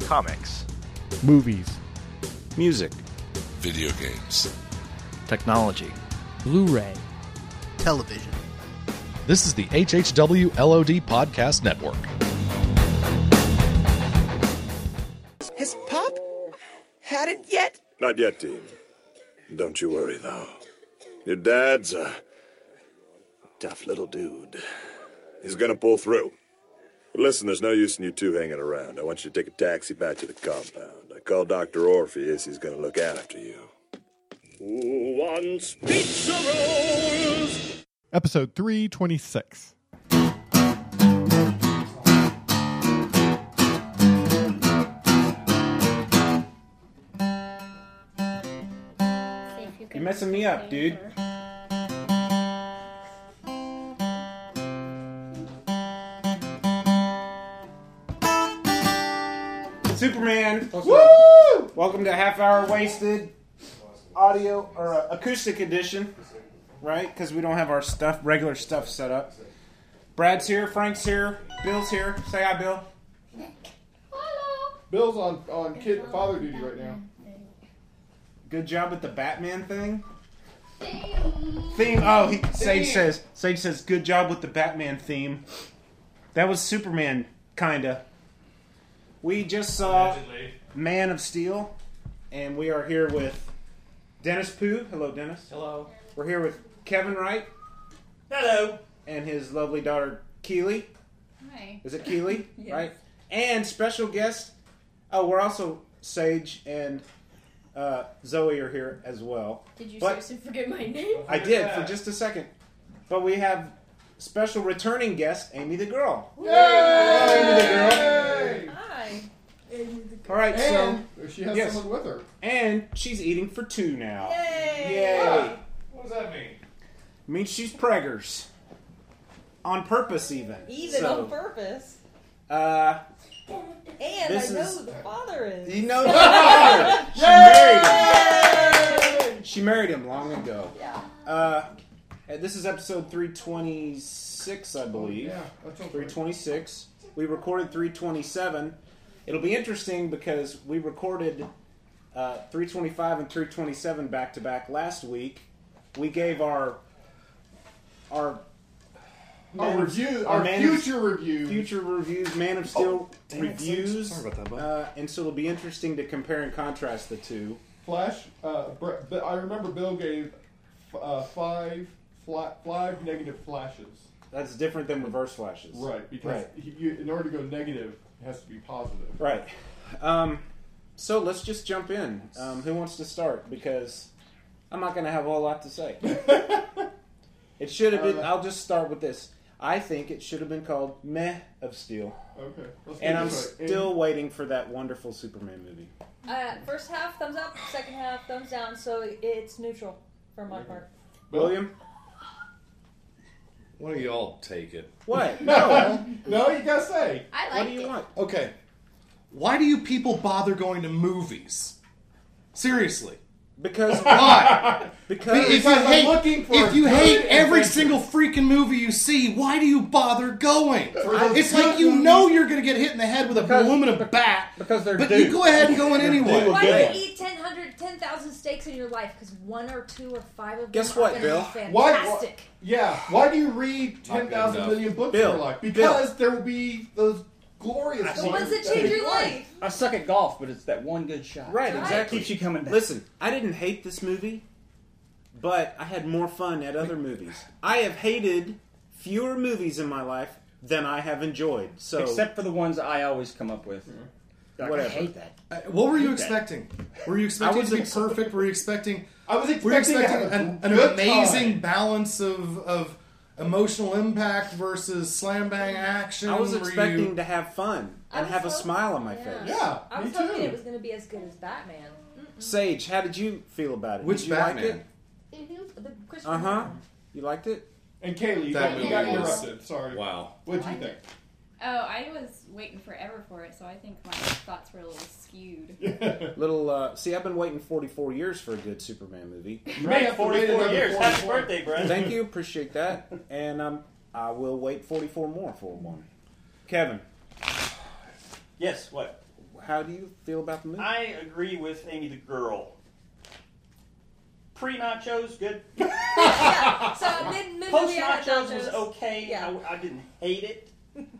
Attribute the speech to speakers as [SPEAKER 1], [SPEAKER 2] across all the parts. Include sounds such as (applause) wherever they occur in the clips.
[SPEAKER 1] comics,
[SPEAKER 2] movies,
[SPEAKER 3] music,
[SPEAKER 4] video games.
[SPEAKER 5] technology.
[SPEAKER 6] Blu-ray.
[SPEAKER 7] television.
[SPEAKER 8] This is the HHW LOD Podcast Network.
[SPEAKER 9] Has Pop had it yet?
[SPEAKER 10] Not yet, team. Don't you worry, though. Your dad's a tough little dude. He's gonna pull through. But listen, there's no use in you two hanging around. I want you to take a taxi back to the compound. I called Dr. Orpheus. He's gonna look after you.
[SPEAKER 9] Who wants pizza rolls?
[SPEAKER 2] episode 326.
[SPEAKER 11] You're messing me up, dude. Superman. Woo! Welcome to Half Hour Wasted Audio or uh, Acoustic Edition, right? Because we don't have our stuff, regular stuff set up. Brad's here, Frank's here, Bill's here. Say hi, Bill.
[SPEAKER 12] Bill's on, on kid father duty right now.
[SPEAKER 11] Good job at the Batman thing. Theme. Oh, he, Sage says. Sage says, "Good job with the Batman theme." That was Superman, kinda. We just saw Man of Steel, and we are here with Dennis Pooh. Hello, Dennis.
[SPEAKER 13] Hello.
[SPEAKER 11] We're here with Kevin Wright. Hello. And his lovely daughter Keely.
[SPEAKER 14] Hi.
[SPEAKER 11] Is it Keely?
[SPEAKER 14] Yes.
[SPEAKER 11] Right. And special guest. Oh, we're also Sage and uh, Zoe are here as well.
[SPEAKER 14] Did you
[SPEAKER 11] But-
[SPEAKER 14] seriously forget my name?
[SPEAKER 11] I did for just a second. But we have special returning guest Amy the girl. Hello, Amy the girl.
[SPEAKER 14] Hi.
[SPEAKER 11] All right,
[SPEAKER 12] and
[SPEAKER 11] so
[SPEAKER 12] she has
[SPEAKER 11] yes.
[SPEAKER 12] someone with her.
[SPEAKER 11] and she's eating for two now. Yay.
[SPEAKER 13] What does that mean?
[SPEAKER 11] means she's preggers. On purpose, even.
[SPEAKER 15] Even
[SPEAKER 11] So,
[SPEAKER 15] on purpose.
[SPEAKER 11] Uh,
[SPEAKER 15] And
[SPEAKER 11] This
[SPEAKER 15] I know
[SPEAKER 11] is-
[SPEAKER 15] who the father is.
[SPEAKER 11] you know, she married him. She married him long ago.
[SPEAKER 15] Yeah.
[SPEAKER 11] Uh, and this is episode 326, I believe.
[SPEAKER 12] Oh,
[SPEAKER 11] Yeah, 326. We recorded 327. It'll be interesting because we recorded uh, 325 and 327 back to back last week. We gave our our
[SPEAKER 12] Our
[SPEAKER 11] Man of-
[SPEAKER 12] review- our
[SPEAKER 11] Man
[SPEAKER 12] future reviews.
[SPEAKER 11] future reviews, Man of Steel
[SPEAKER 12] Oh, damn it,
[SPEAKER 11] reviews.
[SPEAKER 12] Sorry about that, bud.
[SPEAKER 11] uh, and so it'll be interesting to compare and contrast the two.
[SPEAKER 12] Flash. Uh, Bre- but I remember Bill gave uh, five fla- five negative flashes.
[SPEAKER 11] That's different than reverse flashes,
[SPEAKER 12] Right, because
[SPEAKER 11] Right.
[SPEAKER 12] He, you, in order to go negative, it has to be positive.
[SPEAKER 11] Right. Um, so let's just jump in. Um, who wants to start? Because I'm not going to have a whole lot to say. it should have been. I'll just start with this. I think it should have been called Meh of Steel.
[SPEAKER 12] Okay. Let's
[SPEAKER 11] And
[SPEAKER 12] go
[SPEAKER 11] I'm
[SPEAKER 12] this way.
[SPEAKER 11] still waiting for that wonderful Superman movie.
[SPEAKER 15] Uh, first half thumbs up, second half thumbs down, so it's neutral for my part.
[SPEAKER 11] William?
[SPEAKER 3] Why don't you all take it?
[SPEAKER 11] What?
[SPEAKER 12] No. no, you gotta say.
[SPEAKER 14] I
[SPEAKER 11] like What do you want?
[SPEAKER 3] Okay. Why do you people bother going to movies? Seriously.
[SPEAKER 11] Because
[SPEAKER 12] (laughs)
[SPEAKER 3] why?
[SPEAKER 11] Because-
[SPEAKER 3] if you
[SPEAKER 11] Because I'm
[SPEAKER 3] hate,
[SPEAKER 11] looking for
[SPEAKER 3] if you
[SPEAKER 11] good
[SPEAKER 3] hate every
[SPEAKER 11] adventure.
[SPEAKER 3] single freaking movie you see, why do you bother going?
[SPEAKER 11] For those
[SPEAKER 3] It's
[SPEAKER 11] good
[SPEAKER 3] like you
[SPEAKER 11] movies.
[SPEAKER 3] know you're going to get hit in the head with a balloon and a bat,
[SPEAKER 11] because they're
[SPEAKER 3] but
[SPEAKER 11] due.
[SPEAKER 3] you go ahead and go in
[SPEAKER 11] They're
[SPEAKER 3] anyway.
[SPEAKER 11] due.
[SPEAKER 15] Why do
[SPEAKER 11] Yeah.
[SPEAKER 15] you eat 10, 100, 10,000 steaks in your life? Because one or two or five of
[SPEAKER 11] Guess
[SPEAKER 15] them
[SPEAKER 11] what,
[SPEAKER 15] are
[SPEAKER 11] Bill?
[SPEAKER 15] gonna be
[SPEAKER 12] Why-
[SPEAKER 15] fantastic.
[SPEAKER 12] Yeah. Why do you read ten thousand
[SPEAKER 3] enough.
[SPEAKER 12] million books
[SPEAKER 11] Bill,
[SPEAKER 12] in your life?
[SPEAKER 11] Bill.
[SPEAKER 12] Because there will be those glorious
[SPEAKER 15] The ones that change your life.
[SPEAKER 13] I suck at golf, but it's that one good shot.
[SPEAKER 11] Right, exactly.
[SPEAKER 13] Keeps you coming back.
[SPEAKER 11] Listen, I didn't hate this movie, but I had more fun at other movies. I have hated fewer movies in my life than I have enjoyed. So
[SPEAKER 13] Except for the ones I always come up with. Like,
[SPEAKER 11] Whatever.
[SPEAKER 13] I hate that.
[SPEAKER 3] Uh, What were you
[SPEAKER 13] Okay.
[SPEAKER 3] expecting? Were you expecting
[SPEAKER 11] was
[SPEAKER 3] to be
[SPEAKER 11] ex-
[SPEAKER 3] perfect? Were you expecting?
[SPEAKER 12] I was
[SPEAKER 3] Were you
[SPEAKER 12] expecting to
[SPEAKER 3] expecting
[SPEAKER 12] have a
[SPEAKER 3] an, an
[SPEAKER 12] good
[SPEAKER 3] amazing balance of of emotional impact versus slam bang action?
[SPEAKER 11] I was
[SPEAKER 3] Were you-
[SPEAKER 11] expecting to have fun
[SPEAKER 15] I
[SPEAKER 11] and
[SPEAKER 15] was
[SPEAKER 11] have a
[SPEAKER 15] hoping-
[SPEAKER 11] smile on my
[SPEAKER 15] yeah.
[SPEAKER 11] face.
[SPEAKER 12] Yeah,
[SPEAKER 15] I
[SPEAKER 12] me
[SPEAKER 15] was hoping
[SPEAKER 12] too.
[SPEAKER 15] it was going to be as good as Batman.
[SPEAKER 11] Sage, how did you feel about it?
[SPEAKER 3] Which
[SPEAKER 11] did you like
[SPEAKER 3] Batman?
[SPEAKER 11] it?
[SPEAKER 15] The Christopher
[SPEAKER 11] Uh huh.
[SPEAKER 15] Nolan.
[SPEAKER 11] You liked it?
[SPEAKER 12] And Kaylee,
[SPEAKER 3] That
[SPEAKER 12] you
[SPEAKER 3] movie
[SPEAKER 12] got
[SPEAKER 3] was-
[SPEAKER 12] interrupted. Sorry.
[SPEAKER 3] Wow.
[SPEAKER 12] What'd you think?
[SPEAKER 14] Oh, I was waiting forever for it, so I think my thoughts were a little skewed.
[SPEAKER 11] Little. Uh, see, I've been waiting 44 years for a good Superman movie.
[SPEAKER 12] You may have to wait another 44.
[SPEAKER 13] Brad.
[SPEAKER 11] Thank you, appreciate that, and um, I will wait 44 more for one. Kevin,
[SPEAKER 13] Yes, what?
[SPEAKER 11] How do you feel about the movie?
[SPEAKER 13] I agree with Amy the girl. Pre nachos, good.
[SPEAKER 15] So mid mid
[SPEAKER 13] Post
[SPEAKER 15] movie, I had
[SPEAKER 13] nachos was
[SPEAKER 15] nachos.
[SPEAKER 13] okay. I, I didn't hate it.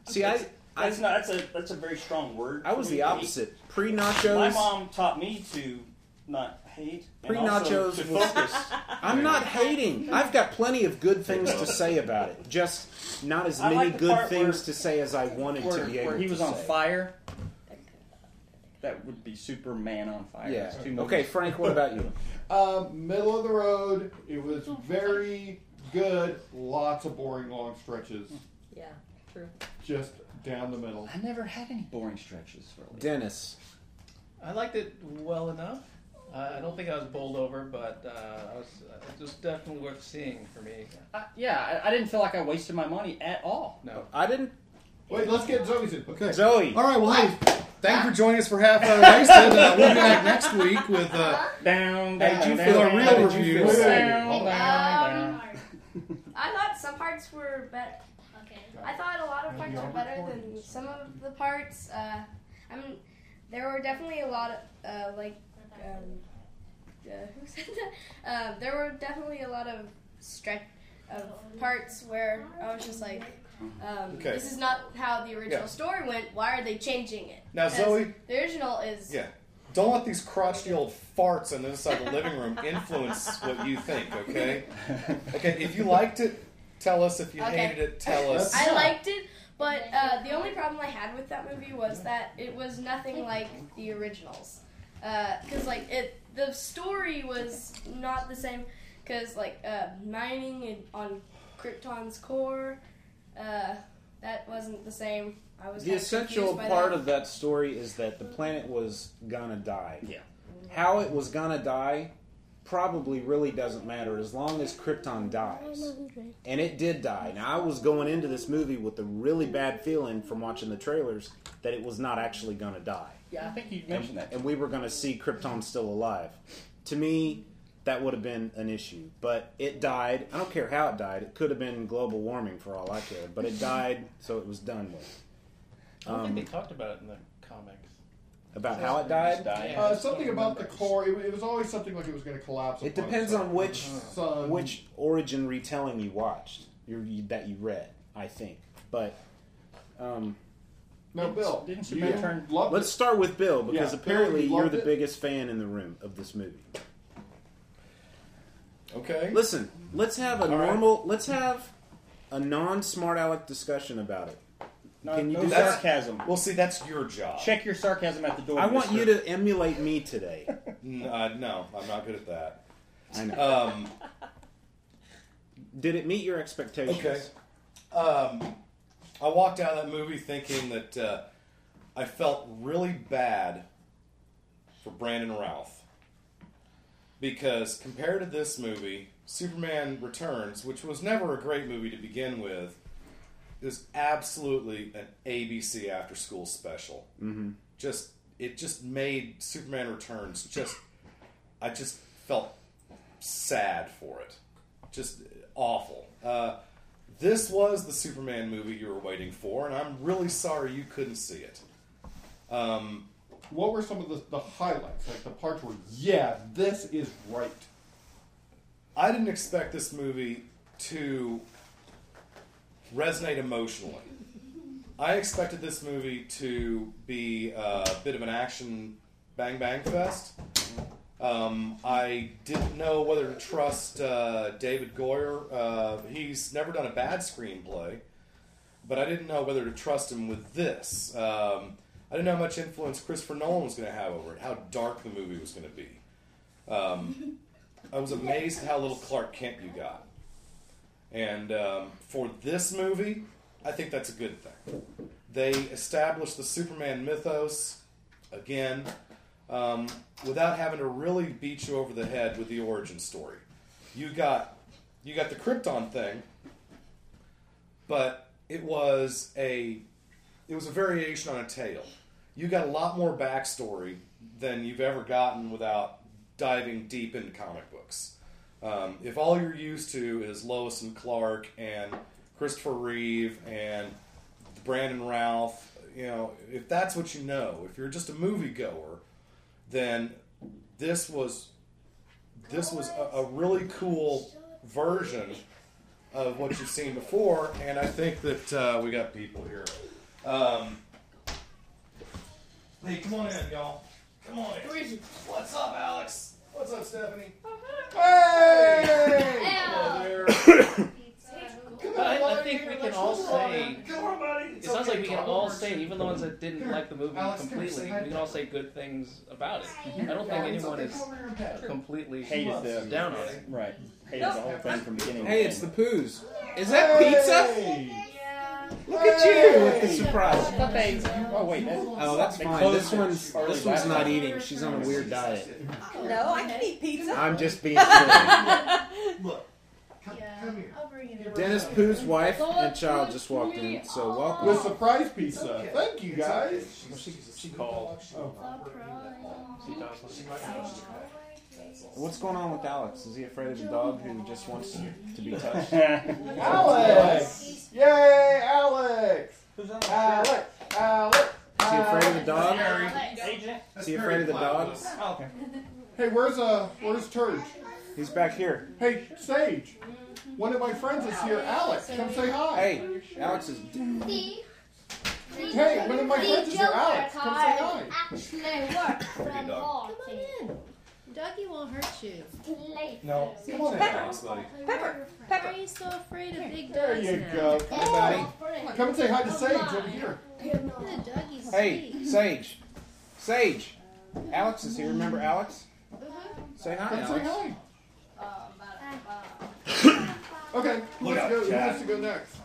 [SPEAKER 11] See, I
[SPEAKER 13] that's not that's a that's a very strong word.
[SPEAKER 11] I
[SPEAKER 13] for
[SPEAKER 11] was
[SPEAKER 13] me
[SPEAKER 11] the
[SPEAKER 13] to hate.
[SPEAKER 11] opposite. Pre nachos.
[SPEAKER 13] My mom taught me to not hate. and
[SPEAKER 11] Pre
[SPEAKER 13] also
[SPEAKER 11] nachos
[SPEAKER 13] to
[SPEAKER 11] was.
[SPEAKER 13] focus.
[SPEAKER 11] I'm not hating. I've got plenty of good things
[SPEAKER 13] (laughs)
[SPEAKER 11] to say about it. Just not as
[SPEAKER 13] I
[SPEAKER 11] many
[SPEAKER 13] like the
[SPEAKER 11] good
[SPEAKER 13] part
[SPEAKER 11] things to say as I wanted
[SPEAKER 13] where-
[SPEAKER 11] to be able
[SPEAKER 13] where he was
[SPEAKER 11] to
[SPEAKER 13] on
[SPEAKER 11] say.
[SPEAKER 13] fire. That would be Superman on fire.
[SPEAKER 11] Yeah.
[SPEAKER 13] It's two movies.
[SPEAKER 11] Okay, Frank. What about you?
[SPEAKER 12] Um, middle of the road. It was very good. Lots of boring long stretches.
[SPEAKER 15] Yeah, true.
[SPEAKER 12] Just down the middle.
[SPEAKER 13] I never had any boring stretches. Really.
[SPEAKER 11] Dennis.
[SPEAKER 7] I liked it well enough. Uh, I don't think I was bowled over, but uh, I was uh, it was definitely worth seeing for me.
[SPEAKER 13] I, Uh, yeah, I, I didn't feel like I wasted my money at all.
[SPEAKER 7] No,
[SPEAKER 11] I didn't.
[SPEAKER 12] Wait, let's get Zoe's in.
[SPEAKER 3] Okay.
[SPEAKER 11] Zoe.
[SPEAKER 3] All right, well, hey, thank you for joining us for Half Hour Wasted. Uh, we'll be back next week with uh,
[SPEAKER 13] down,
[SPEAKER 3] How did you
[SPEAKER 11] down,
[SPEAKER 3] feel
[SPEAKER 11] down.
[SPEAKER 3] a
[SPEAKER 11] How
[SPEAKER 3] real
[SPEAKER 11] did you
[SPEAKER 3] review.
[SPEAKER 11] feel?
[SPEAKER 3] Wait, wait, wait.
[SPEAKER 13] Down, uh,
[SPEAKER 16] Um, I thought some parts were better. Okay. I thought a lot of parts were better than some of the parts. Uh, I mean, there were definitely a lot of uh, like. Um, uh, who (laughs) said that? Uh, there were definitely a lot of stretch of parts where I was just like, um,
[SPEAKER 3] Okay.
[SPEAKER 16] "This is not how the original
[SPEAKER 3] Yeah.
[SPEAKER 16] story went. Why are they changing it?"
[SPEAKER 3] Now,
[SPEAKER 16] 'Cause
[SPEAKER 3] Zoe-
[SPEAKER 16] the original is
[SPEAKER 3] Yeah. Don't let these crotchety old farts on the inside the living room influence what you think, okay? Okay, if you liked it, tell us. If you
[SPEAKER 16] Okay.
[SPEAKER 3] hated it, tell us.
[SPEAKER 16] I liked it, but uh, the only problem I had with that movie was that it was nothing like the originals. Because like it, the story was not the same. Because like uh, mining in, on Krypton's core, uh, that wasn't the same. I was
[SPEAKER 11] The
[SPEAKER 16] kinda
[SPEAKER 11] essential
[SPEAKER 16] confused by
[SPEAKER 11] part
[SPEAKER 16] that.
[SPEAKER 11] of that story is that the planet was gonna die.
[SPEAKER 13] Yeah.
[SPEAKER 11] How it was gonna die probably really doesn't matter as long as Krypton dies. And it did die. Now, I was going into this movie with a really bad feeling from watching the trailers that it was not actually gonna die.
[SPEAKER 13] Yeah, I think you mentioned that.
[SPEAKER 11] And we were gonna see Krypton still alive. To me, that would have been an issue. But it died. I don't care how it died. It could have been global warming for all I care.
[SPEAKER 16] (laughs)
[SPEAKER 11] But it died, so it was done with.
[SPEAKER 7] I don't
[SPEAKER 11] Um,
[SPEAKER 7] think they talked about it in the comics.
[SPEAKER 11] About how it died?
[SPEAKER 12] Uh, something about the core. It, it was always something like it was going to collapse. uh,
[SPEAKER 11] It
[SPEAKER 12] upon
[SPEAKER 11] depends
[SPEAKER 12] itself.
[SPEAKER 11] on which
[SPEAKER 12] Sun.
[SPEAKER 11] which origin retelling you watched, you, you, that you read, I think. But um,
[SPEAKER 12] Now, Bill, didn't
[SPEAKER 11] you
[SPEAKER 12] loved
[SPEAKER 11] let's start with Bill because
[SPEAKER 12] Yeah, Bill,
[SPEAKER 11] apparently
[SPEAKER 12] you
[SPEAKER 11] you are
[SPEAKER 12] loved
[SPEAKER 11] the
[SPEAKER 12] it?
[SPEAKER 11] biggest fan in the room of this movie.
[SPEAKER 3] Okay.
[SPEAKER 11] Listen, let's have a normal, let's have a non-smart alec discussion about it. Can you
[SPEAKER 13] no
[SPEAKER 11] do that?
[SPEAKER 13] sarcasm.
[SPEAKER 3] Well, see, that's your job.
[SPEAKER 13] Check your sarcasm at the door.
[SPEAKER 11] I want
[SPEAKER 13] mister.
[SPEAKER 11] you to emulate me today. (laughs)
[SPEAKER 3] N- uh, no, I'm not good at that.
[SPEAKER 11] I know.
[SPEAKER 3] Um,
[SPEAKER 11] Did it meet your expectations?
[SPEAKER 3] Okay. Um, I walked out of that movie thinking that uh, I felt really bad for Brandon Routh because compared to this movie, Superman Returns, which was never a great movie to begin with, is absolutely an ABC after-school special.
[SPEAKER 11] Mhm.
[SPEAKER 3] Just it just made Superman Returns just I just felt sad for it. Just awful. Uh, this was the Superman movie you were waiting for, and I'm really sorry you couldn't see it. Um,
[SPEAKER 12] what were some of the, the highlights? Like the parts where, yeah, this is right.
[SPEAKER 3] I didn't expect this movie to resonate emotionally. I expected this movie to be uh, a bit of an action bang bang fest. Um, I didn't know whether to trust uh, David Goyer. Uh, he's never done a bad screenplay, but I didn't know whether to trust him with this. Um, I didn't know how much influence Christopher Nolan was going to have over it, how dark the movie was going to be. Um, I was amazed at how little Clark Kent you got. And um, for this movie, I think that's a good thing. They established the Superman mythos again um, without having to really beat you over the head with the origin story. You got you got the Krypton thing, but it was a it was a variation on a tale. You got a lot more backstory than you've ever gotten without diving deep into comic books. Um, if all you're used to is Lois and Clark and Christopher Reeve and Brandon Ralph, you know, if that's what you know, if you're just a moviegoer, then this was this was a, a really cool version of what you've seen before, and I think that uh, we got people here. Um, hey, come on in, y'all. Come on in. What's up, Alex? What's up, Stephanie? Hey!
[SPEAKER 7] (coughs)
[SPEAKER 3] Hello there. Come
[SPEAKER 7] I- I
[SPEAKER 3] buddy.
[SPEAKER 7] think we
[SPEAKER 3] Let's
[SPEAKER 7] can all
[SPEAKER 3] roll on
[SPEAKER 7] say-
[SPEAKER 3] in. Come on, buddy.
[SPEAKER 7] It
[SPEAKER 3] It's
[SPEAKER 7] sounds like
[SPEAKER 3] okay,
[SPEAKER 7] we can
[SPEAKER 3] Tom.
[SPEAKER 7] all say, even the ones that didn't
[SPEAKER 3] Here.
[SPEAKER 7] like the movie
[SPEAKER 3] Alex, come here,
[SPEAKER 7] completely,
[SPEAKER 3] say hi
[SPEAKER 7] we
[SPEAKER 3] to
[SPEAKER 7] can all say good things about it.
[SPEAKER 3] Mhm.
[SPEAKER 7] I don't think
[SPEAKER 3] Yeah, it's
[SPEAKER 7] anyone
[SPEAKER 3] okay,
[SPEAKER 7] is
[SPEAKER 3] come over here and pet her.
[SPEAKER 7] completely
[SPEAKER 3] Hated the-
[SPEAKER 7] down on it.
[SPEAKER 13] Right.
[SPEAKER 7] Hated
[SPEAKER 13] the whole thing from beginning
[SPEAKER 11] Hey, it's the poos. Is
[SPEAKER 13] that
[SPEAKER 11] pizza? Look at you with the surprise.
[SPEAKER 13] Oh wait, that,
[SPEAKER 11] Oh, that's
[SPEAKER 13] they
[SPEAKER 11] fine.
[SPEAKER 13] closed
[SPEAKER 11] This
[SPEAKER 13] it.
[SPEAKER 11] one's
[SPEAKER 13] Early
[SPEAKER 11] this one's
[SPEAKER 13] last
[SPEAKER 11] not
[SPEAKER 13] night.
[SPEAKER 11] eating. She's on a weird diet.
[SPEAKER 15] No, I can eat pizza.
[SPEAKER 11] I'm just being silly.
[SPEAKER 3] Look.
[SPEAKER 15] Come here. I'll bring it.
[SPEAKER 11] Dennis Pooh's wife and child just walked in, so welcome.
[SPEAKER 12] With surprise pizza. Thank you guys.
[SPEAKER 3] She called.
[SPEAKER 11] Oh. What's going on with Alex? Is he afraid of the dog who just wants to be
[SPEAKER 3] (laughs)
[SPEAKER 11] touched?
[SPEAKER 12] Alex! Yay, Alex!
[SPEAKER 13] Who's
[SPEAKER 12] Alex! Alex! Alex!
[SPEAKER 11] Is he afraid of the dog?
[SPEAKER 13] Agent.
[SPEAKER 11] Is he afraid of the dog?
[SPEAKER 13] Okay.
[SPEAKER 12] Hey, where's uh, where's Turge?
[SPEAKER 11] He's back here.
[SPEAKER 12] Hey, Sage. One of my friends is here. Alex, come say hi.
[SPEAKER 11] Hey, Alex is.
[SPEAKER 12] Hey, one of my friends is here. Alex, come say hi.
[SPEAKER 16] Actually, work
[SPEAKER 3] from dog.
[SPEAKER 16] Come on in. Dougie won't hurt you.
[SPEAKER 3] No. Come on in, Alex, buddy.
[SPEAKER 16] Pepper. Pepper. Why are you so afraid of big dogs
[SPEAKER 12] There you
[SPEAKER 16] now?
[SPEAKER 12] go. Come on, buddy. Come and say hi to Sage over here.
[SPEAKER 16] Yeah, Dougie's
[SPEAKER 11] Hey,
[SPEAKER 16] sweet.
[SPEAKER 11] Sage. Sage. Alex is here. Remember Alex? Say hi,
[SPEAKER 12] Come say
[SPEAKER 11] Alex.
[SPEAKER 12] hi.
[SPEAKER 16] uh,
[SPEAKER 12] Okay, who
[SPEAKER 11] Look
[SPEAKER 12] wants to
[SPEAKER 11] out,
[SPEAKER 12] go, who
[SPEAKER 11] Chad.
[SPEAKER 12] wants to go next?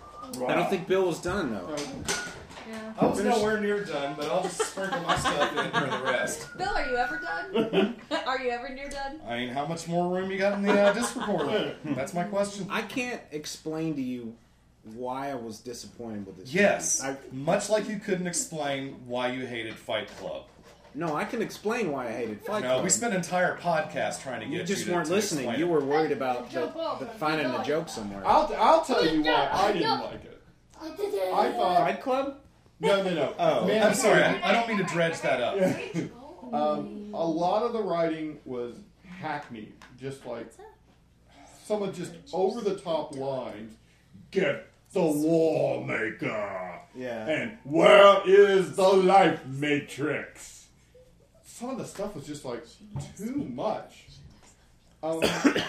[SPEAKER 11] I don't think Bill was done though.
[SPEAKER 3] I was (laughs) nowhere near done, but I'll just sprinkle my stuff in for the rest.
[SPEAKER 15] Bill, are you
[SPEAKER 11] (laughs)
[SPEAKER 15] ever done? are you ever near done?
[SPEAKER 3] I mean, how much more room you got in the uh, disc recorder? That's my question.
[SPEAKER 11] I can't explain to you why I was disappointed with this.
[SPEAKER 3] Yes.
[SPEAKER 11] movie.
[SPEAKER 3] much like you couldn't explain why you hated Fight Club.
[SPEAKER 11] No, I can explain why I hated Fight
[SPEAKER 3] no,
[SPEAKER 11] Club.
[SPEAKER 3] we spent an entire podcast trying to get
[SPEAKER 11] you just
[SPEAKER 3] to-
[SPEAKER 11] weren't
[SPEAKER 3] to
[SPEAKER 11] listening.
[SPEAKER 3] explain
[SPEAKER 11] You
[SPEAKER 3] it.
[SPEAKER 11] were worried about the, the finding the joke somewhere.
[SPEAKER 12] I'll, I'll tell you why I didn't like it. I thought.
[SPEAKER 11] Fight Club?
[SPEAKER 12] No, no, no.
[SPEAKER 3] Oh,
[SPEAKER 12] Man,
[SPEAKER 3] I'm sorry. I, I don't
[SPEAKER 11] (laughs)
[SPEAKER 3] mean to dredge that up.
[SPEAKER 12] Um, a lot of the writing was hackneyed, just like some of just over the top lines. Get the lawmaker.
[SPEAKER 11] Yeah.
[SPEAKER 12] And where is the life matrix? Some of the stuff was just like too much. Um,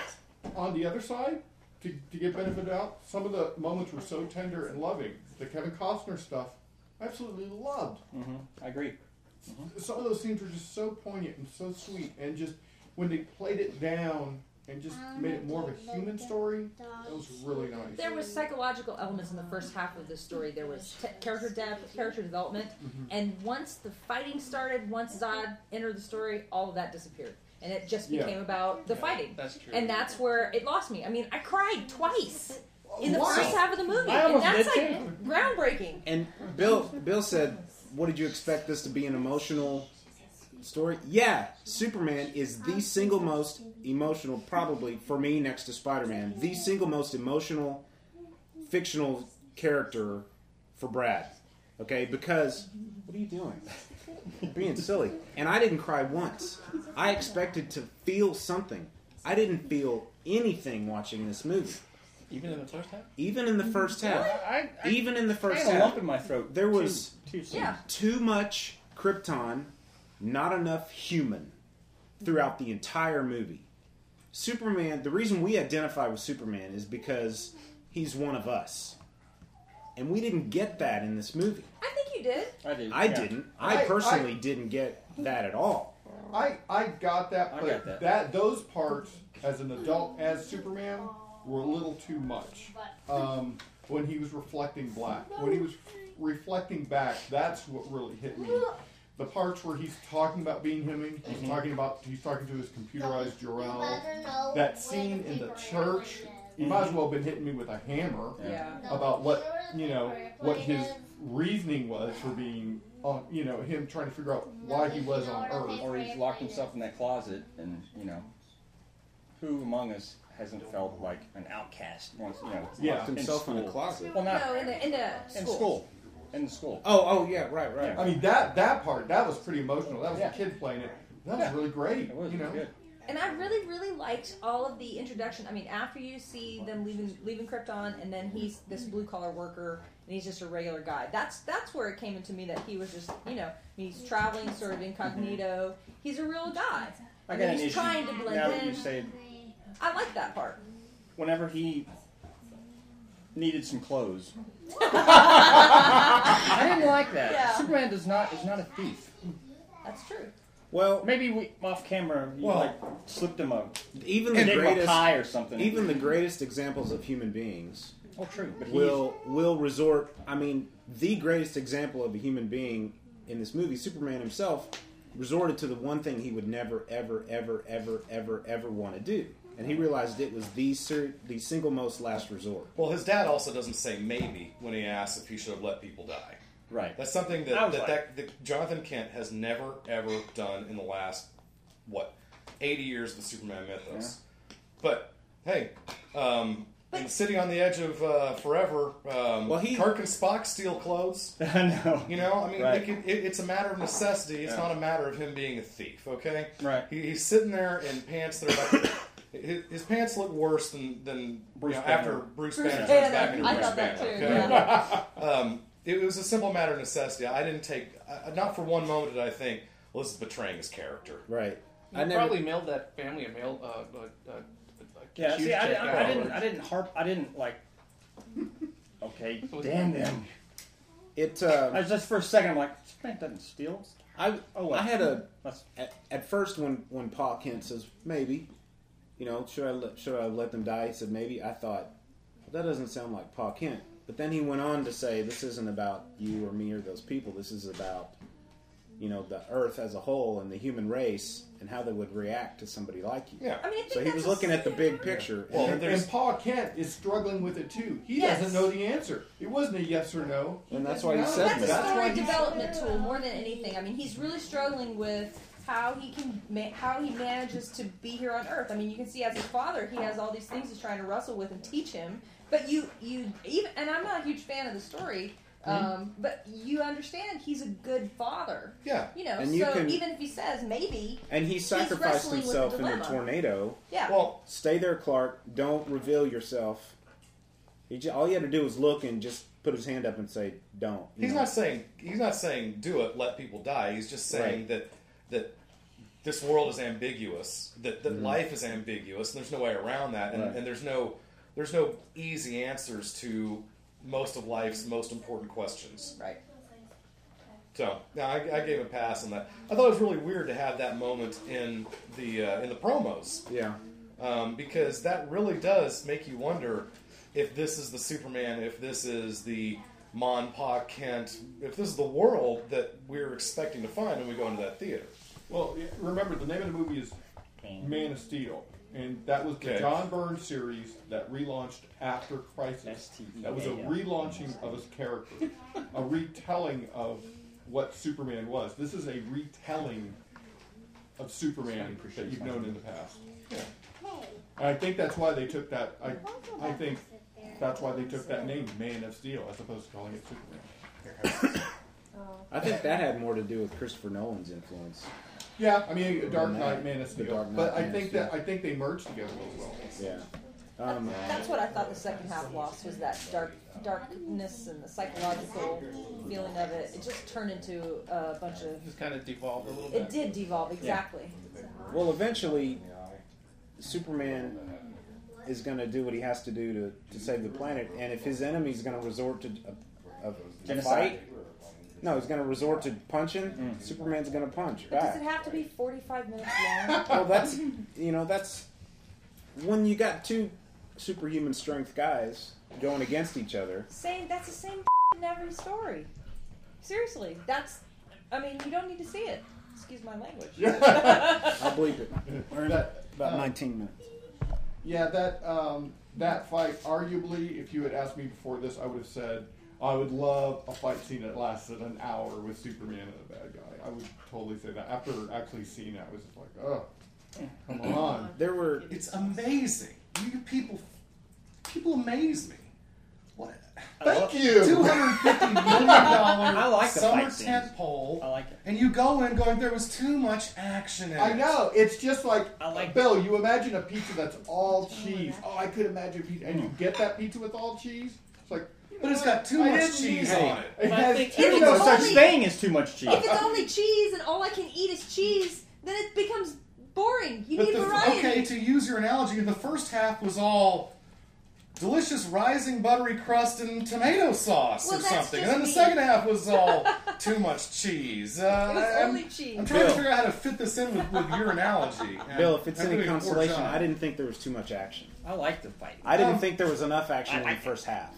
[SPEAKER 12] (coughs) on the other side, to, to get benefit out, some of the moments were so tender and loving. The Kevin Costner stuff, I absolutely loved.
[SPEAKER 13] Mm-hmm. I agree.
[SPEAKER 12] Some of those scenes were just so poignant and so sweet, and just when they played it down and just made it more of a human story, that was really nice.
[SPEAKER 15] There was psychological elements in the first half of the story. There was t- character depth, character development,
[SPEAKER 12] Mhm.
[SPEAKER 15] and once the fighting started, once Zod entered the story, all of that disappeared, and it just
[SPEAKER 12] Yeah.
[SPEAKER 15] became about the fighting.
[SPEAKER 7] That's true.
[SPEAKER 15] And that's where it lost me. I mean, I cried twice in the
[SPEAKER 11] Wow.
[SPEAKER 15] first half of the movie,
[SPEAKER 11] I
[SPEAKER 15] and
[SPEAKER 11] almost
[SPEAKER 15] that's
[SPEAKER 11] did
[SPEAKER 15] like groundbreaking.
[SPEAKER 11] And Bill Bill said, "What did you expect this to be an emotional story?" Yeah, Superman is the single most emotional, probably for me, next to Spider Man, the single most emotional fictional character for Brad. Okay, because what are you doing? You're being silly. And I didn't cry once. I expected to feel something. I didn't feel anything watching this movie.
[SPEAKER 7] Even in the first half?
[SPEAKER 11] Even in the first half.
[SPEAKER 13] I, I,
[SPEAKER 11] Even in the first
[SPEAKER 13] I had a
[SPEAKER 11] half.
[SPEAKER 13] lump in my throat.
[SPEAKER 11] There was
[SPEAKER 13] Too- too soon. Yeah.
[SPEAKER 11] too much Krypton, not enough human throughout the entire movie. Superman, the reason we identify with Superman is because he's one of us. And we didn't get that in this movie.
[SPEAKER 15] I think you did.
[SPEAKER 13] I did.
[SPEAKER 11] I didn't. I,
[SPEAKER 12] I-
[SPEAKER 11] personally didn't get that at all.
[SPEAKER 12] I I got that, but
[SPEAKER 11] got that.
[SPEAKER 12] that. those parts as an adult as Superman were a little too much. Um, when he was reflecting black, when he was reflecting back, that's what really hit me. The parts where he's talking about being human, he's
[SPEAKER 11] Mm-hmm.
[SPEAKER 12] talking about he's talking to his computerized Jor-El. That scene in the church, you might as
[SPEAKER 11] Mm-hmm.
[SPEAKER 12] well have been hitting me with a hammer
[SPEAKER 15] Yeah.
[SPEAKER 12] about what you know what his reasoning was for being on you know him trying to figure out why he was on Earth.
[SPEAKER 13] Or he's locked himself in that closet, and you know, who among us hasn't felt like an outcast once? You know,
[SPEAKER 11] Yeah.
[SPEAKER 13] locked
[SPEAKER 11] Himself in a
[SPEAKER 13] school?
[SPEAKER 11] closet.
[SPEAKER 13] Well, not
[SPEAKER 15] no, in the in the
[SPEAKER 13] in
[SPEAKER 15] school.
[SPEAKER 13] school. in school.
[SPEAKER 11] Oh, oh yeah, right, right.
[SPEAKER 12] I mean that that part that was pretty emotional. That was
[SPEAKER 15] Yeah.
[SPEAKER 12] a kid playing it. That was
[SPEAKER 15] Yeah.
[SPEAKER 12] really great.
[SPEAKER 13] It was,
[SPEAKER 12] you
[SPEAKER 13] it
[SPEAKER 12] know,
[SPEAKER 13] was good.
[SPEAKER 15] And I really, really liked all of the introduction. I mean, after you see them leaving leaving Krypton, and then he's this blue collar worker, and he's just a regular guy. That's that's where it came into me that he was just, you know, I mean, he's traveling sort of incognito. He's a real guy.
[SPEAKER 13] I
[SPEAKER 15] And
[SPEAKER 13] got an
[SPEAKER 15] he's
[SPEAKER 13] issue
[SPEAKER 15] trying to
[SPEAKER 13] now that
[SPEAKER 15] blend
[SPEAKER 13] you
[SPEAKER 15] in.
[SPEAKER 13] say
[SPEAKER 15] I like that part.
[SPEAKER 13] whenever he needed some clothes.
[SPEAKER 15] (laughs)
[SPEAKER 13] I didn't like that.
[SPEAKER 15] Yeah.
[SPEAKER 13] Superman does not is not a thief.
[SPEAKER 15] That's true.
[SPEAKER 11] Well,
[SPEAKER 13] maybe we off camera you
[SPEAKER 11] Well-
[SPEAKER 13] like slipped him a
[SPEAKER 11] Even the
[SPEAKER 13] gave him a
[SPEAKER 11] greatest
[SPEAKER 13] pie or something.
[SPEAKER 11] Even the greatest examples of human beings.
[SPEAKER 13] Oh, true. But he's-
[SPEAKER 11] will will resort. I mean, the greatest example of a human being in this movie, Superman himself, resorted to the one thing he would never, ever, ever, ever, ever, ever want to do, and he realized it was the ser- the single most last resort.
[SPEAKER 3] Well, his dad also doesn't say maybe when he asks if he should have let people die.
[SPEAKER 13] Right. (laughs)
[SPEAKER 3] That's something
[SPEAKER 13] I
[SPEAKER 3] that
[SPEAKER 13] was
[SPEAKER 3] that,
[SPEAKER 13] like-
[SPEAKER 3] that, that Jonathan Kent has never ever done in the last what eighty years of the Superman mythos. But hey, um, and sitting on the edge of uh, forever. Um,
[SPEAKER 11] Well, he-
[SPEAKER 3] Kirk and Spock steal clothes.
[SPEAKER 13] I know.
[SPEAKER 3] You know, I mean,
[SPEAKER 13] Right.
[SPEAKER 3] they can, it, it's a matter of necessity. It's
[SPEAKER 13] Yeah.
[SPEAKER 3] not a matter of him being a thief. Okay.
[SPEAKER 13] Right.
[SPEAKER 3] He, he's sitting there in pants that are. Like, (coughs) his, his pants look worse than than
[SPEAKER 13] Bruce
[SPEAKER 3] you know,
[SPEAKER 13] Banner.
[SPEAKER 3] after Bruce
[SPEAKER 13] Bruce
[SPEAKER 3] Banner turns
[SPEAKER 13] Banner.
[SPEAKER 3] back into
[SPEAKER 13] I
[SPEAKER 3] Bruce
[SPEAKER 13] thought
[SPEAKER 3] Banner.
[SPEAKER 13] that too,
[SPEAKER 3] okay? um, it was a simple matter of necessity. I didn't take I, not for one moment did I think, well, this is betraying his character.
[SPEAKER 11] Right.
[SPEAKER 7] You probably mailed that family a mail. Uh, uh, uh, a
[SPEAKER 13] Yeah,
[SPEAKER 7] huge
[SPEAKER 13] see, I,
[SPEAKER 7] check
[SPEAKER 13] I- I
[SPEAKER 7] out.
[SPEAKER 13] didn't, I didn't harp, I didn't like. Okay, damn them.
[SPEAKER 11] It. Uh,
[SPEAKER 13] I was just for a second. I'm like, Superman doesn't steal.
[SPEAKER 11] I
[SPEAKER 13] Oh, well.
[SPEAKER 11] I had a at, at first when when Paul Kent says maybe, you know, should I let, should I let them die? He said maybe. I thought that doesn't sound like Paul Kent. But then he went on to say this isn't about you or me or those people. This is about you know the Earth as a whole and the human race and how they would react to somebody like you.
[SPEAKER 12] Yeah. I mean, I think
[SPEAKER 11] so he was
[SPEAKER 12] that's
[SPEAKER 11] looking at the big picture.
[SPEAKER 12] Well,
[SPEAKER 11] and
[SPEAKER 12] and,
[SPEAKER 11] there's-
[SPEAKER 12] Paul Kent is struggling with it too. He
[SPEAKER 11] Yes.
[SPEAKER 12] doesn't know the answer. It wasn't a yes or no.
[SPEAKER 11] And that's why he said
[SPEAKER 12] that's
[SPEAKER 11] that. That's
[SPEAKER 12] why
[SPEAKER 15] story
[SPEAKER 12] he
[SPEAKER 15] development tool more than anything. I mean, he's really struggling with how he can ma- how he manages to be here on Earth. I mean, you can see as his father, he has all these things he's trying to wrestle with and teach him. But you you even and I'm not a huge fan of the story.
[SPEAKER 11] Hmm?
[SPEAKER 15] Um, But you understand he's a good father.
[SPEAKER 11] Yeah.
[SPEAKER 15] You know,
[SPEAKER 11] And you
[SPEAKER 15] so
[SPEAKER 11] can-
[SPEAKER 15] even if he says maybe,
[SPEAKER 11] And he
[SPEAKER 15] he's
[SPEAKER 11] sacrificed
[SPEAKER 15] wrestling with the
[SPEAKER 11] himself in the
[SPEAKER 15] dilemma.
[SPEAKER 11] tornado.
[SPEAKER 15] Yeah. Well-
[SPEAKER 11] stay there, Clark. Don't reveal yourself. He ju- all he had to do was look and just put his hand up and say, "Don't." you
[SPEAKER 3] He's
[SPEAKER 11] know?
[SPEAKER 3] not saying he's not saying do it, let people die. He's just
[SPEAKER 11] Right.
[SPEAKER 3] saying that that this world is ambiguous, that, that
[SPEAKER 11] Mhm.
[SPEAKER 3] life is ambiguous, and there's no way around that, and,
[SPEAKER 11] Right.
[SPEAKER 3] and there's no there's no easy answers to most of life's most important questions.
[SPEAKER 15] Right.
[SPEAKER 3] So, no, I, I gave a pass on that. I thought it was really weird to have that moment in the uh, in the promos.
[SPEAKER 11] Yeah.
[SPEAKER 3] Um, because that really does make you wonder if this is the Superman, if this is the Mon Pa Kent, if this is the world that we're expecting to find when we go into that theater.
[SPEAKER 12] Well, yeah, remember the name of the movie is Man of Steel, and that was the
[SPEAKER 3] Okay.
[SPEAKER 12] John Byrne series that relaunched after Crisis. That was a relaunching of his character, a retelling of what Superman was. This is a retelling of Superman that you've known in the past. And I think that's why they took that. I, I think that's why they took that name, Man of Steel, as opposed to calling it Superman.
[SPEAKER 11] I think that had more to do with Christopher Nolan's influence.
[SPEAKER 12] Yeah, I mean,
[SPEAKER 11] Than
[SPEAKER 12] Dark
[SPEAKER 11] that.
[SPEAKER 12] Knight, Man of
[SPEAKER 11] The
[SPEAKER 12] Steel.
[SPEAKER 11] Dark Knight,
[SPEAKER 12] but I
[SPEAKER 11] Man of
[SPEAKER 12] think
[SPEAKER 11] Steel.
[SPEAKER 12] that I think they merged together really well.
[SPEAKER 11] Yeah. Um,
[SPEAKER 15] that's what I thought the second half lost was that dark darkness and the psychological feeling of it. It just turned into a bunch of.
[SPEAKER 7] It's kind of devolved a little bit.
[SPEAKER 15] It did devolve exactly.
[SPEAKER 11] Well, eventually, Superman is going to do what he has to do to, to save the planet, and if his enemy's going to resort to a, a, a
[SPEAKER 13] Genocide.
[SPEAKER 11] fight, no, he's going to resort to punching.
[SPEAKER 3] Mm.
[SPEAKER 11] Superman's going to punch
[SPEAKER 15] But does it
[SPEAKER 11] back.
[SPEAKER 15] have to be 45 minutes
[SPEAKER 11] (laughs)
[SPEAKER 15] long?
[SPEAKER 11] well, that's you know that's when you got two superhuman strength guys going against each other.
[SPEAKER 15] Same. That's the same in every story. Seriously, that's. I mean, you don't need to see it. Excuse my language.
[SPEAKER 11] I'll bleep it. We're in
[SPEAKER 12] That-
[SPEAKER 11] about
[SPEAKER 12] uh,
[SPEAKER 11] 19 minutes.
[SPEAKER 12] Yeah, that um, that fight. Arguably, if you had asked me before this, I would have said I would love a fight scene that lasted an hour with Superman and the bad guy. I would totally say that. After actually seeing that, I was just like, oh, come on.
[SPEAKER 11] (laughs) There were.
[SPEAKER 3] It's amazing. You people, people amaze me.
[SPEAKER 12] (laughs)
[SPEAKER 13] What?
[SPEAKER 12] Thank you. Two hundred fifty million dollar
[SPEAKER 13] I like the
[SPEAKER 3] summer
[SPEAKER 13] fight scenes.
[SPEAKER 3] tent pole.
[SPEAKER 13] I like it.
[SPEAKER 3] And you go in going, there was too much action in
[SPEAKER 12] I
[SPEAKER 3] it.
[SPEAKER 12] know. It's just like, Bill. You imagine a pizza that's all cheese. Oh, I could imagine a pizza, and you get that pizza with all cheese. It's like,
[SPEAKER 3] Hmm. But it's got too
[SPEAKER 12] I
[SPEAKER 3] much
[SPEAKER 12] didn't
[SPEAKER 3] cheese
[SPEAKER 12] need
[SPEAKER 3] on it.
[SPEAKER 12] It
[SPEAKER 3] But
[SPEAKER 12] has
[SPEAKER 3] they-
[SPEAKER 12] too
[SPEAKER 13] There's
[SPEAKER 12] much-
[SPEAKER 13] no
[SPEAKER 15] it's
[SPEAKER 13] such
[SPEAKER 15] only-
[SPEAKER 13] thing as too much cheese.
[SPEAKER 15] If it's only cheese and all I can eat is cheese, then it becomes boring. You
[SPEAKER 3] But
[SPEAKER 15] need
[SPEAKER 3] the-
[SPEAKER 15] variety.
[SPEAKER 3] okay, to use your analogy, the first half was all delicious rising buttery crust and tomato sauce
[SPEAKER 15] Well,
[SPEAKER 3] or
[SPEAKER 15] that's
[SPEAKER 3] something. And
[SPEAKER 15] just
[SPEAKER 3] then the second
[SPEAKER 15] me.
[SPEAKER 3] half was
[SPEAKER 15] (laughs)
[SPEAKER 3] all too much cheese. Uh,
[SPEAKER 15] It was
[SPEAKER 3] I- I'm-
[SPEAKER 15] only cheese.
[SPEAKER 3] I'm trying
[SPEAKER 11] Bill.
[SPEAKER 3] to figure out how to fit this in with, with
[SPEAKER 11] (laughs)
[SPEAKER 3] your analogy. and
[SPEAKER 11] Bill, if it's
[SPEAKER 3] I'm
[SPEAKER 11] any
[SPEAKER 3] doing a poor
[SPEAKER 11] consolation,
[SPEAKER 3] job.
[SPEAKER 11] I didn't think there was too much action.
[SPEAKER 13] I like the fight.
[SPEAKER 11] I didn't
[SPEAKER 3] Um,
[SPEAKER 11] think there was enough action in the first half.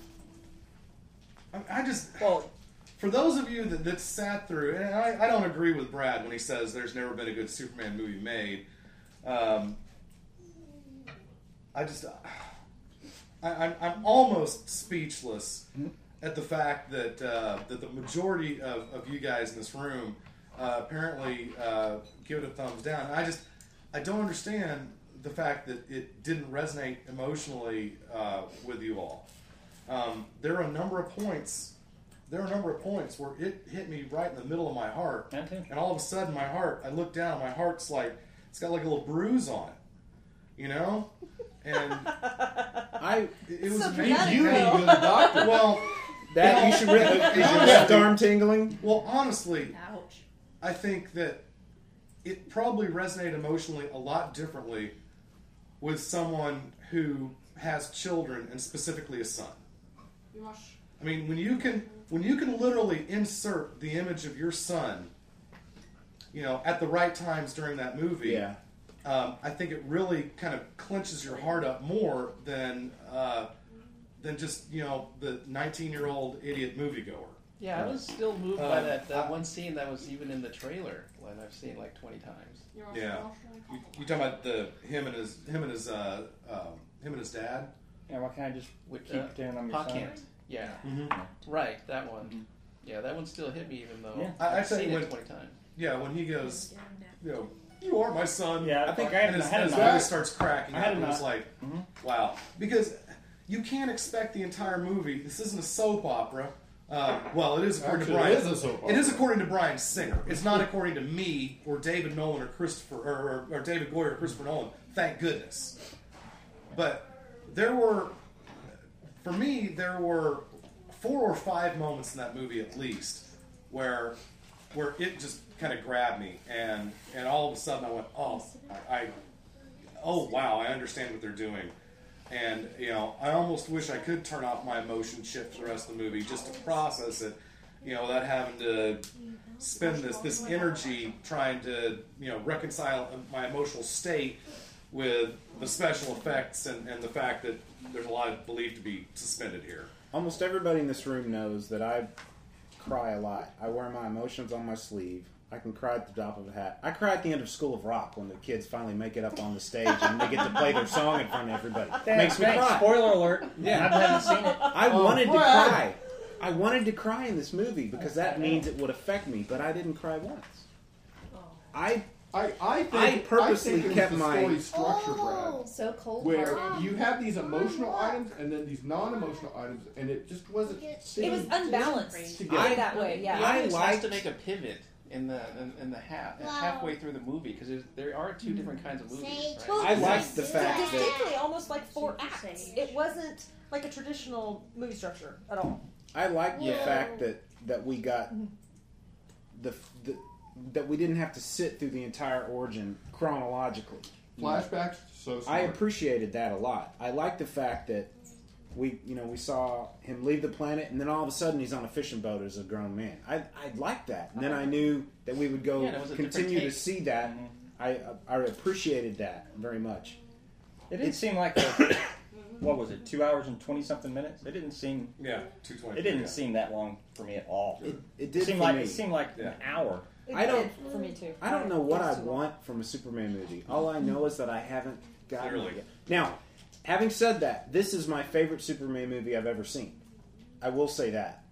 [SPEAKER 3] I just
[SPEAKER 13] well
[SPEAKER 3] for those of you that, that sat through, and I, I don't agree with Brad when he says there's never been a good Superman movie made. Um, I just I, I'm, I'm almost speechless at the fact that uh, that the majority of, of you guys in this room uh, apparently uh, give it a thumbs down. I just I don't understand the fact that it didn't resonate emotionally uh, with you all. Um, there are a number of points. There are a number of points where it hit me right in the middle of my heart, and all of a sudden, my heart. I look down. My heart's like it's got like a little bruise on it, you know. And
[SPEAKER 11] I
[SPEAKER 3] it it was
[SPEAKER 11] So
[SPEAKER 3] amazing.
[SPEAKER 11] dramatic, You need to go to the Will.
[SPEAKER 3] (laughs)
[SPEAKER 11] doctor.
[SPEAKER 3] Well,
[SPEAKER 11] That
[SPEAKER 3] well,
[SPEAKER 11] you should really.
[SPEAKER 3] it-
[SPEAKER 11] Is your
[SPEAKER 3] honestly-
[SPEAKER 11] left arm tingling?
[SPEAKER 3] Well, honestly, I think that it probably resonated emotionally a lot differently with someone who has children and specifically a son. I mean, when you can when you can literally insert the image of your son, you know, at the right times during that movie.
[SPEAKER 11] Yeah.
[SPEAKER 3] Um, I think it really kind of clenches your heart up more than uh, than just you know the 19 year old idiot moviegoer.
[SPEAKER 7] Yeah, I was still moved by
[SPEAKER 3] Um,
[SPEAKER 7] that, that one scene that was even in the trailer, and I've seen like 20 times.
[SPEAKER 3] Yeah. You, you talking about the him and his him and his uh, um, him and his dad?
[SPEAKER 13] Yeah, why can't I just keep
[SPEAKER 7] Uh,
[SPEAKER 13] down on your
[SPEAKER 7] Hawk
[SPEAKER 13] side?
[SPEAKER 7] Ant. Yeah. Mm-hmm.
[SPEAKER 3] Mhm.
[SPEAKER 7] Right, that one. Yeah, that one still hit me even though
[SPEAKER 3] Yeah. I- I
[SPEAKER 7] I've
[SPEAKER 3] tell you
[SPEAKER 7] seen
[SPEAKER 3] what-
[SPEAKER 7] it 20 times.
[SPEAKER 3] Yeah, when he goes, you know, you are my son.
[SPEAKER 13] Yeah, I think I had
[SPEAKER 3] and his,
[SPEAKER 13] an- I had
[SPEAKER 3] his
[SPEAKER 13] an-
[SPEAKER 3] voice starts cracking.
[SPEAKER 13] I had Mm-hmm.
[SPEAKER 3] up.
[SPEAKER 13] an-
[SPEAKER 3] It was like, wow, because you can't expect the entire movie. This isn't a soap opera. Uh, well, it is according
[SPEAKER 12] Actually,
[SPEAKER 3] to Brian.
[SPEAKER 12] it is a soap
[SPEAKER 3] It is
[SPEAKER 12] opera.
[SPEAKER 3] according to Brian Singer. It's not according to me or David Nolan or Christopher or, or, or David Goyer or Christopher Nolan. Thank goodness. But there were, for me, there were four or five moments in that movie at least where where it just kind of grabbed me, and and all of a sudden I went, oh, I, I oh wow, I understand what they're doing. And you know, I almost wish I could turn off my emotion chip for the rest of the movie just to process it, you know, without having to spend this this energy trying to you know reconcile my emotional state with the special effects and, and the fact that there's a lot of belief to be suspended here.
[SPEAKER 11] Almost everybody in this room knows that I cry a lot. I wear my emotions on my sleeve. I can cry at the top of a hat. I cry at the end of School of Rock when the kids finally make it up on the stage and they get to play their song in front of everybody. Makes me
[SPEAKER 13] Thanks.
[SPEAKER 11] cry.
[SPEAKER 13] Spoiler (laughs) alert.
[SPEAKER 11] Yeah.
[SPEAKER 13] I haven't seen (laughs) it.
[SPEAKER 11] I
[SPEAKER 13] Oh,
[SPEAKER 11] wanted to
[SPEAKER 13] Brad.
[SPEAKER 11] cry. I wanted to cry in this movie because that means it would affect me, but I didn't cry once. I
[SPEAKER 12] I I, think,
[SPEAKER 11] I purposely
[SPEAKER 12] I think it
[SPEAKER 11] kept
[SPEAKER 12] was the
[SPEAKER 11] my-
[SPEAKER 12] story structure, Brad.
[SPEAKER 13] Oh,
[SPEAKER 17] So cold
[SPEAKER 12] Where you have these emotional items and then these non-emotional items, and it just wasn't.
[SPEAKER 15] It was unbalanced. Put it that way, yeah.
[SPEAKER 7] The audience has to make a pivot in the in, in the half halfway through the movie because there are two different kinds of movies. Right?
[SPEAKER 15] Well,
[SPEAKER 11] I liked the fact that-
[SPEAKER 15] distinctly almost like four acts. It wasn't like a traditional movie structure at all.
[SPEAKER 11] I like the
[SPEAKER 15] Yeah.
[SPEAKER 11] fact that that we got the, the that we didn't have to sit through the entire origin chronologically.
[SPEAKER 12] Flashbacks, so
[SPEAKER 11] I
[SPEAKER 12] smart.
[SPEAKER 11] appreciated that a lot. I like the fact that we you know we saw him leave the planet and then all of a sudden he's on a fishing boat as a grown man. I I liked that. And then I knew that we would go
[SPEAKER 13] Uh-huh. Yeah, that was a different
[SPEAKER 11] continue to
[SPEAKER 13] take. Mm-hmm.
[SPEAKER 11] see that. I I appreciated that very much.
[SPEAKER 13] It didn't seem like (coughs) a, what was it? Two hours and twenty something minutes. It didn't seem.
[SPEAKER 3] Yeah, two twenty.
[SPEAKER 13] It didn't
[SPEAKER 11] yeah.
[SPEAKER 13] seem that long for me at all.
[SPEAKER 11] It- it did
[SPEAKER 13] seemed
[SPEAKER 11] for
[SPEAKER 13] like
[SPEAKER 11] me.
[SPEAKER 13] it seemed like an hour.
[SPEAKER 11] I don't
[SPEAKER 15] for me too.
[SPEAKER 11] I don't know what I want from a Superman movie. All I know is that I haven't gotten
[SPEAKER 3] Clearly.
[SPEAKER 11] it yet. Now, having said that, this is my favorite Superman movie I've ever seen. I will say that.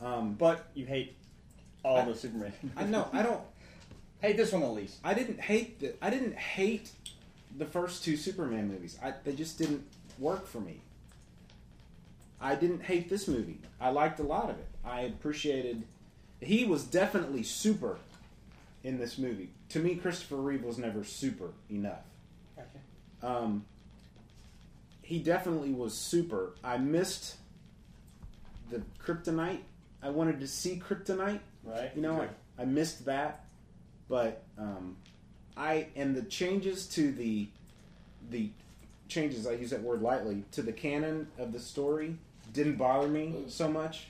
[SPEAKER 11] Um,
[SPEAKER 13] but you hate all the Superman. (laughs)
[SPEAKER 11] I know. I don't
[SPEAKER 13] hate this one the least.
[SPEAKER 11] I didn't hate the. I didn't hate the first two Superman movies. I, they just didn't work for me. I didn't hate this movie. I liked a lot of it. I appreciated. He was definitely super in this movie. To me, Christopher Reeve was never super enough.
[SPEAKER 7] Gotcha.
[SPEAKER 11] Um, he definitely was super. I missed the kryptonite. I wanted to see kryptonite.
[SPEAKER 13] Right.
[SPEAKER 11] You know, I, I missed that. But um, I and the changes to the the changes I use that word lightly to the canon of the story didn't bother me so much,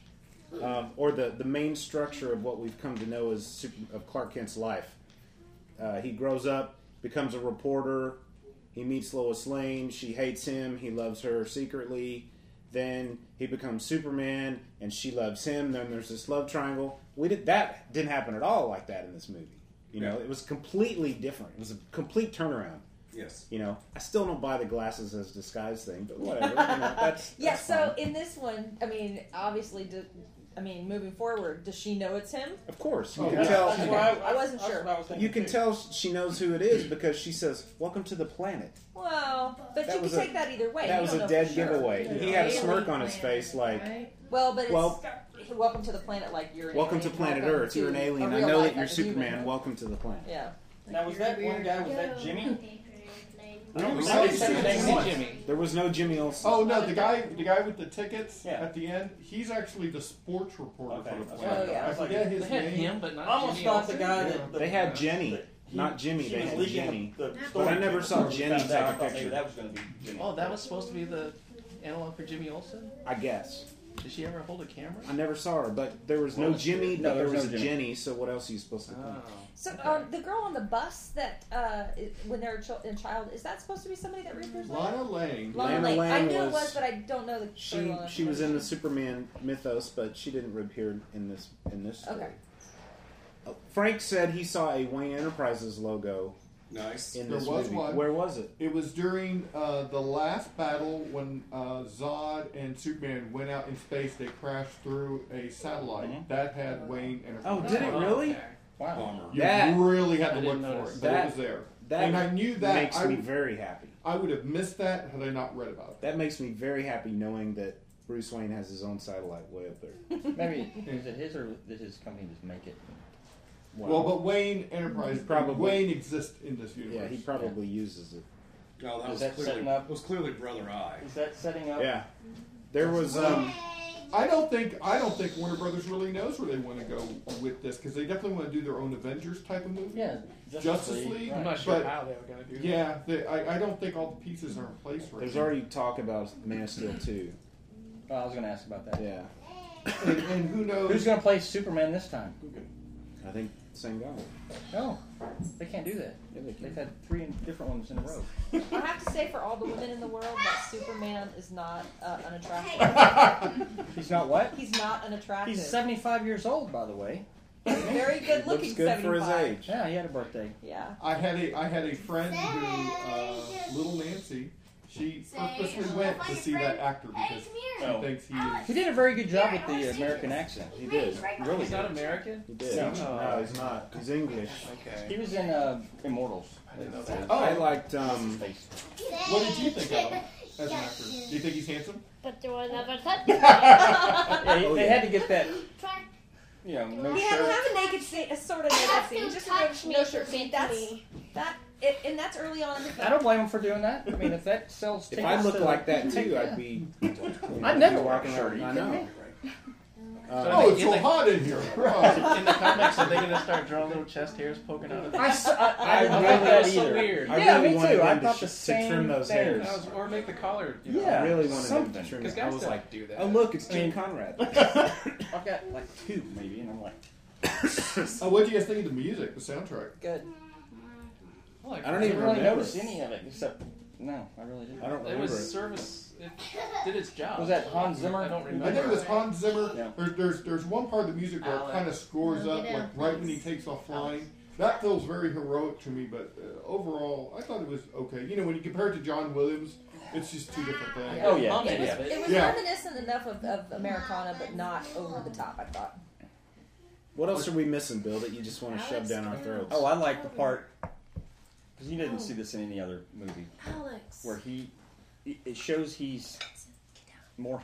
[SPEAKER 11] um, or the the main structure of what we've come to know as super, of Clark Kent's life. Uh, he grows up, becomes a reporter. He meets Lois Lane. She hates him. He loves her secretly. Then he becomes Superman, and she loves him. Then there's this love triangle. We did that didn't happen at all like that in this movie. You know,
[SPEAKER 18] Yeah.
[SPEAKER 11] it was completely different. It was a complete turnaround.
[SPEAKER 18] Yes.
[SPEAKER 11] You know, I still don't buy the glasses as disguise thing, but whatever. you know,
[SPEAKER 15] (laughs)
[SPEAKER 11] that's,
[SPEAKER 15] yeah.
[SPEAKER 11] that's
[SPEAKER 15] So
[SPEAKER 11] fine.
[SPEAKER 15] in this one, I mean, obviously, do, I mean, moving forward, does she know it's him?
[SPEAKER 11] of course you
[SPEAKER 15] Oh,
[SPEAKER 11] can
[SPEAKER 15] yeah.
[SPEAKER 11] tell.
[SPEAKER 15] That's what I- I wasn't sure.
[SPEAKER 11] you can tell she knows who it is because she says, "Welcome to the planet."
[SPEAKER 15] Well,
[SPEAKER 11] That
[SPEAKER 15] but you can
[SPEAKER 11] was a-
[SPEAKER 15] take that either way.
[SPEAKER 11] That
[SPEAKER 15] You
[SPEAKER 11] was
[SPEAKER 15] don't
[SPEAKER 11] a
[SPEAKER 15] know
[SPEAKER 11] dead
[SPEAKER 15] for sure.
[SPEAKER 11] giveaway. He had a smirk on his face, like,
[SPEAKER 15] Well, but it's
[SPEAKER 11] Well-
[SPEAKER 15] welcome to the planet. Like you're. an
[SPEAKER 11] "Welcome to
[SPEAKER 15] alien,
[SPEAKER 11] planet
[SPEAKER 15] welcome
[SPEAKER 11] Earth. You're an
[SPEAKER 15] to
[SPEAKER 11] alien.
[SPEAKER 15] a
[SPEAKER 11] I
[SPEAKER 15] real
[SPEAKER 11] know
[SPEAKER 15] life
[SPEAKER 11] that you're
[SPEAKER 15] as a human."
[SPEAKER 11] Superman. Welcome to the planet."
[SPEAKER 15] Yeah.
[SPEAKER 13] Now was that one guy? Was that Jimmy?
[SPEAKER 12] I don't
[SPEAKER 13] I
[SPEAKER 12] remember
[SPEAKER 13] didn't say
[SPEAKER 12] seeing
[SPEAKER 13] the name
[SPEAKER 12] him
[SPEAKER 13] was
[SPEAKER 12] once.
[SPEAKER 13] Jimmy.
[SPEAKER 11] There was no Jimmy Olsen.
[SPEAKER 12] Oh no, the guy the guy with the tickets at the end, he's actually the sports reporter for the
[SPEAKER 13] okay.
[SPEAKER 12] Planet.
[SPEAKER 13] Oh, yeah. I
[SPEAKER 12] I
[SPEAKER 13] was like,
[SPEAKER 12] forget his
[SPEAKER 13] they had
[SPEAKER 12] name.
[SPEAKER 13] him, but not I almost Jimmy thought the Olsen. guy that-
[SPEAKER 12] Yeah.
[SPEAKER 11] They had Jenny, not Jimmy.
[SPEAKER 13] he
[SPEAKER 11] They
[SPEAKER 13] was
[SPEAKER 11] had
[SPEAKER 13] leaking
[SPEAKER 11] Jenny,
[SPEAKER 13] the- the
[SPEAKER 11] but I
[SPEAKER 13] story.
[SPEAKER 11] never saw
[SPEAKER 13] Found
[SPEAKER 11] Jenny's
[SPEAKER 13] that. I
[SPEAKER 11] eye
[SPEAKER 13] thought maybe
[SPEAKER 11] picture.
[SPEAKER 13] that was gonna be Jimmy.
[SPEAKER 7] Oh, that was supposed to be the analog for Jimmy Olsen.
[SPEAKER 11] I guess.
[SPEAKER 7] Did she ever hold a camera?
[SPEAKER 11] I never saw her, but there was no
[SPEAKER 13] Well,
[SPEAKER 11] Jimmy,
[SPEAKER 13] no,
[SPEAKER 11] but there
[SPEAKER 13] there was
[SPEAKER 11] was
[SPEAKER 13] no
[SPEAKER 11] a
[SPEAKER 13] Jimmy.
[SPEAKER 11] Jenny. So what else are you
[SPEAKER 7] Oh.
[SPEAKER 11] supposed to think?
[SPEAKER 15] So um, the girl on the bus that uh, i- when they're a chil- a child is that supposed to be somebody that Reaper's
[SPEAKER 12] Lana Lang.
[SPEAKER 15] Lana
[SPEAKER 11] Lana
[SPEAKER 15] Lang. I
[SPEAKER 11] Lang
[SPEAKER 15] knew it
[SPEAKER 11] was-
[SPEAKER 15] was, but I don't know the story
[SPEAKER 11] She
[SPEAKER 15] well enough.
[SPEAKER 11] she was in the Superman mythos, but she didn't appear in this in this story.
[SPEAKER 15] Okay.
[SPEAKER 11] Uh, Frank said he saw a Wayne Enterprises logo.
[SPEAKER 18] Nice.
[SPEAKER 11] In
[SPEAKER 12] There
[SPEAKER 11] this
[SPEAKER 12] was
[SPEAKER 11] movie.
[SPEAKER 12] one.
[SPEAKER 11] Where was it?
[SPEAKER 12] It was during uh, the last battle when uh, Zod and Superman went out in space. They crashed through a satellite that had Wayne and.
[SPEAKER 11] Mm-hmm. Oh, did it really?
[SPEAKER 13] Wow.
[SPEAKER 12] You
[SPEAKER 11] That-
[SPEAKER 12] really had
[SPEAKER 11] I
[SPEAKER 12] to
[SPEAKER 11] didn't
[SPEAKER 12] look for it,
[SPEAKER 11] notice.
[SPEAKER 12] but
[SPEAKER 11] That-
[SPEAKER 12] it was there.
[SPEAKER 11] that
[SPEAKER 12] and I knew that.
[SPEAKER 11] makes
[SPEAKER 12] I,
[SPEAKER 11] me very happy.
[SPEAKER 12] I would have missed that had I not read about it.
[SPEAKER 11] That makes me very happy knowing that Bruce Wayne has his own satellite way up there.
[SPEAKER 13] Maybe is it his or did his company just make it?
[SPEAKER 11] Wow.
[SPEAKER 12] Well, but Wayne Enterprise,
[SPEAKER 11] He probably-
[SPEAKER 12] Wayne exists in this universe.
[SPEAKER 11] yeah, he probably uses it.
[SPEAKER 3] No, that
[SPEAKER 13] Is
[SPEAKER 3] was
[SPEAKER 13] that
[SPEAKER 3] clearly
[SPEAKER 13] setting up-
[SPEAKER 3] was clearly Brother Eye.
[SPEAKER 13] Is that setting up?
[SPEAKER 11] Yeah, there was um,
[SPEAKER 12] I don't think I don't think Warner Brothers really knows where they want to go with this because they definitely want to do their own Avengers type of movie.
[SPEAKER 13] Yeah,
[SPEAKER 12] Justice,
[SPEAKER 13] Justice
[SPEAKER 12] League.
[SPEAKER 13] League, right.
[SPEAKER 7] I'm not sure
[SPEAKER 12] but-
[SPEAKER 7] how they were gonna do that.
[SPEAKER 12] Yeah, they, I, I don't think all the pieces are in place right
[SPEAKER 11] there's
[SPEAKER 12] now.
[SPEAKER 11] already talk about Man of Steel two.
[SPEAKER 13] Oh, I was gonna ask about that.
[SPEAKER 11] Yeah,
[SPEAKER 12] and, and who knows?
[SPEAKER 13] Who's gonna play Superman this time?
[SPEAKER 11] I think same guy.
[SPEAKER 13] No, they can't do that.
[SPEAKER 11] Yeah, they can.
[SPEAKER 13] They've had three different ones in a row.
[SPEAKER 15] I have to say, for all the women in the world, that Superman is not uh, (laughs) unattractive.
[SPEAKER 13] He's not what?
[SPEAKER 15] He's not unattractive.
[SPEAKER 13] He's 75 years old, by the way.
[SPEAKER 15] very good looking.
[SPEAKER 12] age.
[SPEAKER 13] Yeah, he had a birthday.
[SPEAKER 15] Yeah.
[SPEAKER 12] I had a I had a friend who uh, little Nancy. She purposely went to see that actor because she
[SPEAKER 13] Oh.
[SPEAKER 12] thinks he is.
[SPEAKER 13] He did a very good job with the American accent.
[SPEAKER 11] He did.
[SPEAKER 13] Really
[SPEAKER 7] He's not
[SPEAKER 13] good.
[SPEAKER 7] American.
[SPEAKER 11] He did.
[SPEAKER 13] No.
[SPEAKER 11] No, he's not. He's English.
[SPEAKER 13] He was in uh, Immortals.
[SPEAKER 11] Oh, I liked um,
[SPEAKER 15] (laughs)
[SPEAKER 12] What did you think of him as an actor? Do you think he's handsome?
[SPEAKER 14] (laughs) But there was
[SPEAKER 15] (laughs)
[SPEAKER 14] another touch.
[SPEAKER 13] They, they had to get that, you know, no
[SPEAKER 15] Oh, We had to
[SPEAKER 13] shirt.
[SPEAKER 15] have a naked scene, a sort of naked scene, just
[SPEAKER 14] touch
[SPEAKER 15] a
[SPEAKER 14] me
[SPEAKER 15] no
[SPEAKER 14] to
[SPEAKER 15] shirt scene.
[SPEAKER 14] get
[SPEAKER 15] That's
[SPEAKER 14] me.
[SPEAKER 15] that, it, and that's early on in the
[SPEAKER 13] I
[SPEAKER 15] film.
[SPEAKER 13] don't blame him for doing that. I mean, if that sells
[SPEAKER 11] If
[SPEAKER 13] tickets
[SPEAKER 11] I looked
[SPEAKER 13] to-
[SPEAKER 11] like that too,
[SPEAKER 13] Yeah.
[SPEAKER 11] I'd be.
[SPEAKER 13] I'd
[SPEAKER 11] be
[SPEAKER 13] never rock
[SPEAKER 11] walking
[SPEAKER 13] a shirt.
[SPEAKER 11] around-
[SPEAKER 13] Are you
[SPEAKER 11] I
[SPEAKER 13] kidding
[SPEAKER 11] know.
[SPEAKER 13] me?
[SPEAKER 11] Um,
[SPEAKER 7] So I think in the- (laughs)
[SPEAKER 12] Oh.
[SPEAKER 7] in the comics, are they gonna start drawing little chest hairs poking out? of
[SPEAKER 13] I s- I- I didn't
[SPEAKER 7] thought
[SPEAKER 13] like
[SPEAKER 7] that
[SPEAKER 13] that
[SPEAKER 7] was so
[SPEAKER 13] either.
[SPEAKER 7] weird.
[SPEAKER 13] I Yeah, really me
[SPEAKER 11] wanted too. I them to thought sh-
[SPEAKER 7] the
[SPEAKER 11] the to same trim those thing. hairs.
[SPEAKER 7] or make the collar. You know,
[SPEAKER 13] Yeah,
[SPEAKER 11] I really wanted them
[SPEAKER 13] something.
[SPEAKER 11] to trim
[SPEAKER 7] 'Cause
[SPEAKER 11] it. I
[SPEAKER 7] guys
[SPEAKER 11] was
[SPEAKER 7] don't
[SPEAKER 11] like,
[SPEAKER 7] do that.
[SPEAKER 11] oh look, it's
[SPEAKER 13] I mean-
[SPEAKER 11] Jim Conrad.
[SPEAKER 13] (laughs) I've got like two maybe, and I'm like,
[SPEAKER 12] Oh, what do you guys think of the music, the soundtrack?
[SPEAKER 15] Good.
[SPEAKER 13] I don't even really notice any of it except no, I really didn't.
[SPEAKER 11] I don't
[SPEAKER 7] It was service. It did its job.
[SPEAKER 13] Was that Hans Zimmer?
[SPEAKER 7] I don't
[SPEAKER 12] I
[SPEAKER 7] remember.
[SPEAKER 12] think it was Hans Zimmer. There, there's there's one part of the music where it
[SPEAKER 7] Alex.
[SPEAKER 12] kind of scores
[SPEAKER 7] No,
[SPEAKER 12] up,
[SPEAKER 7] get
[SPEAKER 12] like
[SPEAKER 7] out,
[SPEAKER 12] right when he takes off flying. That feels very heroic to me, but uh, overall, I thought it was okay. You know, when you compare it to John Williams, it's just two different things.
[SPEAKER 13] Oh, yeah.
[SPEAKER 15] It was, it was
[SPEAKER 12] Yeah.
[SPEAKER 15] reminiscent enough of, of Americana, but not over the top. I thought.
[SPEAKER 11] What else are we missing, Bill? That you just want to shove down our throats?
[SPEAKER 13] Oh, I like the part because you didn't see this in any other movie
[SPEAKER 17] Alex.
[SPEAKER 13] where he it- it shows he's more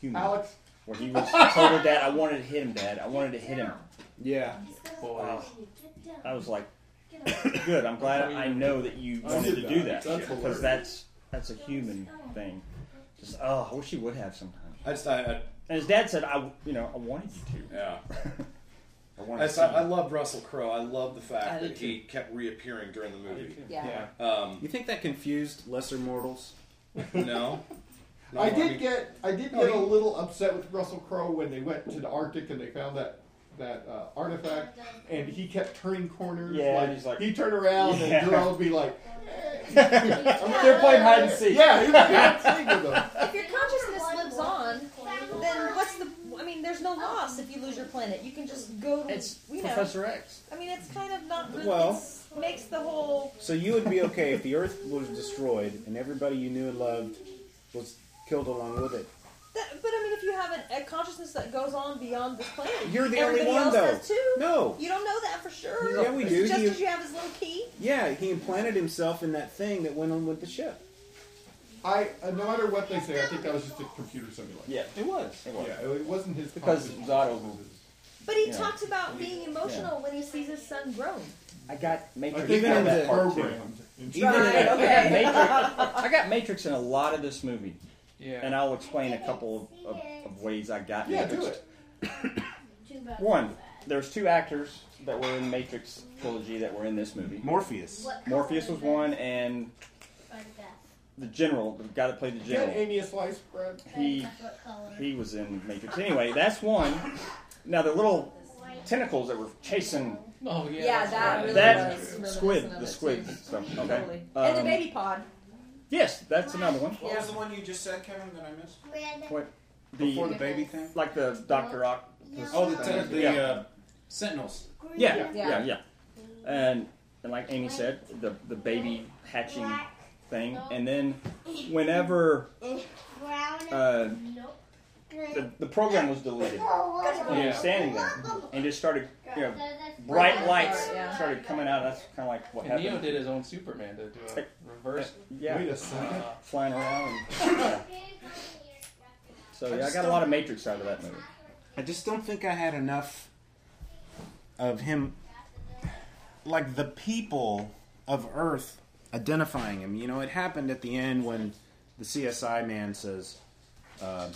[SPEAKER 13] human.
[SPEAKER 12] Alex.
[SPEAKER 13] Where he was told her dad, I wanted to hit him, Dad. I wanted to hit him.
[SPEAKER 11] Yeah.
[SPEAKER 13] Boy. I was like, good. I'm glad I know that you wanted to do that.
[SPEAKER 3] That's
[SPEAKER 13] Because
[SPEAKER 3] hilarious.
[SPEAKER 13] that's, that's a human thing. Just, oh, I wish he would have sometimes.
[SPEAKER 3] I just, I, I,
[SPEAKER 13] And his dad said, I, you know, I wanted you to.
[SPEAKER 3] Yeah.
[SPEAKER 13] I
[SPEAKER 3] I,
[SPEAKER 13] wanted
[SPEAKER 3] just-
[SPEAKER 13] to.
[SPEAKER 3] I love Russell Crowe. I love the fact
[SPEAKER 13] I do
[SPEAKER 3] that he kept reappearing during the movie.
[SPEAKER 15] Yeah.
[SPEAKER 3] Um,
[SPEAKER 11] You think that confused lesser mortals?
[SPEAKER 3] (laughs) no.
[SPEAKER 12] I did get I did
[SPEAKER 11] No,
[SPEAKER 12] get
[SPEAKER 11] he-
[SPEAKER 12] a little upset with Russell Crowe when they went to the Arctic and they found that that uh, artifact, and he kept turning corners.
[SPEAKER 13] Yeah,
[SPEAKER 12] like,
[SPEAKER 13] and he's like-
[SPEAKER 12] he turned around
[SPEAKER 13] Yeah.
[SPEAKER 12] and Durrell would be
[SPEAKER 13] (laughs)
[SPEAKER 12] like,
[SPEAKER 13] They're playing hide and seek.
[SPEAKER 12] Yeah, he was hide and seek with them.
[SPEAKER 15] If your consciousness lives on, then what's the? I mean, there's no loss if you lose your planet. You can just go. To,
[SPEAKER 13] It's
[SPEAKER 15] you know,
[SPEAKER 13] Professor X.
[SPEAKER 15] I mean, it's kind of not. Really,
[SPEAKER 11] Well-
[SPEAKER 15] it's- makes the whole.
[SPEAKER 11] So you would be okay if the Earth was destroyed and everybody you knew and loved was killed along with it.
[SPEAKER 15] That, but I mean, if you have an, a consciousness that goes on beyond this planet,
[SPEAKER 11] You're the
[SPEAKER 15] everybody
[SPEAKER 11] only one,
[SPEAKER 15] else
[SPEAKER 11] though.
[SPEAKER 15] Has too.
[SPEAKER 11] No.
[SPEAKER 15] you don't know that for sure.
[SPEAKER 11] Yeah, we do.
[SPEAKER 15] Just
[SPEAKER 11] You-
[SPEAKER 15] as you have his little key.
[SPEAKER 11] Yeah, he implanted himself in that thing that went on with the ship.
[SPEAKER 12] I uh, no matter what they say, I think that was just a computer simulation.
[SPEAKER 13] Yeah, it was. It was.
[SPEAKER 12] Yeah, it wasn't his
[SPEAKER 13] Because
[SPEAKER 12] conscious-
[SPEAKER 13] Zotto,
[SPEAKER 15] But he
[SPEAKER 13] Yeah.
[SPEAKER 15] talks about being emotional when he sees his son grown.
[SPEAKER 13] I got Matrix.
[SPEAKER 12] think
[SPEAKER 13] on
[SPEAKER 12] that's
[SPEAKER 13] that part too.
[SPEAKER 12] programmed into-
[SPEAKER 13] Even
[SPEAKER 15] Right,
[SPEAKER 13] that-
[SPEAKER 15] okay.
[SPEAKER 13] I, got Matrix, I got Matrix in a lot of this movie.
[SPEAKER 7] Yeah.
[SPEAKER 13] And I'll explain a couple of, of, of ways I got
[SPEAKER 12] Yeah, do
[SPEAKER 13] Matrix.
[SPEAKER 12] it.
[SPEAKER 13] One, there's two actors that were in Matrix trilogy that were in this movie.
[SPEAKER 19] Morpheus.
[SPEAKER 13] Morpheus was one, and the general, the guy that played the
[SPEAKER 12] Is that
[SPEAKER 13] general,
[SPEAKER 12] Amy a sliced bread?
[SPEAKER 13] he he was in Matrix. Anyway, that's one. Now the little tentacles that were chasing
[SPEAKER 7] Oh yeah.
[SPEAKER 15] Yeah,
[SPEAKER 7] that's
[SPEAKER 15] that
[SPEAKER 7] right.
[SPEAKER 15] really
[SPEAKER 13] that
[SPEAKER 15] was reminiscent
[SPEAKER 13] squid,
[SPEAKER 15] of
[SPEAKER 13] the
[SPEAKER 15] it,
[SPEAKER 13] squid
[SPEAKER 15] too.
[SPEAKER 13] stuff. Okay.
[SPEAKER 15] Totally. and the
[SPEAKER 13] Um,
[SPEAKER 15] baby pod.
[SPEAKER 13] Yes, that's another one.
[SPEAKER 20] What was the one you just said, Kevin, that I missed?
[SPEAKER 13] What? The,
[SPEAKER 20] Before the baby thing?
[SPEAKER 13] Like the Doctor Ock.
[SPEAKER 20] Oh, the, the, the
[SPEAKER 13] yeah.
[SPEAKER 20] uh, Sentinels.
[SPEAKER 13] Yeah, yeah, yeah. And and like Amy said, the the baby hatching thing, and then whenever uh, the the program was deleted, and he was standing there, and just started you know bright lights started coming out. That's kind of like what
[SPEAKER 7] And Neo
[SPEAKER 13] happened.
[SPEAKER 7] did his own Superman to do a reverse.
[SPEAKER 13] Yeah,
[SPEAKER 12] Wait a second.
[SPEAKER 13] flying around.
[SPEAKER 14] (laughs)
[SPEAKER 13] and- (laughs) So yeah, I got a lot of Matrix out of that movie.
[SPEAKER 19] I just don't think I had enough of him, like the people
[SPEAKER 11] of Earth identifying him. You know, it happened at the end when the CSI man says, uh,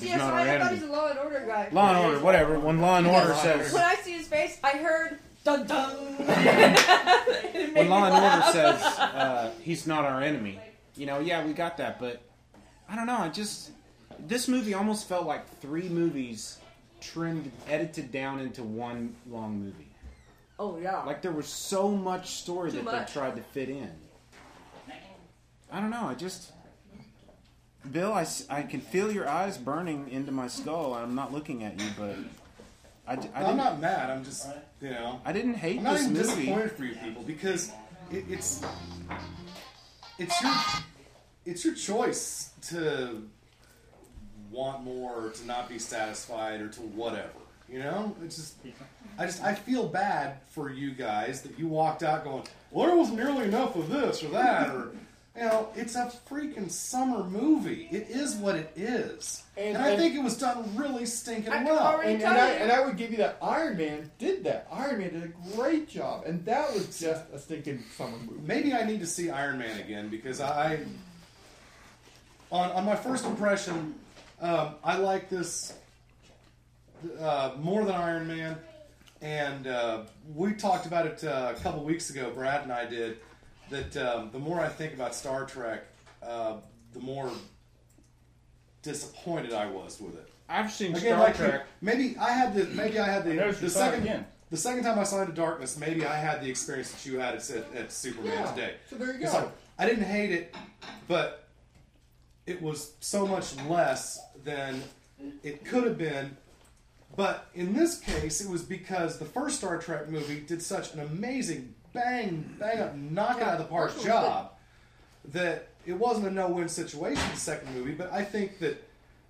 [SPEAKER 11] he's
[SPEAKER 15] Yeah, so
[SPEAKER 11] not our
[SPEAKER 15] I, I thought
[SPEAKER 11] enemy.
[SPEAKER 15] he's a Law and Order guy.
[SPEAKER 11] Law and Order, whatever. When Law and Order says,
[SPEAKER 15] When I see his face, I heard dun dun.
[SPEAKER 19] when Law and Order
[SPEAKER 15] (laughs)
[SPEAKER 19] says uh, he's not our enemy, you know, yeah, we got that, but
[SPEAKER 11] I don't know. I just this movie almost felt like three movies trimmed, edited down into one long movie.
[SPEAKER 15] Oh yeah.
[SPEAKER 11] Like there was so much story
[SPEAKER 15] Too
[SPEAKER 11] that
[SPEAKER 15] much.
[SPEAKER 11] they tried to fit in. I don't know. I just, Bill, I, s- I can feel your eyes burning into my skull. I'm not looking at you, but I, d- I
[SPEAKER 3] I'm
[SPEAKER 11] didn't-
[SPEAKER 3] not mad. I'm just, you know.
[SPEAKER 11] I didn't hate
[SPEAKER 3] I'm not
[SPEAKER 11] this
[SPEAKER 3] even
[SPEAKER 11] movie.
[SPEAKER 3] disappointed for you people because it, it's it's your it's your choice to want more, or to not be satisfied, or to whatever. You know, it's just I just I feel bad for you guys that you walked out going, well, there wasn't nearly enough of this or that or. You know, it's a freaking summer movie. It is what it is,
[SPEAKER 12] And-
[SPEAKER 3] and, I
[SPEAKER 12] and-
[SPEAKER 3] think it was done really stinking
[SPEAKER 12] And,
[SPEAKER 3] well.
[SPEAKER 12] and, and I, and I would give you that Iron Man did that. Iron Man did a great job, and that was just a stinking summer movie.
[SPEAKER 3] Maybe I need to see Iron Man again because I, on on my first impression, um, I like this uh, more than Iron Man, and uh, we talked about it uh, a couple weeks ago. Brad and I did that. Um, the more I think about Star Trek, uh, the more disappointed I was with it.
[SPEAKER 19] I've seen
[SPEAKER 3] Again,
[SPEAKER 19] Star
[SPEAKER 3] like,
[SPEAKER 19] Trek.
[SPEAKER 3] Maybe I had the maybe I had the,
[SPEAKER 13] There's
[SPEAKER 3] the
[SPEAKER 13] your thought
[SPEAKER 3] second
[SPEAKER 13] again.
[SPEAKER 3] the second time I saw Into Darkness. Maybe I had the experience that you had at, at, at Superman
[SPEAKER 12] Yeah,
[SPEAKER 3] today.
[SPEAKER 12] so there you
[SPEAKER 3] It's
[SPEAKER 12] go.
[SPEAKER 3] like, I didn't hate it, but it was so much less than it could have been. But in this case, it was because the first Star Trek movie did such an amazing bang, bang up, knock it out of the
[SPEAKER 12] First
[SPEAKER 3] park
[SPEAKER 12] one was good.
[SPEAKER 3] job that it wasn't a no-win situation the second movie but i think that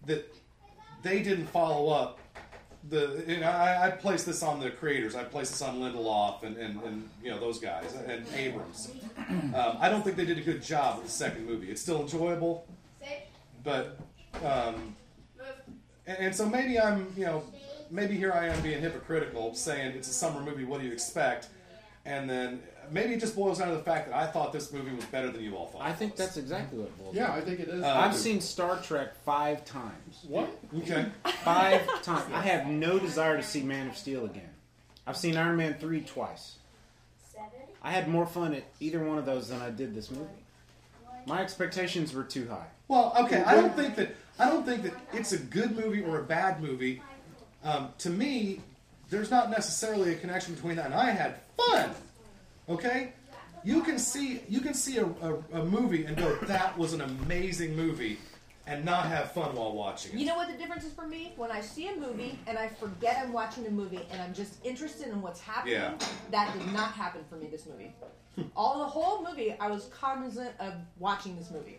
[SPEAKER 3] that they didn't follow up the and i, I place this on the creators i place this on lindelof and, and, and you know those guys and abrams um, i don't think they did a good job with the second movie it's still enjoyable but um,
[SPEAKER 18] And, and so maybe I'm, you know, maybe here I am being hypocritical, saying it's a summer movie. What do you expect? And then maybe it just boils down to the fact that I thought this movie was better than you all thought.
[SPEAKER 11] I think that's exactly what it boils
[SPEAKER 18] Yeah,
[SPEAKER 11] down
[SPEAKER 18] I
[SPEAKER 11] to.
[SPEAKER 18] think it is.
[SPEAKER 12] Uh,
[SPEAKER 11] I've seen Star Trek five times.
[SPEAKER 18] What? Okay.
[SPEAKER 11] Five times. I have no desire to see Man of Steel again. I've seen Iron Man three twice. I had more fun at either one of those than I did this movie. My expectations were too high.
[SPEAKER 18] Well, okay, I don't think that I don't think that it's a good movie or a bad movie. Um, to me, there's not necessarily a connection between that and I had fun. Okay, you can see you can see a, a, a movie and go that was an amazing movie, and not have fun while watching
[SPEAKER 15] You
[SPEAKER 18] it.
[SPEAKER 15] know what the difference is for me? When I see a movie and I forget I'm watching a movie and I'm just interested in what's happening,
[SPEAKER 18] Yeah.
[SPEAKER 15] that did not happen for me this movie. All the whole movie, I was cognizant of watching this movie.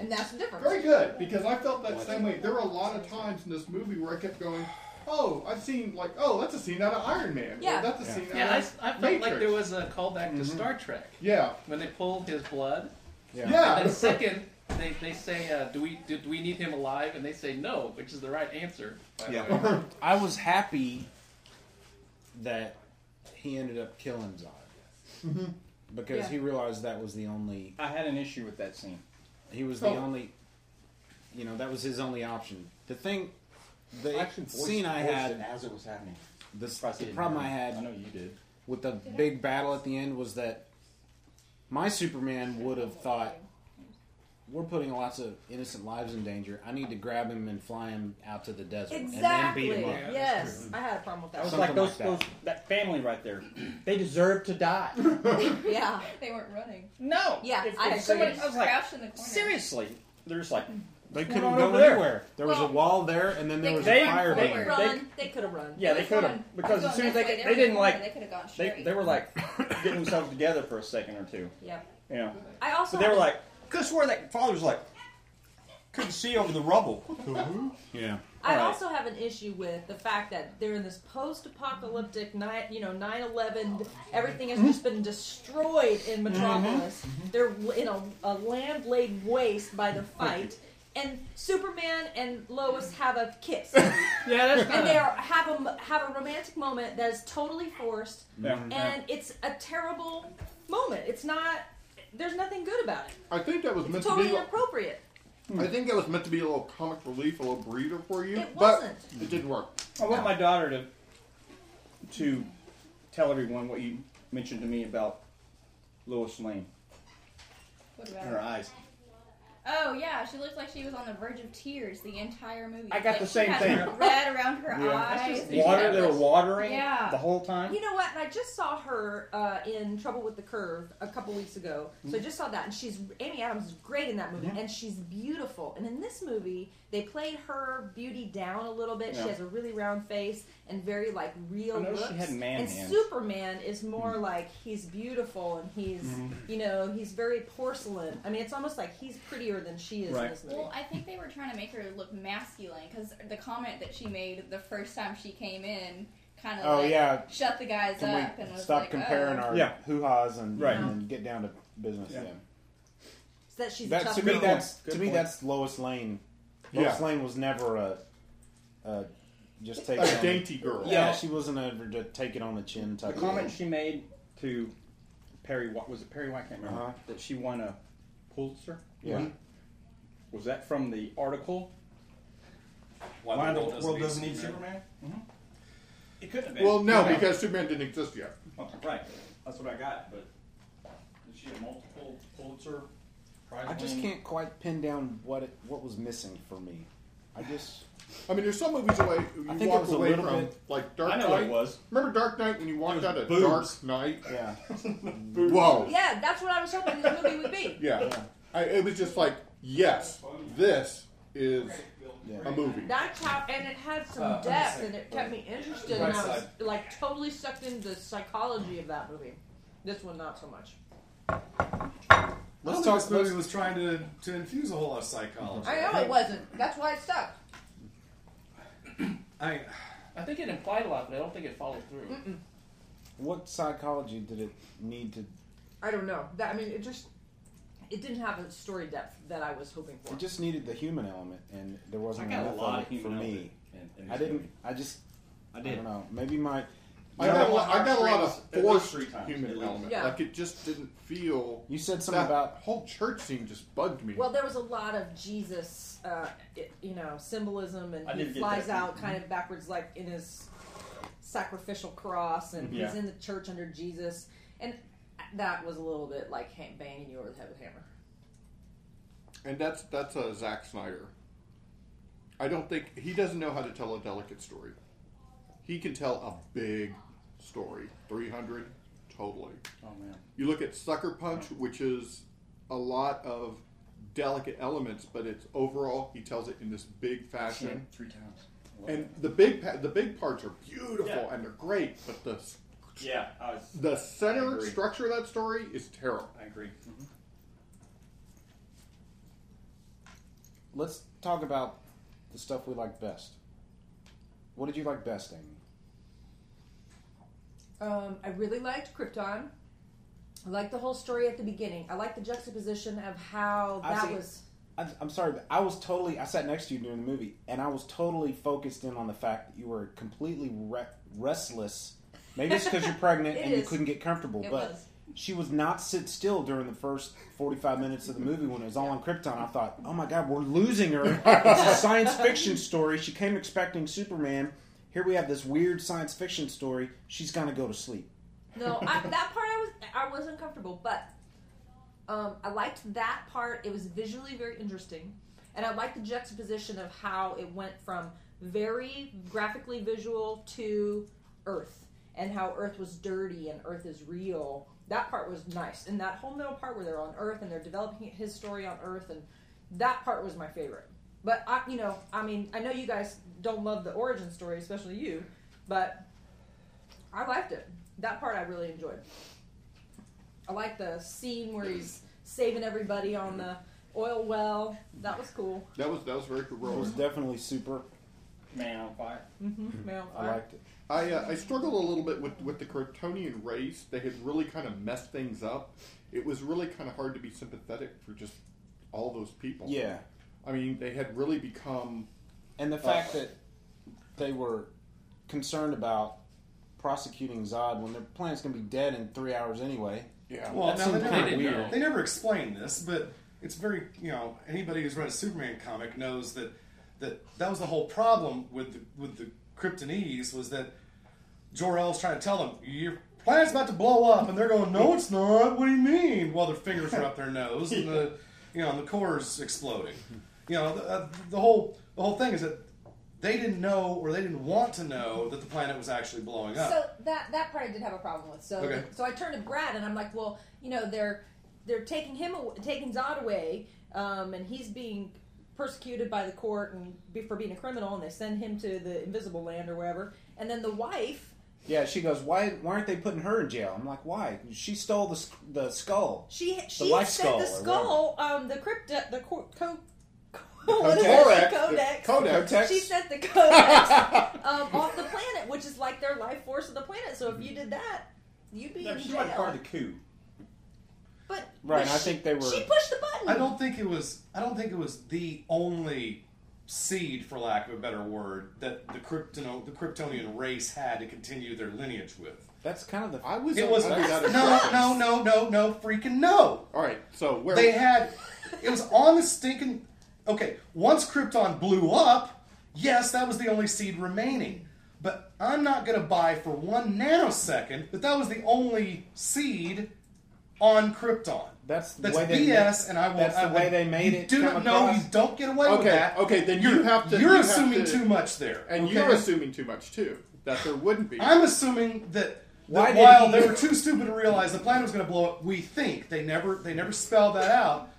[SPEAKER 15] And that's the difference.
[SPEAKER 12] Very good, because I felt that same way. There were a lot of times in this movie where I kept going, "Oh, I've seen like, oh, that's a scene out of Iron Man.
[SPEAKER 7] Yeah.
[SPEAKER 12] Or, that's a scene out
[SPEAKER 7] Yeah, I, I
[SPEAKER 12] of
[SPEAKER 7] felt
[SPEAKER 12] Matrix.
[SPEAKER 7] like there was a callback
[SPEAKER 13] Mm-hmm.
[SPEAKER 7] to Star Trek.
[SPEAKER 12] Yeah.
[SPEAKER 7] When they pulled his blood.
[SPEAKER 12] Yeah. Yeah.
[SPEAKER 13] (laughs)
[SPEAKER 7] And then second, they, they say, uh, do we do, do we need him alive? And they say no, which is the right answer. by the way.
[SPEAKER 11] I was happy that he ended up killing Zod
[SPEAKER 13] Mhm.
[SPEAKER 11] because
[SPEAKER 13] Yeah.
[SPEAKER 11] he realized that was the only.
[SPEAKER 13] I had an issue with that scene.
[SPEAKER 11] He was the
[SPEAKER 13] Oh.
[SPEAKER 11] only. You know that was his only option. The thing, the
[SPEAKER 13] I actually voiced-
[SPEAKER 11] scene I
[SPEAKER 13] voiced
[SPEAKER 11] had
[SPEAKER 13] it as it was happening.
[SPEAKER 11] The,
[SPEAKER 13] Surprised
[SPEAKER 11] the
[SPEAKER 13] you didn't
[SPEAKER 11] problem
[SPEAKER 13] know.
[SPEAKER 11] I had.
[SPEAKER 13] I know you did.
[SPEAKER 11] With the big battle at the end was that my Superman would have thought we're putting lots of innocent lives in danger. I need to grab him and fly him out to the desert
[SPEAKER 15] Exactly.
[SPEAKER 11] and then beat him up.
[SPEAKER 15] yes. I had a problem with that.
[SPEAKER 13] I was
[SPEAKER 11] Something
[SPEAKER 13] like those,
[SPEAKER 11] like that.
[SPEAKER 13] those that family right there. (clears throat) They deserve to die.
[SPEAKER 15] yeah.
[SPEAKER 14] They weren't running.
[SPEAKER 13] (laughs) No.
[SPEAKER 15] Yeah,
[SPEAKER 13] If-
[SPEAKER 15] I
[SPEAKER 13] if somebody-
[SPEAKER 15] agree.
[SPEAKER 13] I was like,
[SPEAKER 14] Crouched in the corner. Mm.
[SPEAKER 13] seriously, they're just like
[SPEAKER 11] They
[SPEAKER 13] "What's
[SPEAKER 11] couldn't
[SPEAKER 13] going on
[SPEAKER 11] go
[SPEAKER 13] over there?"
[SPEAKER 11] anywhere. There was a wall there, and then there was a fire
[SPEAKER 13] they-
[SPEAKER 11] ban.
[SPEAKER 13] they-
[SPEAKER 15] They could have run.
[SPEAKER 13] yeah, they could have because as soon as they
[SPEAKER 14] They
[SPEAKER 13] they,
[SPEAKER 14] were
[SPEAKER 13] didn't
[SPEAKER 14] going
[SPEAKER 13] like
[SPEAKER 14] they could've gone
[SPEAKER 13] they,
[SPEAKER 14] straight.
[SPEAKER 13] they were like getting themselves together for a second or two.
[SPEAKER 15] Yeah.
[SPEAKER 13] Yeah.
[SPEAKER 15] I also
[SPEAKER 13] But they were
[SPEAKER 15] had-
[SPEAKER 13] like, could swear that father was like, couldn't see over the rubble.
[SPEAKER 11] yeah.
[SPEAKER 15] I also have an issue with the fact that they're in this post-apocalyptic night, you know, 9/11. Everything
[SPEAKER 7] Mm-hmm.
[SPEAKER 15] has just been destroyed in Metropolis. They're w- in a, a land laid waste by the fight, and Superman and Lois have a kiss.
[SPEAKER 7] (laughs) yeah, that's
[SPEAKER 15] and they are, have a m- have a romantic moment that is totally forced,
[SPEAKER 12] Yeah.
[SPEAKER 7] Mm-hmm.
[SPEAKER 15] and it's a terrible moment. It's not. There's nothing good about it.
[SPEAKER 12] I think that was meant
[SPEAKER 15] It's totally
[SPEAKER 12] to be.
[SPEAKER 15] inappropriate.
[SPEAKER 12] I think that was meant to be a little comic relief, a little breather for you.
[SPEAKER 15] It
[SPEAKER 12] But it didn't work.
[SPEAKER 13] I want my daughter to to tell everyone what you mentioned to me about Lois Lane
[SPEAKER 14] What
[SPEAKER 13] and
[SPEAKER 14] about
[SPEAKER 13] her eyes.
[SPEAKER 14] Oh yeah, she looked like she was on the verge of tears the entire movie.
[SPEAKER 13] I got
[SPEAKER 14] Like,
[SPEAKER 13] the
[SPEAKER 14] she
[SPEAKER 13] same
[SPEAKER 14] had
[SPEAKER 13] thing.
[SPEAKER 14] (laughs) Red around her
[SPEAKER 13] Yeah.
[SPEAKER 14] eyes.
[SPEAKER 13] Water, they were watering
[SPEAKER 15] Yeah.
[SPEAKER 13] the whole time.
[SPEAKER 15] You know what? And I just saw her uh, in Trouble with the Curve a couple weeks ago. So
[SPEAKER 13] Mm-hmm.
[SPEAKER 15] I just saw that, and she's Amy Adams is great in that movie, and she's beautiful. And in this movie, they played her beauty down a little bit.
[SPEAKER 13] Yeah.
[SPEAKER 15] She has a really round face and very like real
[SPEAKER 13] I noticed
[SPEAKER 15] looks.
[SPEAKER 13] she had man
[SPEAKER 15] and
[SPEAKER 13] hands. Mm-hmm.
[SPEAKER 15] Superman is more like he's beautiful and he's
[SPEAKER 13] Mhm.
[SPEAKER 15] you know he's very porcelain. I mean, it's almost like he's prettier than she is in this movie.
[SPEAKER 14] Well, I think they were trying to make her look masculine because the comment that she made the first time she came in kind of
[SPEAKER 11] Oh,
[SPEAKER 14] like
[SPEAKER 11] yeah.
[SPEAKER 14] shut the guys
[SPEAKER 11] Can
[SPEAKER 14] up and
[SPEAKER 11] we
[SPEAKER 14] was
[SPEAKER 11] stop
[SPEAKER 14] like,
[SPEAKER 11] comparing
[SPEAKER 14] oh.
[SPEAKER 11] our
[SPEAKER 13] Yeah.
[SPEAKER 11] hoo-has and,
[SPEAKER 13] Right.
[SPEAKER 11] and get down to business? Yeah.
[SPEAKER 15] So that she's a
[SPEAKER 11] That,
[SPEAKER 15] tough
[SPEAKER 11] to me,
[SPEAKER 15] girl.
[SPEAKER 11] that's
[SPEAKER 15] Good
[SPEAKER 11] to me
[SPEAKER 15] point.
[SPEAKER 11] that's Lois Lane. Lois
[SPEAKER 15] Yeah.
[SPEAKER 11] Lane was never a, a just take
[SPEAKER 13] A
[SPEAKER 11] it on-
[SPEAKER 13] dainty girl.
[SPEAKER 11] Yeah,
[SPEAKER 13] Yeah.
[SPEAKER 11] she wasn't ever to take it on the chin
[SPEAKER 13] The
[SPEAKER 11] type. of
[SPEAKER 13] comment
[SPEAKER 11] girl.
[SPEAKER 13] she made to Perry White was it Perry White? I can't remember that she won a Pulitzer.
[SPEAKER 11] Yeah.
[SPEAKER 13] Mhm. Was that from the article?
[SPEAKER 1] Why the World Doesn't Need
[SPEAKER 13] Superman? Mhm. It couldn't have been.
[SPEAKER 12] Well, no, because Superman didn't exist yet.
[SPEAKER 13] right. That's what I got. But is she a multiple Pulitzer? Prize
[SPEAKER 11] I just
[SPEAKER 13] winning-
[SPEAKER 11] can't quite pin down what it, what was missing for me. I just
[SPEAKER 12] I mean, there's some movies away you
[SPEAKER 11] I think it
[SPEAKER 12] walk
[SPEAKER 11] was a
[SPEAKER 12] away
[SPEAKER 11] little
[SPEAKER 12] from,
[SPEAKER 11] bit-
[SPEAKER 12] like Dark
[SPEAKER 11] I
[SPEAKER 12] Knight.
[SPEAKER 11] know what it was.
[SPEAKER 12] Remember Dark Knight when you walked out of
[SPEAKER 11] boobs.
[SPEAKER 12] Dark Knight?
[SPEAKER 13] (laughs)
[SPEAKER 11] Yeah.
[SPEAKER 12] Whoa.
[SPEAKER 15] Yeah, that's what I was hoping this movie would be.
[SPEAKER 12] Yeah. I, it was just like, yes, this is a movie.
[SPEAKER 15] That's how, and it had some
[SPEAKER 12] Uh,
[SPEAKER 15] depth,
[SPEAKER 12] I'm
[SPEAKER 15] and it kept me interested,
[SPEAKER 12] Right
[SPEAKER 15] and I was
[SPEAKER 12] side.
[SPEAKER 15] like totally sucked into the psychology of that movie. This one, not so much.
[SPEAKER 18] Let's talk.
[SPEAKER 11] Let's talk-
[SPEAKER 18] This movie
[SPEAKER 11] let's-
[SPEAKER 18] was trying to, to infuse a whole lot of psychology.
[SPEAKER 15] I know it wasn't. That's why it stuck.
[SPEAKER 18] I
[SPEAKER 7] I think it implied a lot, but I don't think it followed through.
[SPEAKER 11] what psychology did it need to?
[SPEAKER 15] I don't know. That I mean, it just it didn't have a story depth that I was hoping for.
[SPEAKER 11] It just needed the human element, and there wasn't
[SPEAKER 13] I got a
[SPEAKER 11] enough
[SPEAKER 13] lot
[SPEAKER 11] of
[SPEAKER 13] of
[SPEAKER 11] it for
[SPEAKER 13] human
[SPEAKER 11] me.
[SPEAKER 13] element in- in
[SPEAKER 11] I
[SPEAKER 13] this
[SPEAKER 11] didn't.
[SPEAKER 13] movie.
[SPEAKER 11] I just.
[SPEAKER 13] I
[SPEAKER 11] I
[SPEAKER 13] did.
[SPEAKER 11] don't know. Maybe my.
[SPEAKER 12] I
[SPEAKER 11] You
[SPEAKER 12] got,
[SPEAKER 11] know,
[SPEAKER 12] a lot, I got a lot
[SPEAKER 13] At
[SPEAKER 12] of
[SPEAKER 13] least
[SPEAKER 12] forced
[SPEAKER 13] three times,
[SPEAKER 12] human
[SPEAKER 13] at least.
[SPEAKER 12] element.
[SPEAKER 15] Yeah.
[SPEAKER 12] Like it just didn't feel.
[SPEAKER 11] You said something about
[SPEAKER 12] whole church scene just bugged me.
[SPEAKER 15] Well, there was a lot of Jesus, uh, it, you know, symbolism, and
[SPEAKER 12] I
[SPEAKER 15] he
[SPEAKER 12] didn't get
[SPEAKER 15] flies
[SPEAKER 12] that.
[SPEAKER 15] out kind of backwards, like in his sacrificial cross, and
[SPEAKER 12] Mm-hmm. Yeah.
[SPEAKER 15] he's in the church under Jesus, and that was a little bit like ha- banging you over the head with a hammer.
[SPEAKER 12] and that's that's a Zack Snyder. I don't think he doesn't know how to tell a delicate story. He can tell a big story, three hundred, totally.
[SPEAKER 13] Oh man.
[SPEAKER 12] You look at Sucker Punch, which is a lot of delicate elements, but it's overall he tells it in this big fashion.
[SPEAKER 13] Yeah, three times. I love
[SPEAKER 12] And the big pa- the big parts are beautiful
[SPEAKER 13] Yeah.
[SPEAKER 12] and they're great, but the s-
[SPEAKER 13] Yeah, I was-
[SPEAKER 12] the
[SPEAKER 13] I
[SPEAKER 12] center
[SPEAKER 13] agree.
[SPEAKER 12] structure of that story is terrible.
[SPEAKER 13] I agree.
[SPEAKER 11] Let's talk about the stuff we like best. What did you like best, Amy?
[SPEAKER 15] Um, I really liked Krypton. I liked the whole story at the beginning. I liked the juxtaposition of how
[SPEAKER 11] I
[SPEAKER 15] that
[SPEAKER 11] see-
[SPEAKER 15] was.
[SPEAKER 11] I, I'm sorry, but I was totally. I sat next to you during the movie, and I was totally focused in on the fact that you were completely re- restless. Maybe it's (laughs) because you're pregnant
[SPEAKER 15] It
[SPEAKER 11] and you
[SPEAKER 15] is.
[SPEAKER 11] couldn't get comfortable,
[SPEAKER 15] It
[SPEAKER 11] but
[SPEAKER 15] was.
[SPEAKER 11] she was not sit still during the first 45 minutes of the movie when it was all on Krypton. I thought, oh my god, we're losing (laughs) her. It's a science fiction story. She came expecting Superman. Here we have this weird science fiction story. She's gonna go to sleep.
[SPEAKER 15] No, I, that part I was I was uncomfortable, but um, I liked that part. It was visually very interesting, and I liked the juxtaposition of how it went from very graphically visual to Earth and how Earth was dirty and Earth is real. That part was nice, and that whole middle part where they're on Earth and they're developing his story on Earth, and that part was my favorite. But I, you know, I mean, I know you guys don't love the origin story, especially you, but I liked it. That part I really enjoyed. I like the scene where he's saving everybody on the oil well. That was cool.
[SPEAKER 12] That was that was very heroic.
[SPEAKER 11] It was definitely super.
[SPEAKER 13] Man on fire.
[SPEAKER 15] Mm-hmm. Man, on
[SPEAKER 11] I
[SPEAKER 15] fire.
[SPEAKER 11] liked it.
[SPEAKER 12] I, uh, I struggled a little bit with, with the Kryptonian race. They had really kind of messed things up. It was really kind of hard to be sympathetic for just all those people.
[SPEAKER 11] Yeah.
[SPEAKER 12] I mean, they had really become.
[SPEAKER 11] And
[SPEAKER 3] Uh,
[SPEAKER 11] the fact that they were concerned about prosecuting Zod when their planet's going to be dead in three hours anyway.
[SPEAKER 12] Yeah.
[SPEAKER 11] Well,
[SPEAKER 3] Well,
[SPEAKER 11] that
[SPEAKER 3] now, they,
[SPEAKER 11] seemed kind
[SPEAKER 3] they,
[SPEAKER 11] of
[SPEAKER 3] didn't-
[SPEAKER 11] weird.
[SPEAKER 3] they never explain this, but it's very you know anybody who's read a Superman comic knows that that that was the whole problem with the, with the Kryptonese was that Jor El's trying to tell them your planet's about to blow up, and they're going, "No, it's not. What do you mean?" While their fingers are up their nose, and (laughs) the you know and the core's exploding. You know the, uh, the whole the whole thing is that they didn't know or they didn't want to know that the planet was actually blowing up.
[SPEAKER 15] So that that part I did have a problem with. So
[SPEAKER 3] Okay.
[SPEAKER 15] so I turned to Brad and I'm like, well, you know, they're they're taking him aw- taking Zod away, um, and he's being persecuted by the court and be, for being a criminal, and they send him to the Invisible Land or wherever, and then the wife
[SPEAKER 11] Yeah, she goes, why, why aren't they putting her in jail? I'm like, why? She stole the, s- the skull.
[SPEAKER 15] (laughs) She she
[SPEAKER 11] life
[SPEAKER 15] said
[SPEAKER 11] skull
[SPEAKER 15] the
[SPEAKER 11] or
[SPEAKER 15] skull, um, the crypt, the co- co- (laughs)
[SPEAKER 11] codex.
[SPEAKER 15] codex.
[SPEAKER 11] The codex.
[SPEAKER 15] She sent
[SPEAKER 3] (laughs)
[SPEAKER 15] the codex um, off the planet, which is like their life force of the planet. So if you did that, you'd be in
[SPEAKER 3] she
[SPEAKER 15] jail.
[SPEAKER 3] wasn't part of the coup.
[SPEAKER 15] but
[SPEAKER 3] Right,
[SPEAKER 15] but
[SPEAKER 3] I
[SPEAKER 15] she-
[SPEAKER 3] think they were-
[SPEAKER 15] She pushed the button.
[SPEAKER 3] I
[SPEAKER 15] (laughs)
[SPEAKER 3] don't think it was. I don't think it was the only seed, for lack of a better word, that the Krypton the Kryptonian race had to continue their lineage with.
[SPEAKER 11] That's kind of the.
[SPEAKER 12] I was
[SPEAKER 3] It was
[SPEAKER 12] under that
[SPEAKER 3] (laughs) no,
[SPEAKER 12] impression.
[SPEAKER 3] no, no, no, no, freaking no.
[SPEAKER 12] All right, so where
[SPEAKER 3] They had. It was on the stinking. Okay, once Krypton blew up, yes, that was the only seed remaining. But I'm not going to buy for one nanosecond that that was the only seed on Krypton.
[SPEAKER 11] That's the
[SPEAKER 3] that's
[SPEAKER 11] way they
[SPEAKER 3] BS,
[SPEAKER 11] made-
[SPEAKER 3] and I will.
[SPEAKER 11] that's the
[SPEAKER 3] I-
[SPEAKER 11] way they made
[SPEAKER 3] you
[SPEAKER 11] it
[SPEAKER 3] Do
[SPEAKER 11] come
[SPEAKER 3] not know. You
[SPEAKER 11] across.
[SPEAKER 3] don't get away with
[SPEAKER 12] Okay,
[SPEAKER 3] that.
[SPEAKER 12] okay, then you
[SPEAKER 3] You're-
[SPEAKER 12] have to-
[SPEAKER 3] You're
[SPEAKER 12] you have
[SPEAKER 3] assuming
[SPEAKER 12] to-
[SPEAKER 3] too much there,
[SPEAKER 12] and
[SPEAKER 3] okay?
[SPEAKER 12] you're assuming too much too that there wouldn't be.
[SPEAKER 3] I'm assuming that,
[SPEAKER 12] Why
[SPEAKER 3] that
[SPEAKER 12] did
[SPEAKER 3] while
[SPEAKER 12] he-
[SPEAKER 3] they were too stupid to realize the planet was going to blow up, we think they never they never spelled that out.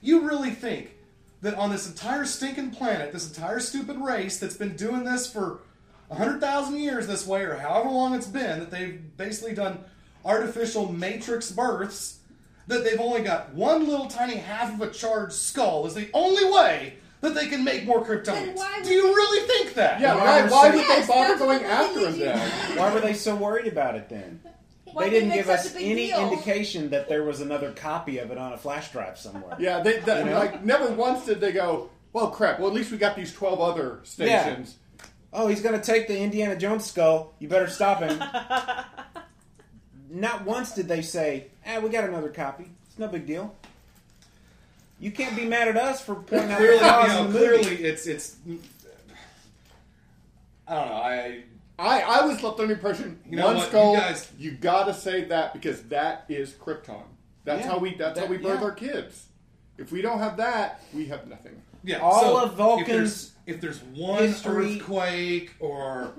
[SPEAKER 3] You really think that on this entire stinking planet, this entire stupid race that's been doing this for hundred thousand years this way, or however long it's been, that they've basically done artificial matrix births, that they've only got one little tiny half of a charged skull is the only way that they can make more
[SPEAKER 17] Then
[SPEAKER 3] kryptonians.
[SPEAKER 17] why
[SPEAKER 3] Do you really think that?
[SPEAKER 12] yeah,
[SPEAKER 11] Why
[SPEAKER 12] why,
[SPEAKER 11] were
[SPEAKER 12] why
[SPEAKER 11] they-
[SPEAKER 12] would
[SPEAKER 17] Yes,
[SPEAKER 12] they bother
[SPEAKER 17] that's
[SPEAKER 12] going
[SPEAKER 17] what
[SPEAKER 12] after
[SPEAKER 17] they
[SPEAKER 12] him
[SPEAKER 17] do.
[SPEAKER 12] then?
[SPEAKER 11] Why were they so worried about it then?
[SPEAKER 15] Why
[SPEAKER 11] they
[SPEAKER 15] they
[SPEAKER 11] didn't
[SPEAKER 15] make
[SPEAKER 11] give
[SPEAKER 15] such
[SPEAKER 11] us
[SPEAKER 15] a big
[SPEAKER 11] any
[SPEAKER 15] deal?
[SPEAKER 11] indication that there was another copy of it on a flash drive somewhere.
[SPEAKER 12] (laughs) Yeah, they that,
[SPEAKER 11] You know?
[SPEAKER 12] like never once did they go, "Well, crap. Well, at least we got these twelve other stations."
[SPEAKER 11] Oh, he's gonna take the Indiana Jones skull. You better stop him. Not once did they say, "Ah, we got another copy. It's no big deal." You can't be mad at us for pointing out
[SPEAKER 3] clearly,
[SPEAKER 11] the
[SPEAKER 3] you
[SPEAKER 11] flaws
[SPEAKER 3] know,
[SPEAKER 11] in the movie.
[SPEAKER 3] clearly, it's it's. I don't know. I
[SPEAKER 12] I, I was left under the impression
[SPEAKER 3] You know
[SPEAKER 12] one
[SPEAKER 3] what, you
[SPEAKER 12] skull. You,
[SPEAKER 3] guys-
[SPEAKER 12] gotta save that because that is Krypton. That's
[SPEAKER 3] Yeah,
[SPEAKER 12] how we. That's
[SPEAKER 3] that-
[SPEAKER 12] how we birth
[SPEAKER 3] yeah.
[SPEAKER 12] our kids. If we don't have that, we have nothing.
[SPEAKER 3] yeah.
[SPEAKER 12] All
[SPEAKER 3] so
[SPEAKER 12] of
[SPEAKER 3] if there's,
[SPEAKER 12] Vulcan's
[SPEAKER 3] if there's one
[SPEAKER 12] history-
[SPEAKER 3] earthquake or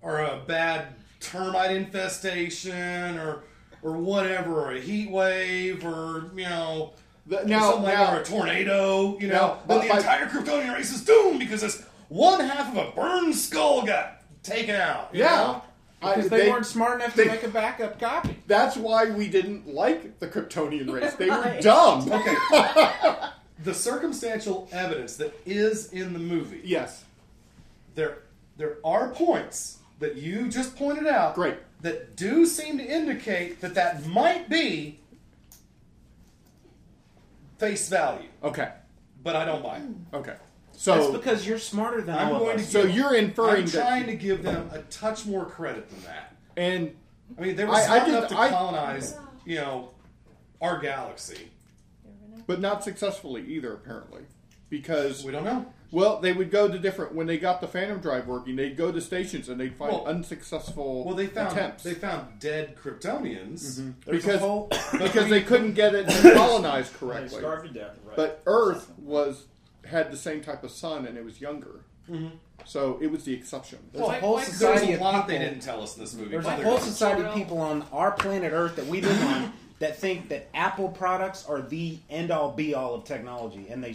[SPEAKER 3] or a bad termite infestation or or whatever, or a heat wave, or you know.
[SPEAKER 12] now-
[SPEAKER 3] something like
[SPEAKER 12] now-
[SPEAKER 3] that, or a tornado, you know,
[SPEAKER 12] Now,
[SPEAKER 3] then the
[SPEAKER 12] by-
[SPEAKER 3] entire Kryptonian race is doomed because this one half of a burned skull got taken out. you
[SPEAKER 12] Yeah,
[SPEAKER 3] know?
[SPEAKER 11] Because they weren't smart enough to make a backup copy.
[SPEAKER 12] That's why we didn't like the Kryptonian race. They were
[SPEAKER 3] Right.
[SPEAKER 12] dumb.
[SPEAKER 3] (laughs) Okay. the circumstantial evidence that is in the movie.
[SPEAKER 12] Yes.
[SPEAKER 3] There there are points that you just pointed out. Great. That do seem to indicate that that might be face value.
[SPEAKER 12] Okay.
[SPEAKER 3] But I don't buy it.
[SPEAKER 12] Okay. So
[SPEAKER 11] That's because you're smarter than
[SPEAKER 3] I'm
[SPEAKER 11] all
[SPEAKER 3] going
[SPEAKER 11] of
[SPEAKER 3] to
[SPEAKER 11] us.
[SPEAKER 3] give- I'm trying to give them a touch more credit than that.
[SPEAKER 12] And
[SPEAKER 3] I mean, there was
[SPEAKER 12] I- I
[SPEAKER 3] not
[SPEAKER 12] did-
[SPEAKER 3] enough to
[SPEAKER 12] I-
[SPEAKER 3] colonize, you know, our galaxy.
[SPEAKER 12] but not successfully either apparently because
[SPEAKER 3] we don't know
[SPEAKER 12] well they would go to different when they got the phantom drive working they'd go to stations and they'd find
[SPEAKER 3] Well-
[SPEAKER 12] unsuccessful
[SPEAKER 3] Well, they found
[SPEAKER 12] attempts Mm-hmm.
[SPEAKER 3] they found dead Kryptonians
[SPEAKER 12] because
[SPEAKER 3] But
[SPEAKER 12] because
[SPEAKER 3] we- (laughs)
[SPEAKER 12] they couldn't get it colonized correctly
[SPEAKER 13] They starved to death, right.
[SPEAKER 12] but earth was had the same type of sun and it was younger
[SPEAKER 3] Mm-hmm.
[SPEAKER 13] Mhm.
[SPEAKER 12] so it was the exception
[SPEAKER 11] There's a whole society
[SPEAKER 3] there's a
[SPEAKER 11] of people.
[SPEAKER 3] lot they didn't tell us in this movie,
[SPEAKER 11] There's
[SPEAKER 3] but
[SPEAKER 11] a
[SPEAKER 3] there
[SPEAKER 11] whole
[SPEAKER 3] is.
[SPEAKER 11] society of people on our planet Earth that we live on that think that Apple products are the end all be all of technology, and they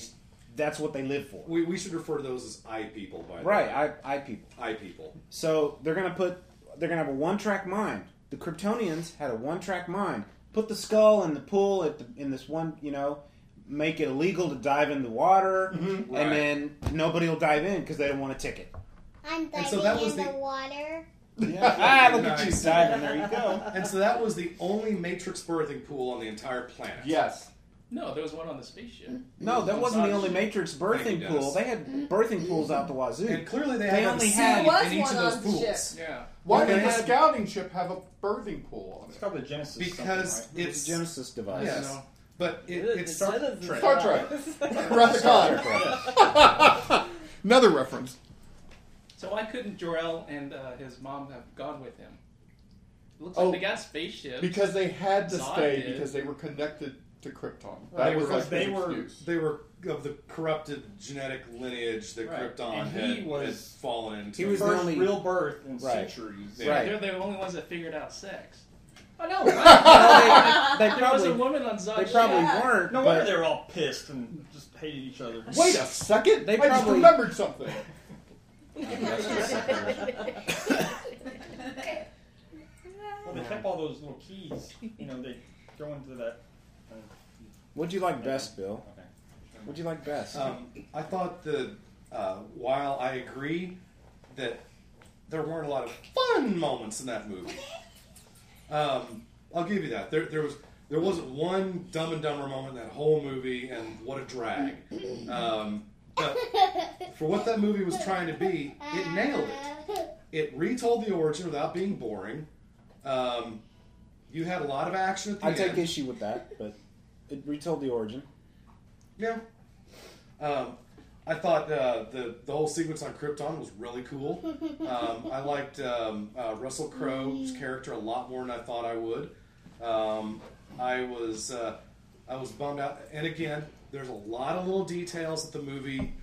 [SPEAKER 11] that's what they live for.
[SPEAKER 3] We, we should refer to those as I people, by the way.
[SPEAKER 11] Right, I, I people.
[SPEAKER 3] I people.
[SPEAKER 11] So they're gonna put they're gonna have a one track mind. The Kryptonians had a one track mind. Put the skull in the pool at the, in this one, you know, make it illegal to dive in the water, and
[SPEAKER 3] Mm-hmm. Right.
[SPEAKER 11] then nobody will dive in because they don't want a ticket.
[SPEAKER 21] I'm diving
[SPEAKER 3] And so that was
[SPEAKER 21] in the,
[SPEAKER 3] the-
[SPEAKER 21] water.
[SPEAKER 11] (laughs) ah, look at you diving. There you go.
[SPEAKER 3] And so that was the only Matrix birthing pool on the entire planet.
[SPEAKER 12] Yes.
[SPEAKER 7] No, there was one on the spaceship.
[SPEAKER 15] Mm.
[SPEAKER 11] No, that wasn't the only
[SPEAKER 7] Matrix.
[SPEAKER 11] Matrix
[SPEAKER 3] Thank
[SPEAKER 11] birthing
[SPEAKER 3] you,
[SPEAKER 11] pool.
[SPEAKER 3] Dennis.
[SPEAKER 11] They had birthing pools out the wazoo.
[SPEAKER 3] And clearly they
[SPEAKER 11] they
[SPEAKER 3] haven't
[SPEAKER 11] only
[SPEAKER 3] seen
[SPEAKER 11] had
[SPEAKER 3] There was in each one of those on the ship. pools.
[SPEAKER 7] Yeah.
[SPEAKER 12] why
[SPEAKER 3] Well,
[SPEAKER 12] did
[SPEAKER 3] they
[SPEAKER 12] the
[SPEAKER 3] had-
[SPEAKER 12] scouting ship have a birthing pool on it it's
[SPEAKER 13] probably Genesis
[SPEAKER 3] Because it's
[SPEAKER 11] Genesis device.
[SPEAKER 3] Yes.
[SPEAKER 11] I know.
[SPEAKER 3] But it, it's Star
[SPEAKER 13] Genesis
[SPEAKER 12] (laughs)
[SPEAKER 3] Trek.
[SPEAKER 12] Star Trek. Wrath of God. Another reference.
[SPEAKER 7] So why couldn't Jor-El and uh, his mom have gone with him? It looks
[SPEAKER 12] Oh,
[SPEAKER 7] like they got a spaceship.
[SPEAKER 12] Because they had to
[SPEAKER 7] Zod
[SPEAKER 12] stay
[SPEAKER 7] did.
[SPEAKER 12] because they were connected to Krypton.
[SPEAKER 3] That
[SPEAKER 12] That was like
[SPEAKER 3] they
[SPEAKER 12] the
[SPEAKER 3] were
[SPEAKER 12] excuse.
[SPEAKER 3] they were of the corrupted genetic lineage that
[SPEAKER 13] Right.
[SPEAKER 3] Krypton
[SPEAKER 13] And
[SPEAKER 3] had,
[SPEAKER 13] he was-
[SPEAKER 3] had fallen into.
[SPEAKER 13] he was the First only- real birth in Right. centuries.
[SPEAKER 7] So
[SPEAKER 3] Yeah.
[SPEAKER 7] They're the only ones that figured out sex.
[SPEAKER 13] I (laughs) know.
[SPEAKER 7] right? There was a woman on Zod They probably Ship. weren't,
[SPEAKER 13] No wonder
[SPEAKER 7] but-
[SPEAKER 13] they were all pissed and just hated each other.
[SPEAKER 12] Wait a second.
[SPEAKER 13] They
[SPEAKER 12] I just
[SPEAKER 3] (laughs)
[SPEAKER 13] probably-
[SPEAKER 12] remembered something.
[SPEAKER 13] Well, they kept all those little keys. You know, they go into that. Uh,
[SPEAKER 11] What'd you like best, Bill? What'd you like best?
[SPEAKER 3] Um, I thought the uh, while I agree that there weren't a lot of fun moments in that movie, um, I'll give you that. There, there was there wasn't one Dumb and Dumber moment in that whole movie, and what a drag. Um, but for what that movie was trying to be, it nailed it. It retold the origin without being boring. Um, you had a lot of action at the
[SPEAKER 11] I
[SPEAKER 3] end.
[SPEAKER 11] take issue with that, but it retold the origin.
[SPEAKER 3] Yeah. Um, I thought uh, the the whole sequence on Krypton was really cool. Um, I liked um, uh, Russell Crowe's character a lot more than I thought I would. Um, I was uh, I was bummed out, and again, there's a lot of little details that the movie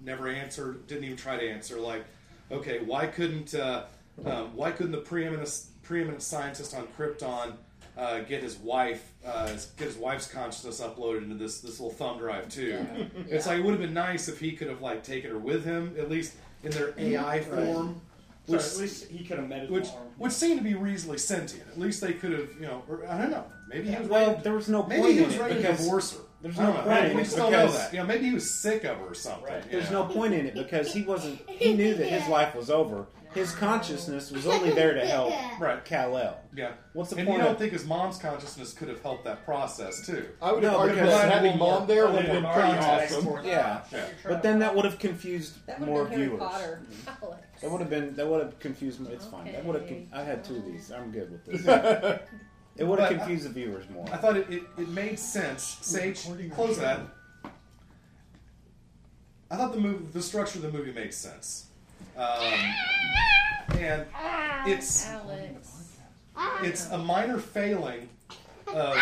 [SPEAKER 3] never answered, didn't even try to answer. Like, okay, why couldn't uh, um, why couldn't the preeminent preeminent scientist on Krypton uh, get his wife uh, get his wife's consciousness uploaded into this this little thumb drive too?
[SPEAKER 13] Yeah.
[SPEAKER 3] It's like it would have been nice if he could have like taken her with him at least in their AI
[SPEAKER 13] Right.
[SPEAKER 3] form.
[SPEAKER 13] So
[SPEAKER 3] Which,
[SPEAKER 13] at least he could have met his
[SPEAKER 3] which,
[SPEAKER 13] mom.
[SPEAKER 3] which seemed to be reasonably sentient. At least they could have, you know, or, I don't know. Maybe he was
[SPEAKER 11] Well,
[SPEAKER 3] ready,
[SPEAKER 11] there was no
[SPEAKER 3] maybe
[SPEAKER 11] point
[SPEAKER 3] he
[SPEAKER 11] in
[SPEAKER 3] was
[SPEAKER 11] it
[SPEAKER 3] ready to
[SPEAKER 11] because-
[SPEAKER 3] divorce her.
[SPEAKER 11] there's
[SPEAKER 3] I don't
[SPEAKER 11] no
[SPEAKER 3] know.
[SPEAKER 11] point in
[SPEAKER 3] We
[SPEAKER 11] it
[SPEAKER 3] just don't know
[SPEAKER 11] because-
[SPEAKER 3] that. You know, maybe he was sick of her or something.
[SPEAKER 11] There's
[SPEAKER 3] yeah.
[SPEAKER 11] no point in it because he wasn't. He knew that his life was over, His consciousness was only there to help
[SPEAKER 3] Right.
[SPEAKER 11] Kal-El.
[SPEAKER 3] Yeah.
[SPEAKER 11] What's the
[SPEAKER 3] and
[SPEAKER 11] point
[SPEAKER 3] you don't
[SPEAKER 11] of-
[SPEAKER 3] think his mom's consciousness could have helped that process too?
[SPEAKER 11] I would have No, argued because- that having mom there would have been pretty awesome. Yeah. But then that would have confused
[SPEAKER 15] That would
[SPEAKER 11] more
[SPEAKER 15] have been Harry
[SPEAKER 11] viewers.
[SPEAKER 15] Potter.
[SPEAKER 11] That would have been. That would have confused. me. It's fine. That would have.
[SPEAKER 15] Okay.
[SPEAKER 11] Con- I had two of these. I'm good with this.
[SPEAKER 3] (laughs)
[SPEAKER 12] (laughs)
[SPEAKER 3] Yeah.
[SPEAKER 11] it would have
[SPEAKER 3] But I-
[SPEAKER 11] confused the viewers more.
[SPEAKER 3] I thought it, it, it made sense. Sage, close that. I thought the movie, the structure of the movie makes sense, um, and it's
[SPEAKER 17] Alex.
[SPEAKER 3] it's a minor failing of,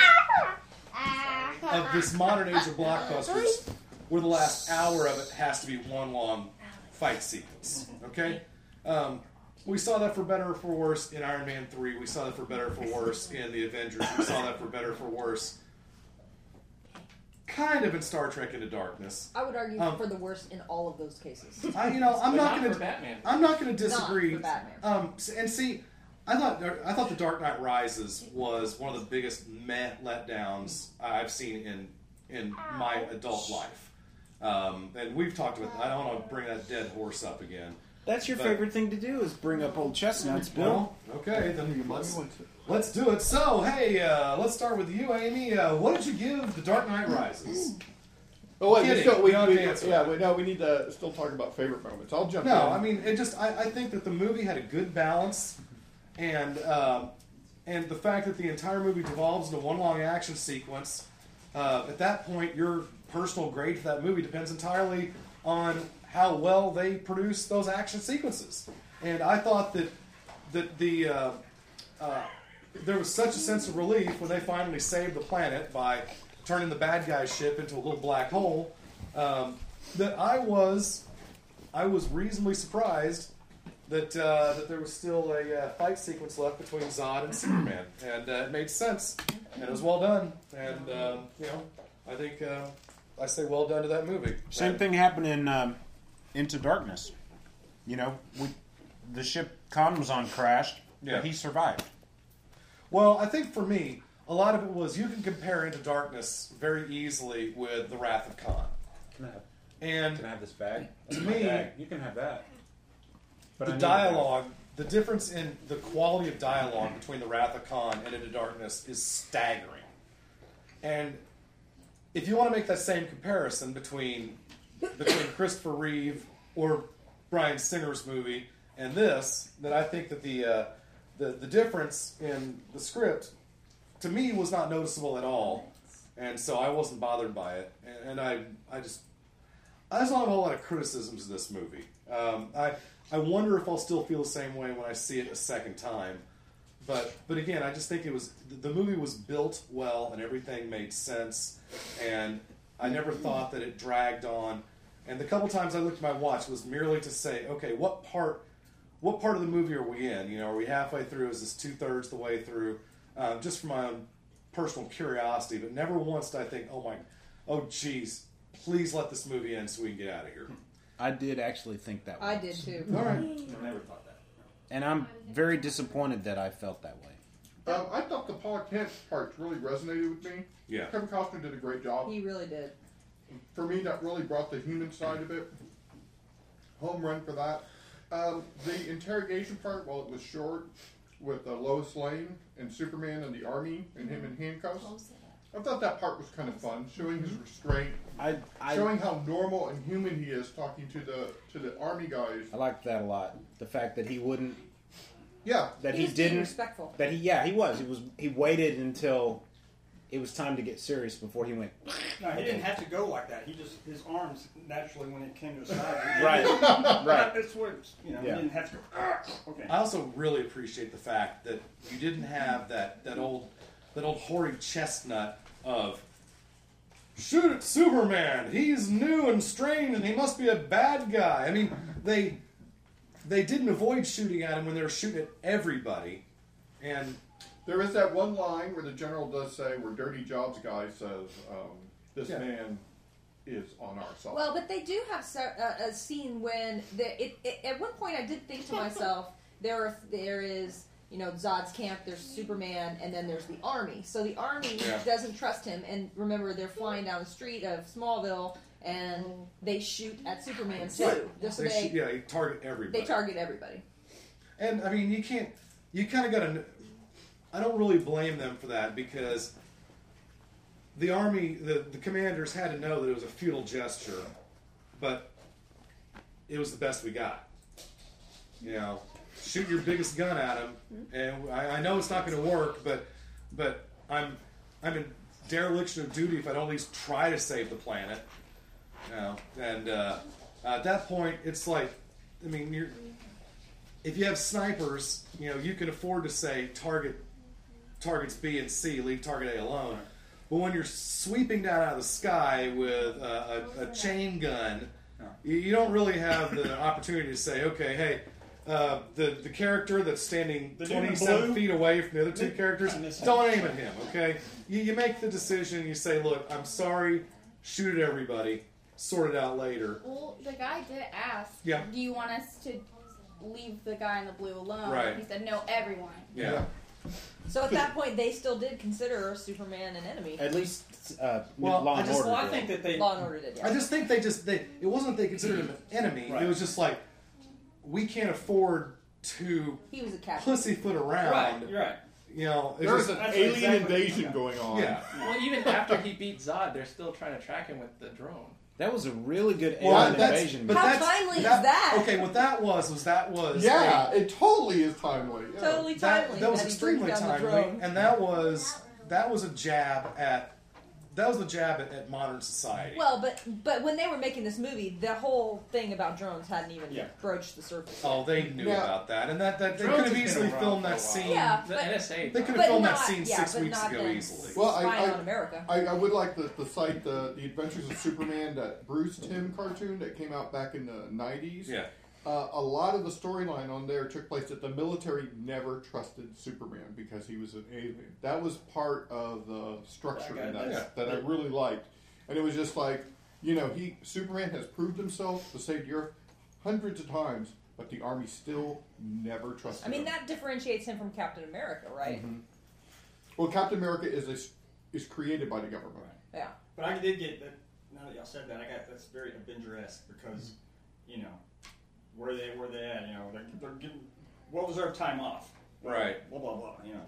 [SPEAKER 3] of this modern age of blockbusters, where the last hour of it has to be one long fight sequence. Okay, um, we saw that for better or for worse in Iron Man three. We saw that for better or for worse in the Avengers. We saw that for better or for worse, kind of in Star Trek Into Darkness.
[SPEAKER 15] I would argue
[SPEAKER 3] Um,
[SPEAKER 15] for the worst in all of those cases.
[SPEAKER 3] (laughs) I, you know, I'm
[SPEAKER 15] But
[SPEAKER 3] not, gonna.
[SPEAKER 15] for Batman.
[SPEAKER 3] I'm not gonna
[SPEAKER 15] Not
[SPEAKER 3] disagree.
[SPEAKER 15] for Batman.
[SPEAKER 3] Um, s- and see, I thought uh, I thought the Dark Knight Rises was one of the biggest meh letdowns I've seen in in my adult life. Um, and we've talked about. I don't want to bring that dead horse up again.
[SPEAKER 11] That's your
[SPEAKER 3] But-
[SPEAKER 11] favorite thing to do is bring up old chestnuts, Bill.
[SPEAKER 3] Well, okay, then let's let's do it. So, hey, uh, let's start with you, Amy. Uh, what did you give The Dark Knight Rises?
[SPEAKER 12] Oh wait, we
[SPEAKER 3] Kidding.
[SPEAKER 12] still, we,
[SPEAKER 3] Don't
[SPEAKER 12] we,
[SPEAKER 3] dance with
[SPEAKER 12] yeah, we, no, we need to still talk about favorite moments. I'll jump.
[SPEAKER 3] No,
[SPEAKER 12] in.
[SPEAKER 3] I mean it just. I, I think that the movie had a good balance, and um, and the fact that the entire movie devolves into one long action sequence. Uh, at that point, your personal grade for that movie depends entirely on how well they produce those action sequences. And I thought that that the uh, uh, there was such a sense of relief when they finally saved the planet by turning the bad guy's ship into a little black hole um, that I was I was reasonably surprised that uh, that there was still a uh, fight sequence left between Zod and Superman, and uh, it made sense, and it was well done, and um, you know I think uh, I say well done to that movie.
[SPEAKER 22] Same thing happened in um, Into Darkness. You know, we, the ship Khan was on crashed,
[SPEAKER 3] Yeah.
[SPEAKER 22] but he survived.
[SPEAKER 3] Well, I think for me, a lot of it was you can compare Into Darkness very easily with The Wrath of Khan.
[SPEAKER 21] Can I have,
[SPEAKER 3] And
[SPEAKER 21] can I have this bag?
[SPEAKER 3] to
[SPEAKER 21] That's my
[SPEAKER 3] me-
[SPEAKER 21] bag. you can have that. But I
[SPEAKER 3] the
[SPEAKER 21] need
[SPEAKER 3] dialogue, the difference in the quality of dialogue between The Wrath of Khan and Into Darkness is staggering. And if you want to make that same comparison between between (coughs) Christopher Reeve or Brian Singer's movie and this, then I think that the uh, the the difference in the script to me was not noticeable at all, and so I wasn't bothered by it. And, and I I just I just don't have a whole lot of criticisms of this movie. Um, I I wonder if I'll still feel the same way when I see it a second time. But but again, I just think it was th- the movie was built well and everything made sense, and I never thought that it dragged on. And the couple times I looked at my watch was merely to say, okay, what part what part of the movie are we in? You know, are we halfway through? Is this two thirds the way through? Uh, just for my own personal curiosity, but never once did I think, oh my, oh geez, please let this movie end so we can get out of here.
[SPEAKER 11] I did actually think that way,
[SPEAKER 15] I did too.
[SPEAKER 3] All right.
[SPEAKER 21] I never thought that.
[SPEAKER 11] and I'm very disappointed that I felt that way.
[SPEAKER 12] Um, I thought the politics parts really resonated with me.
[SPEAKER 11] Yeah.
[SPEAKER 12] Kevin Costner did a great job.
[SPEAKER 15] He really did.
[SPEAKER 12] For me, that really brought the human side of it. Home run for that. Um, the interrogation part, while it was short, with uh, Lois Lane and Superman and the army and him in
[SPEAKER 15] Mm-hmm.
[SPEAKER 12] handcuffs, I thought that part was kind of fun, showing his restraint,
[SPEAKER 11] I, I
[SPEAKER 12] showing how normal and human he is talking to the to the army guys.
[SPEAKER 11] I liked that a lot. The fact that he wouldn't.
[SPEAKER 12] Yeah.
[SPEAKER 11] That
[SPEAKER 12] He
[SPEAKER 11] he,
[SPEAKER 12] was being
[SPEAKER 11] didn't.
[SPEAKER 12] respectful.
[SPEAKER 11] That he yeah he was he was he waited until it was time to get serious before he went.
[SPEAKER 23] No, he didn't have to go like that. He just his arms naturally when it came to his side.
[SPEAKER 11] Right. Right.
[SPEAKER 23] That's what it's- you know.
[SPEAKER 3] Yeah.
[SPEAKER 23] He didn't have to go. "Ah." Okay.
[SPEAKER 3] I also really appreciate the fact that you didn't have that, that old that old hoary chestnut of shoot at Superman. He's new and strange, and he must be a bad guy. I mean, they they didn't avoid shooting at him when they were shooting at everybody, and
[SPEAKER 12] There is that one line where the general does say, where Dirty Jobs guy says, um, "This man is on our side."
[SPEAKER 15] Well, but they do have se- a, a scene when the, it, it, at one point I did think to myself, there are, there is you know Zod's camp, there's Superman, and then there's the army. So the army
[SPEAKER 16] Yeah.
[SPEAKER 15] doesn't trust him, and remember they're flying down the street of Smallville, and they shoot at Superman too.
[SPEAKER 3] Right.
[SPEAKER 15] Just
[SPEAKER 3] They
[SPEAKER 15] they,
[SPEAKER 3] shoot- yeah, they target everybody.
[SPEAKER 15] they target everybody.
[SPEAKER 3] And I mean, you can't. You kind of got to. I don't really blame them for that because the army, the, the commanders had to know that it was a futile gesture, but it was the best we got. You know, shoot your biggest gun at them, and I, I know it's not going to work, but but I'm I'm in dereliction of duty if I don't at least try to save the planet. You know, and uh, at that point, it's like, I mean, you're, if you have snipers, you know, you can afford to say target targets B and C, leave target A alone. But when you're sweeping down out of the sky with a, a, a chain gun, you, you don't really have the (laughs) opportunity to say, okay, hey, uh, the the character that's standing
[SPEAKER 12] The dude in
[SPEAKER 3] 27
[SPEAKER 12] blue?
[SPEAKER 3] feet away from the other two
[SPEAKER 12] Dude,
[SPEAKER 3] characters,
[SPEAKER 12] I missed
[SPEAKER 3] don't
[SPEAKER 12] that.
[SPEAKER 3] aim at him. Okay, you, you make the decision. You say, look, I'm sorry, shoot at everybody, sort it out later.
[SPEAKER 14] Well, the guy did ask.
[SPEAKER 3] Yeah.
[SPEAKER 14] Do you want us to leave the guy in the blue alone?
[SPEAKER 3] Right.
[SPEAKER 14] He said no, everyone.
[SPEAKER 3] Yeah.
[SPEAKER 15] So at that point, they still did consider Superman an enemy.
[SPEAKER 11] At least uh,
[SPEAKER 3] Well,
[SPEAKER 11] Law
[SPEAKER 3] I
[SPEAKER 11] and
[SPEAKER 3] just-
[SPEAKER 11] Order.
[SPEAKER 3] well, I
[SPEAKER 11] did.
[SPEAKER 3] think that they-
[SPEAKER 15] Law and Order did. Yeah.
[SPEAKER 3] I just think they just they it wasn't they considered him an enemy. It was just like we can't afford to
[SPEAKER 15] he was a captain.
[SPEAKER 3] pussyfoot around.
[SPEAKER 15] Right,
[SPEAKER 3] you're right. You know, it's
[SPEAKER 12] There's
[SPEAKER 3] just-
[SPEAKER 12] an alien invasion going on.
[SPEAKER 3] Yeah.
[SPEAKER 7] Well, even after he beat Zod, they're still trying to track him with the drone.
[SPEAKER 11] That was a really good
[SPEAKER 3] Well,
[SPEAKER 11] alien
[SPEAKER 3] that's-
[SPEAKER 11] invasion.
[SPEAKER 3] but
[SPEAKER 11] movie.
[SPEAKER 3] that's-
[SPEAKER 7] timely is
[SPEAKER 3] that- Okay, what that was was that was
[SPEAKER 12] Yeah,
[SPEAKER 3] a-
[SPEAKER 12] it totally is timely. yeah.
[SPEAKER 15] Totally
[SPEAKER 3] that,
[SPEAKER 15] timely.
[SPEAKER 3] that was
[SPEAKER 15] that he brings
[SPEAKER 3] extremely
[SPEAKER 15] down the
[SPEAKER 3] timely,
[SPEAKER 15] drone.
[SPEAKER 3] and that was that was a jab at that was a jab at, at modern society.
[SPEAKER 15] Well, but but when they were making this movie, the whole thing about drones hadn't even
[SPEAKER 3] Yeah.
[SPEAKER 15] broached the surface.
[SPEAKER 3] Oh, they knew
[SPEAKER 15] Yeah.
[SPEAKER 3] about that, and that, that they
[SPEAKER 7] Drones has
[SPEAKER 3] could have
[SPEAKER 7] been
[SPEAKER 3] easily
[SPEAKER 7] around
[SPEAKER 3] filmed
[SPEAKER 7] for a
[SPEAKER 3] that
[SPEAKER 7] while.
[SPEAKER 3] scene.
[SPEAKER 15] Yeah,
[SPEAKER 7] The
[SPEAKER 15] but-
[SPEAKER 7] NSA.
[SPEAKER 3] They could have
[SPEAKER 15] But
[SPEAKER 3] filmed that
[SPEAKER 15] not-
[SPEAKER 3] scene
[SPEAKER 15] yeah,
[SPEAKER 3] six
[SPEAKER 15] but
[SPEAKER 3] weeks
[SPEAKER 15] not
[SPEAKER 3] ago
[SPEAKER 15] been
[SPEAKER 3] easily.
[SPEAKER 12] Well, I,
[SPEAKER 15] Spying
[SPEAKER 12] I,
[SPEAKER 15] on America.
[SPEAKER 12] I, I would like the, the site, the, the Adventures of Superman, that Bruce Tim cartoon that came out back in the 90s.
[SPEAKER 3] Yeah.
[SPEAKER 12] Uh, a lot of the storyline on there took place that the military never trusted Superman because he was an alien. That was part of the structure
[SPEAKER 3] That guy,
[SPEAKER 12] in that,
[SPEAKER 3] yeah.
[SPEAKER 12] that I really liked. And it was just like, you know, he Superman has proved himself to save the Earth hundreds of times, but the army still never trusted
[SPEAKER 15] I mean,
[SPEAKER 12] him.
[SPEAKER 15] that differentiates him from Captain America, right?
[SPEAKER 3] Mm-hmm.
[SPEAKER 12] Mhm. Well, Captain America is a s is created by the government.
[SPEAKER 15] Yeah.
[SPEAKER 23] But I did get that. Now that y'all said that, I got that's very Avenger-esque because, you know, where they where they at? You know, they're, they're getting well-deserved time off.
[SPEAKER 3] Right.
[SPEAKER 23] Blah blah blah. You know.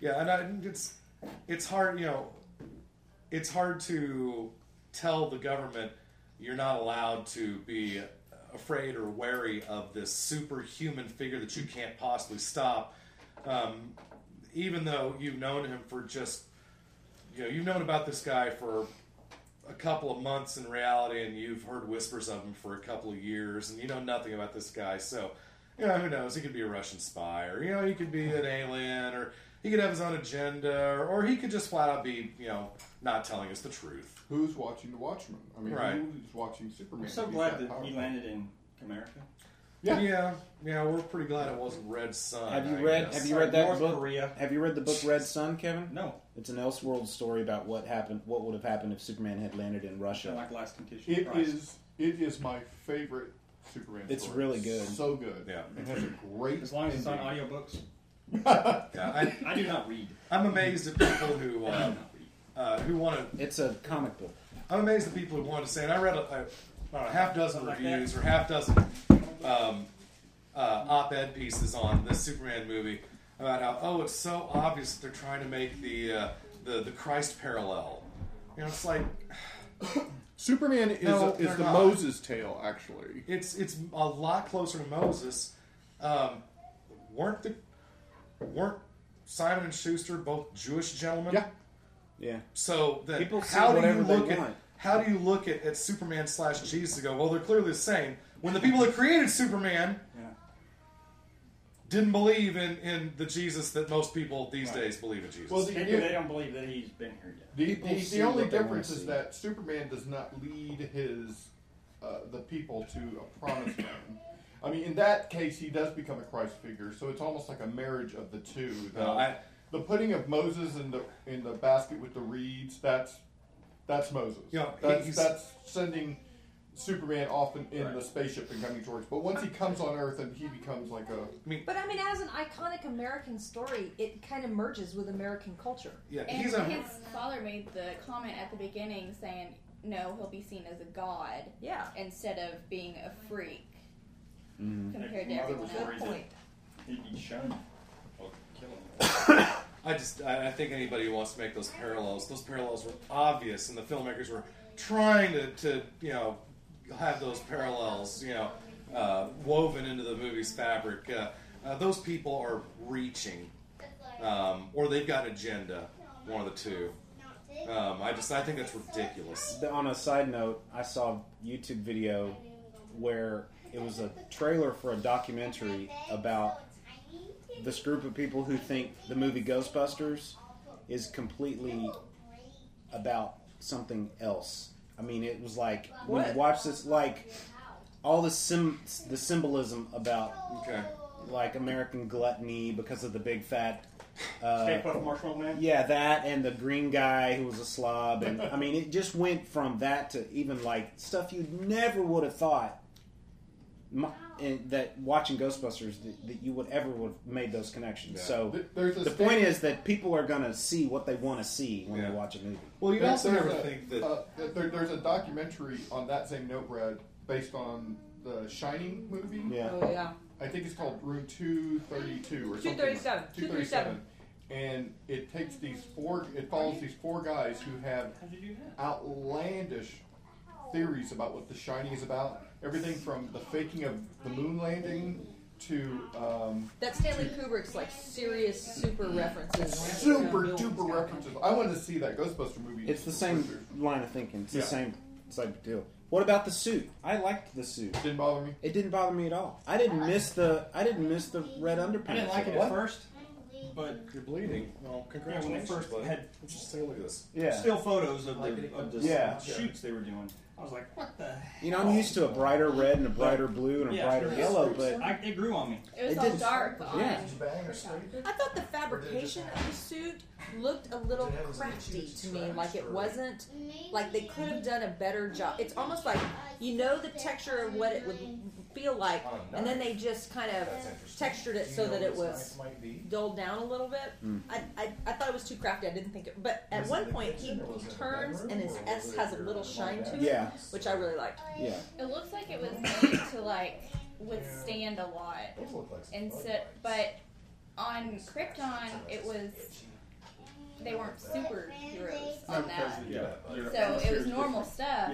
[SPEAKER 3] Yeah, and I, it's it's hard, you know, it's hard to tell the government you're not allowed to be afraid or wary of this superhuman figure that you can't possibly stop, um, even though you've known him for just, you know, you've known about this guy for a couple of months in reality, and you've heard whispers of him for a couple of years, and you know nothing about this guy. So, you know, who knows? He could be a Russian spy, or you know, he could be an alien, or he could have his own agenda, or, or he could just flat out be, you know, not telling us the truth.
[SPEAKER 12] Who's watching The Watchmen? I mean,
[SPEAKER 3] Right.
[SPEAKER 12] who's watching Superman?
[SPEAKER 23] I'm so
[SPEAKER 12] He's
[SPEAKER 23] glad that
[SPEAKER 12] powerful.
[SPEAKER 23] he landed in America.
[SPEAKER 12] Yeah.
[SPEAKER 3] yeah, yeah. We're pretty glad it wasn't Red Sun.
[SPEAKER 11] Have you
[SPEAKER 3] I
[SPEAKER 11] read?
[SPEAKER 3] guess.
[SPEAKER 11] Have you read that
[SPEAKER 23] North
[SPEAKER 11] book?
[SPEAKER 23] Korea.
[SPEAKER 11] Have you read the book Red Sun, Kevin?
[SPEAKER 23] No.
[SPEAKER 11] It's an Elseworld story about what happened. What would have happened if Superman had landed in Russia?
[SPEAKER 23] Like last condition.
[SPEAKER 12] It
[SPEAKER 23] Christ.
[SPEAKER 12] is. It is my favorite Superman.
[SPEAKER 11] It's
[SPEAKER 12] story.
[SPEAKER 11] really good.
[SPEAKER 12] So good.
[SPEAKER 3] Yeah.
[SPEAKER 12] It has a great.
[SPEAKER 23] As long as it's on
[SPEAKER 12] ending.
[SPEAKER 23] audiobooks.
[SPEAKER 3] Yeah, I,
[SPEAKER 23] I do not read.
[SPEAKER 3] I'm amazed at people who uh, uh, who want to.
[SPEAKER 11] It's a comic book.
[SPEAKER 3] I'm amazed at people who want to say. And I read a, a, I don't know, half dozen
[SPEAKER 23] Something like
[SPEAKER 3] reviews
[SPEAKER 23] that.
[SPEAKER 3] or half dozen um, uh, op-ed pieces on this Superman movie about how oh it's so obvious that they're trying to make the uh, the the Christ parallel. You know, it's like
[SPEAKER 12] (laughs) Superman is,
[SPEAKER 3] No,
[SPEAKER 12] is
[SPEAKER 3] they're
[SPEAKER 12] the
[SPEAKER 3] not.
[SPEAKER 12] Moses tale, actually.
[SPEAKER 3] it's it's a lot closer to Moses. Um, weren't the weren't Simon and Schuster both Jewish gentlemen?
[SPEAKER 12] Yeah.
[SPEAKER 11] Yeah.
[SPEAKER 3] So that
[SPEAKER 11] People see
[SPEAKER 3] how do you
[SPEAKER 11] whatever they
[SPEAKER 3] look at
[SPEAKER 11] want.
[SPEAKER 3] how do you look at, at Superman slash Jesus and go, well, they're clearly the same. When the people that created Superman
[SPEAKER 23] Yeah.
[SPEAKER 3] didn't believe in, in the Jesus that most people these days believe in Jesus.
[SPEAKER 12] Well, the-
[SPEAKER 23] Maybe they don't believe that he's been here yet.
[SPEAKER 12] The,
[SPEAKER 11] People
[SPEAKER 12] the,
[SPEAKER 11] see
[SPEAKER 12] the only
[SPEAKER 11] what they wanna
[SPEAKER 12] difference is
[SPEAKER 11] see.
[SPEAKER 12] that Superman does not lead his uh, the people to a promised land. I mean, in that case, he does become a Christ figure, so it's almost like a marriage of the two. The,
[SPEAKER 3] No, I-
[SPEAKER 12] the putting of Moses in the in the basket with the reeds that's that's Moses.
[SPEAKER 3] Yeah, he-
[SPEAKER 12] that's,
[SPEAKER 3] he's-
[SPEAKER 12] that's sending Superman off in, in
[SPEAKER 3] Right.
[SPEAKER 12] the spaceship and coming towards. But once he comes on Earth, and he becomes like a
[SPEAKER 15] But I mean, as an iconic American story, it kind of merges with American culture.
[SPEAKER 3] yeah,
[SPEAKER 14] And
[SPEAKER 3] he's a
[SPEAKER 14] his father made the comment at the beginning saying, "No, he'll be seen as a god
[SPEAKER 15] Yeah.
[SPEAKER 14] instead of being a freak."
[SPEAKER 11] Mm-hmm.
[SPEAKER 15] Compared to
[SPEAKER 23] If mother
[SPEAKER 15] everyone
[SPEAKER 23] was
[SPEAKER 15] else.
[SPEAKER 23] worried
[SPEAKER 15] Good
[SPEAKER 23] that
[SPEAKER 15] point.
[SPEAKER 23] He'd be shunned. Or kill him.
[SPEAKER 3] I just I, I think anybody who wants to make those parallels, those parallels were obvious, and the filmmakers were trying to, to you know have those parallels you know uh, woven into the movie's fabric. Uh, uh, those people are reaching, um, or they've got an agenda. One of the two. Um, I just I think that's ridiculous.
[SPEAKER 11] The- On a side note, I saw a YouTube video where it was a trailer for a documentary about this group of people who think the movie Ghostbusters is completely about something else. I mean, it was like when you
[SPEAKER 15] What?
[SPEAKER 11] watch this, like all the sim- the symbolism about like American gluttony because of the big fat. Uh,
[SPEAKER 23] Stay put, Marshmallow Man.
[SPEAKER 11] Yeah, that and the green guy who was a slob, and I mean, it just went from that to even like stuff you never would have thought. My, and that watching Ghostbusters that, that you would ever would have made those connections.
[SPEAKER 12] Yeah.
[SPEAKER 11] So
[SPEAKER 12] Th- there's a
[SPEAKER 11] the point
[SPEAKER 12] statement-
[SPEAKER 11] is that people are going to see what they want to see when they watch a movie.
[SPEAKER 12] There- there's a, uh, there, there's a documentary on that same note, Brad, based on the Shining movie.
[SPEAKER 11] Yeah.
[SPEAKER 15] Oh, yeah.
[SPEAKER 12] I think it's called Room Two Thirty Two or something.
[SPEAKER 15] 237. 237.
[SPEAKER 12] And it takes these four. It follows these four guys who have outlandish theories about what The Shining is about. Everything from the faking of the moon landing to um,
[SPEAKER 15] That Stanley Kubrick's like serious super references.
[SPEAKER 12] super duper references. I wanted to see that Ghostbuster movie.
[SPEAKER 11] It's the same line of thinking. It's
[SPEAKER 12] Yeah.
[SPEAKER 11] the same type of deal. What about the suit? I liked the suit. It
[SPEAKER 12] didn't bother me.
[SPEAKER 11] It didn't bother me at all. I didn't miss the. I didn't miss the red underpants.
[SPEAKER 3] I didn't like it at
[SPEAKER 11] What?
[SPEAKER 3] first, but you're bleeding. Well, congratulations.
[SPEAKER 23] Yeah, when they first
[SPEAKER 3] bud.
[SPEAKER 23] had-
[SPEAKER 3] just take a look at this.
[SPEAKER 11] Yeah.
[SPEAKER 23] Still photos of
[SPEAKER 3] Like
[SPEAKER 23] the,
[SPEAKER 3] it-
[SPEAKER 23] of the
[SPEAKER 11] Yeah.
[SPEAKER 23] shoots they were doing. I was like, what the
[SPEAKER 11] You know, I'm used to a brighter red and a brighter blue and a
[SPEAKER 23] Yeah,
[SPEAKER 11] brighter
[SPEAKER 23] it's-
[SPEAKER 11] yellow,
[SPEAKER 23] it's-
[SPEAKER 11] but
[SPEAKER 23] I, it grew on me.
[SPEAKER 15] It was
[SPEAKER 11] It
[SPEAKER 15] all
[SPEAKER 11] didn't-
[SPEAKER 15] dark. On.
[SPEAKER 11] yeah.
[SPEAKER 15] I thought the fabrication of the suit looked a little crafty to me. Like it wasn't like they could have done a better job. It's almost like you know the texture of what it would feel like, and then they just kind of textured it so that it was dulled down a little bit.
[SPEAKER 11] Mm.
[SPEAKER 15] I, I, I thought it was too crafty. I didn't think it. But at
[SPEAKER 11] Was it
[SPEAKER 15] one
[SPEAKER 11] the
[SPEAKER 15] point, he,
[SPEAKER 11] was
[SPEAKER 15] he
[SPEAKER 11] it the
[SPEAKER 15] turns and his S has a little shine to it,
[SPEAKER 11] Yeah.
[SPEAKER 15] which I really liked.
[SPEAKER 11] yeah.
[SPEAKER 14] It looks like it was made to like withstand a lot, and so, but on Krypton it was they weren't superheroes on that, so it was normal stuff,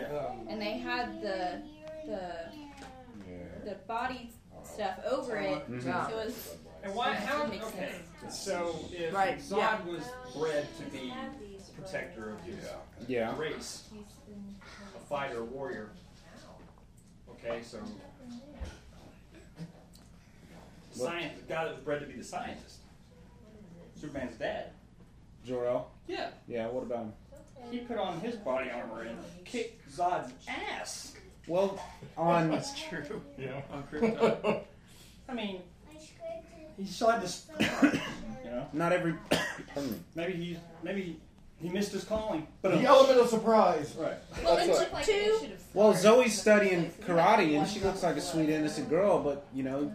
[SPEAKER 14] and they had the the the body stuff over it,
[SPEAKER 23] Mhm.
[SPEAKER 14] so it was.
[SPEAKER 23] And why?
[SPEAKER 14] it
[SPEAKER 23] How?
[SPEAKER 14] makes
[SPEAKER 23] Okay.
[SPEAKER 14] sense.
[SPEAKER 23] So if
[SPEAKER 15] Right,
[SPEAKER 23] Zod
[SPEAKER 15] yeah.
[SPEAKER 23] was bred to be protector of his
[SPEAKER 11] Yeah.
[SPEAKER 23] race, a fighter, a warrior. Okay, so science. The guy that was bred to be the scientist. Superman's dad.
[SPEAKER 11] Jor-El.
[SPEAKER 23] Yeah.
[SPEAKER 11] Yeah. What about him?
[SPEAKER 23] He put on his body armor and kicked Zod's ass.
[SPEAKER 11] Well, on
[SPEAKER 23] That's true.
[SPEAKER 12] Yeah.
[SPEAKER 23] On
[SPEAKER 12] (laughs)
[SPEAKER 23] Krypton. I mean, he still had this. you know.
[SPEAKER 11] not every. (coughs) pardon me.
[SPEAKER 23] Maybe he maybe he missed his calling. But
[SPEAKER 12] The element of surprise.
[SPEAKER 23] Right.
[SPEAKER 15] Well,
[SPEAKER 12] That's
[SPEAKER 15] and
[SPEAKER 12] what-
[SPEAKER 15] t- two,
[SPEAKER 11] Well, Zoe's studying karate and she looks like a sweet innocent girl, but you know,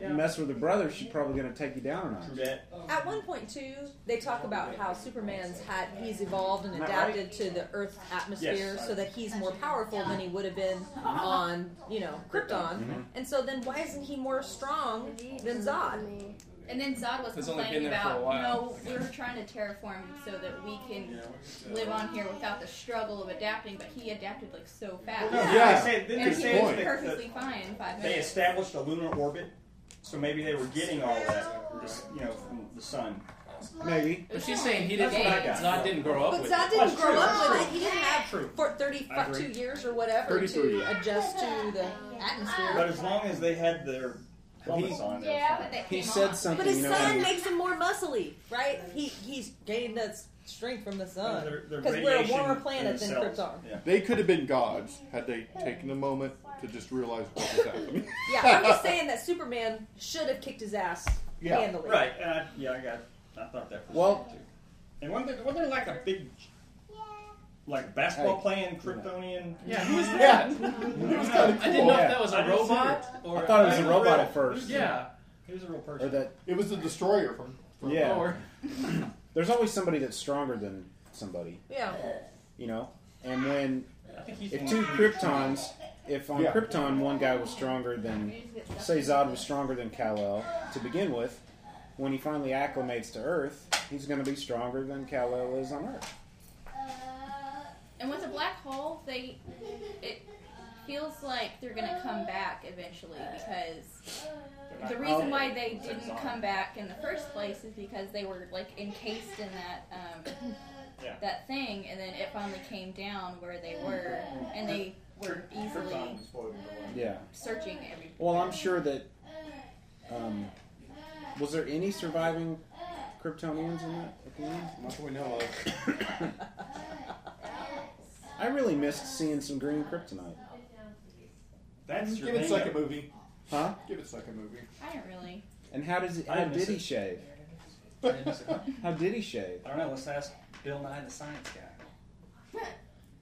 [SPEAKER 11] you mess with her brother, she's probably going to take you down
[SPEAKER 23] (laughs)
[SPEAKER 11] a notch.
[SPEAKER 15] At one point, too, they talk about how Superman's had he's evolved and
[SPEAKER 11] Am I
[SPEAKER 15] adapted to the Earth's atmosphere
[SPEAKER 11] Yes.
[SPEAKER 15] so that he's more powerful than he would have been on, you know, Krypton.
[SPEAKER 11] Mhm.
[SPEAKER 15] And so then, why isn't he more strong than Zod?
[SPEAKER 14] And then Zod was
[SPEAKER 15] It's only
[SPEAKER 14] complaining
[SPEAKER 15] been there for a
[SPEAKER 14] about,
[SPEAKER 15] while.
[SPEAKER 14] no, we were trying to terraform so that we can live on here without the struggle of adapting, but he adapted like so fast.
[SPEAKER 23] Well, no, Yeah. they say- they
[SPEAKER 14] and
[SPEAKER 23] say
[SPEAKER 14] he was
[SPEAKER 23] it's the-
[SPEAKER 14] perfectly fine in five
[SPEAKER 23] They
[SPEAKER 14] minutes.
[SPEAKER 23] established a lunar orbit, so maybe they were getting all that, just, you know, from the sun.
[SPEAKER 11] Maybe.
[SPEAKER 23] But
[SPEAKER 24] she's saying he didn't- Zod didn't grow
[SPEAKER 7] Oh,
[SPEAKER 15] But Zod didn't grow up with it. He didn't have
[SPEAKER 23] True.
[SPEAKER 15] for
[SPEAKER 23] I agree.
[SPEAKER 15] 32 years or whatever
[SPEAKER 23] 32,
[SPEAKER 15] to
[SPEAKER 23] yeah.
[SPEAKER 15] adjust to the
[SPEAKER 23] But
[SPEAKER 15] atmosphere.
[SPEAKER 23] as long as they had their helmets on, they were fine.
[SPEAKER 11] He said something.
[SPEAKER 15] But his
[SPEAKER 11] you know,
[SPEAKER 15] son
[SPEAKER 11] and-
[SPEAKER 15] makes him more muscly, right? He he's gained that s- strength from the sun
[SPEAKER 23] Their- their
[SPEAKER 15] because we're a
[SPEAKER 23] radiation
[SPEAKER 15] warmer
[SPEAKER 23] in
[SPEAKER 15] planet than
[SPEAKER 23] themselves.
[SPEAKER 15] Krypton.
[SPEAKER 12] They could have been gods had they taken a moment to just realize what was happening.
[SPEAKER 15] Yeah, I'm just saying that Superman should have kicked his ass
[SPEAKER 12] Yeah,
[SPEAKER 15] handily.
[SPEAKER 23] Right. And I, yeah, I got. I thought that. For
[SPEAKER 11] Well-
[SPEAKER 23] sure, too. and wasn't there, wasn't there like a big, like basketball
[SPEAKER 11] Hey.
[SPEAKER 23] playing Kryptonian?
[SPEAKER 24] Yeah, who is
[SPEAKER 11] (laughs)
[SPEAKER 24] that? I didn't know if that was a
[SPEAKER 23] I didn't see
[SPEAKER 24] robot
[SPEAKER 23] it.
[SPEAKER 24] or
[SPEAKER 11] I thought it was a robot at first.
[SPEAKER 24] Yeah.
[SPEAKER 23] He was a real person.
[SPEAKER 11] Or that.
[SPEAKER 12] (laughs) It was the destroyer from. from
[SPEAKER 11] Yeah.
[SPEAKER 12] Thor.
[SPEAKER 11] There's always somebody that's stronger than somebody.
[SPEAKER 14] Uh,
[SPEAKER 15] Yeah.
[SPEAKER 11] you know. And when
[SPEAKER 23] I think he's
[SPEAKER 11] if
[SPEAKER 23] the
[SPEAKER 11] two
[SPEAKER 23] one-
[SPEAKER 11] Kryptons if on
[SPEAKER 18] Yeah.
[SPEAKER 11] Krypton one guy was stronger than, say Zod was stronger than Kal El to begin with, when he finally acclimates to Earth, he's going to be stronger than Kal El is on Earth.
[SPEAKER 14] And with a black hole, they it feels like they're gonna come back eventually because the
[SPEAKER 23] Oh.
[SPEAKER 14] reason why they didn't come back in the first place is because they were like encased in that um,
[SPEAKER 23] Yeah.
[SPEAKER 14] that thing, and then it finally came down where they were, and they were easily
[SPEAKER 11] Yeah.
[SPEAKER 14] searching every.
[SPEAKER 11] Well, I'm sure that. Um, was there any surviving Kryptonians in that? At the end?
[SPEAKER 3] Not that we know
[SPEAKER 11] (coughs)
[SPEAKER 3] of.
[SPEAKER 11] I really missed seeing some green Kryptonite.
[SPEAKER 12] That's
[SPEAKER 11] your
[SPEAKER 12] Give it
[SPEAKER 11] thing.
[SPEAKER 12] second movie.
[SPEAKER 11] Huh?
[SPEAKER 12] Give it second movie.
[SPEAKER 14] I don't really.
[SPEAKER 11] And how does it,
[SPEAKER 12] I
[SPEAKER 11] how
[SPEAKER 12] didn't miss
[SPEAKER 11] did he
[SPEAKER 12] it.
[SPEAKER 11] shave?
[SPEAKER 23] (laughs) I
[SPEAKER 11] How did he shave?
[SPEAKER 23] don't know. Let's ask Bill Nye, the science guy.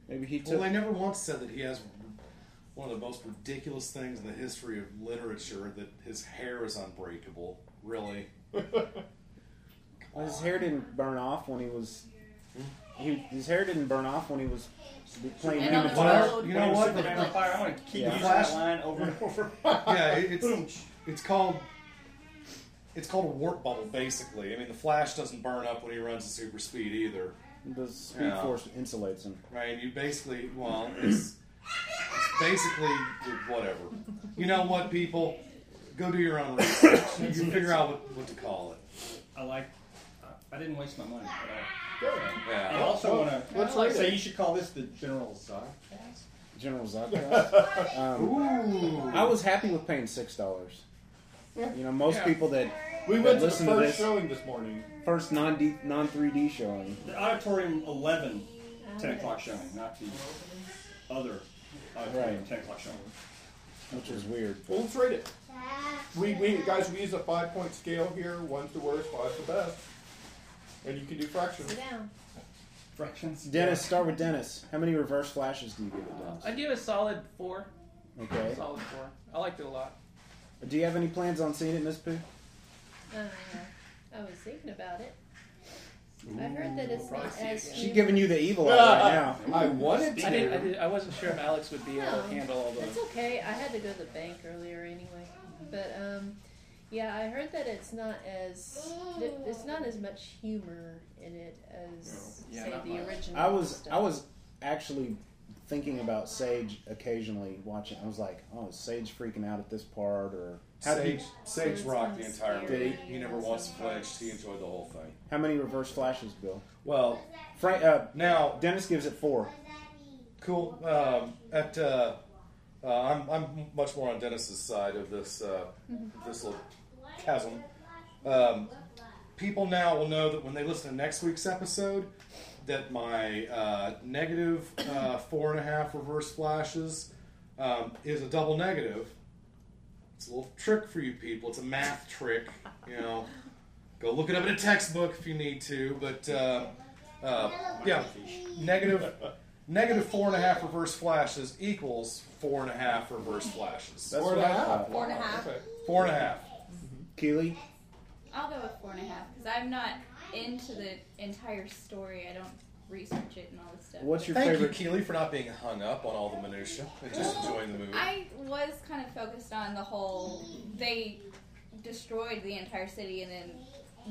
[SPEAKER 11] Maybe he took.
[SPEAKER 3] Well, I never once said that he has one of the most ridiculous things in the history of literature that his hair is unbreakable. Really?
[SPEAKER 11] Well, his hair didn't burn off when he was. He, his hair didn't burn off when he was playing
[SPEAKER 23] And
[SPEAKER 11] Man
[SPEAKER 23] on
[SPEAKER 11] of
[SPEAKER 23] the
[SPEAKER 11] Fire.
[SPEAKER 23] road. You know what? Man (laughs) of Fire, I'm gonna keep
[SPEAKER 11] Yeah.
[SPEAKER 23] using that line over and over.
[SPEAKER 3] (laughs) yeah, it- it's it's called it's called a warp bubble, basically. I mean, the Flash doesn't burn up when he runs at super speed either.
[SPEAKER 11] The Speed
[SPEAKER 3] Yeah.
[SPEAKER 11] Force insulates him.
[SPEAKER 3] Right, you basically, well, it's, it's basically whatever. You know what, people? Go do your own research. you figure out what, what to call it.
[SPEAKER 23] I like. uh, I didn't waste my money. But
[SPEAKER 12] Good.
[SPEAKER 23] I,
[SPEAKER 3] Yeah.
[SPEAKER 11] Oh,
[SPEAKER 23] I also
[SPEAKER 12] Well,
[SPEAKER 23] want to.
[SPEAKER 12] let's like
[SPEAKER 23] so
[SPEAKER 12] it.
[SPEAKER 23] you should call this the General Zod.
[SPEAKER 11] General
[SPEAKER 12] (laughs)
[SPEAKER 11] Zod. um, I was happy with paying six dollars. You know, most
[SPEAKER 12] Yeah.
[SPEAKER 11] people that
[SPEAKER 12] (laughs) We
[SPEAKER 11] that
[SPEAKER 12] went to the
[SPEAKER 11] listen
[SPEAKER 12] first
[SPEAKER 11] this
[SPEAKER 12] showing this morning.
[SPEAKER 11] first non D non three D showing.
[SPEAKER 23] The auditorium 11, 10 o'clock showing, not the other auditorium 10 o'clock showing.
[SPEAKER 11] Which is weird.
[SPEAKER 12] Well, let's rate it. We, we guys, we use a five point scale here. One's the worst, five's the best. And you can do fractions.
[SPEAKER 17] down.
[SPEAKER 23] Fractions.
[SPEAKER 11] Dennis, start with Dennis. How many reverse flashes do you give it, Dennis?
[SPEAKER 7] I give it a solid four.
[SPEAKER 11] Okay.
[SPEAKER 7] Solid four. I liked it a lot.
[SPEAKER 11] Do you have any plans on seeing it, Miss Pooh?
[SPEAKER 17] Uh, I was thinking about it. I heard that it's not as.
[SPEAKER 11] She's giving you the evil
[SPEAKER 12] (laughs)
[SPEAKER 11] eye right now.
[SPEAKER 12] I wanted
[SPEAKER 7] I, did, I, did, I wasn't sure if Alex would be able
[SPEAKER 17] No.
[SPEAKER 7] to handle all
[SPEAKER 17] That's
[SPEAKER 7] those.
[SPEAKER 17] okay. I had to go to the bank earlier anyway. But um, yeah, I heard that it's not as th- it's not as much humor in it as
[SPEAKER 7] Yeah,
[SPEAKER 17] say
[SPEAKER 7] not
[SPEAKER 17] the
[SPEAKER 7] much.
[SPEAKER 17] original.
[SPEAKER 11] I was
[SPEAKER 17] stuff.
[SPEAKER 11] I was actually thinking about Sage occasionally watching. I was like, oh, is Sage freaking out at this part or how did
[SPEAKER 3] Sage,
[SPEAKER 11] he,
[SPEAKER 3] Sage rocked the entire
[SPEAKER 11] Did he?
[SPEAKER 3] movie. He never once flinched. He enjoyed the whole thing.
[SPEAKER 11] how many reverse flashes, Bill?
[SPEAKER 3] Well,
[SPEAKER 11] Frank, uh,
[SPEAKER 3] now
[SPEAKER 11] Dennis gives it four.
[SPEAKER 3] cool. Um, at uh, uh, I'm, I'm much more on Dennis's side of this uh, this little chasm. Um, people now will know that when they listen to next week's episode, that my uh, negative uh, four and a half reverse flashes um, is a double negative. It's a little trick for you people. It's a math trick, you know. Go look it up in a textbook if you need to, but uh, uh, yeah, negative negative four and a half reverse flashes equals four and a half reverse flashes.
[SPEAKER 11] That's what I thought.
[SPEAKER 14] Four and a half.
[SPEAKER 3] Four and a half.
[SPEAKER 11] Keely,
[SPEAKER 14] I'll go with four and a half because I'm not into the entire story. I don't research it and all this stuff.
[SPEAKER 11] What's your
[SPEAKER 3] Thank
[SPEAKER 11] favorite-
[SPEAKER 3] you, Keely, for not being hung up on all the minutia and just enjoying the movie.
[SPEAKER 14] I was kind of focused on the whole they destroyed the entire city and then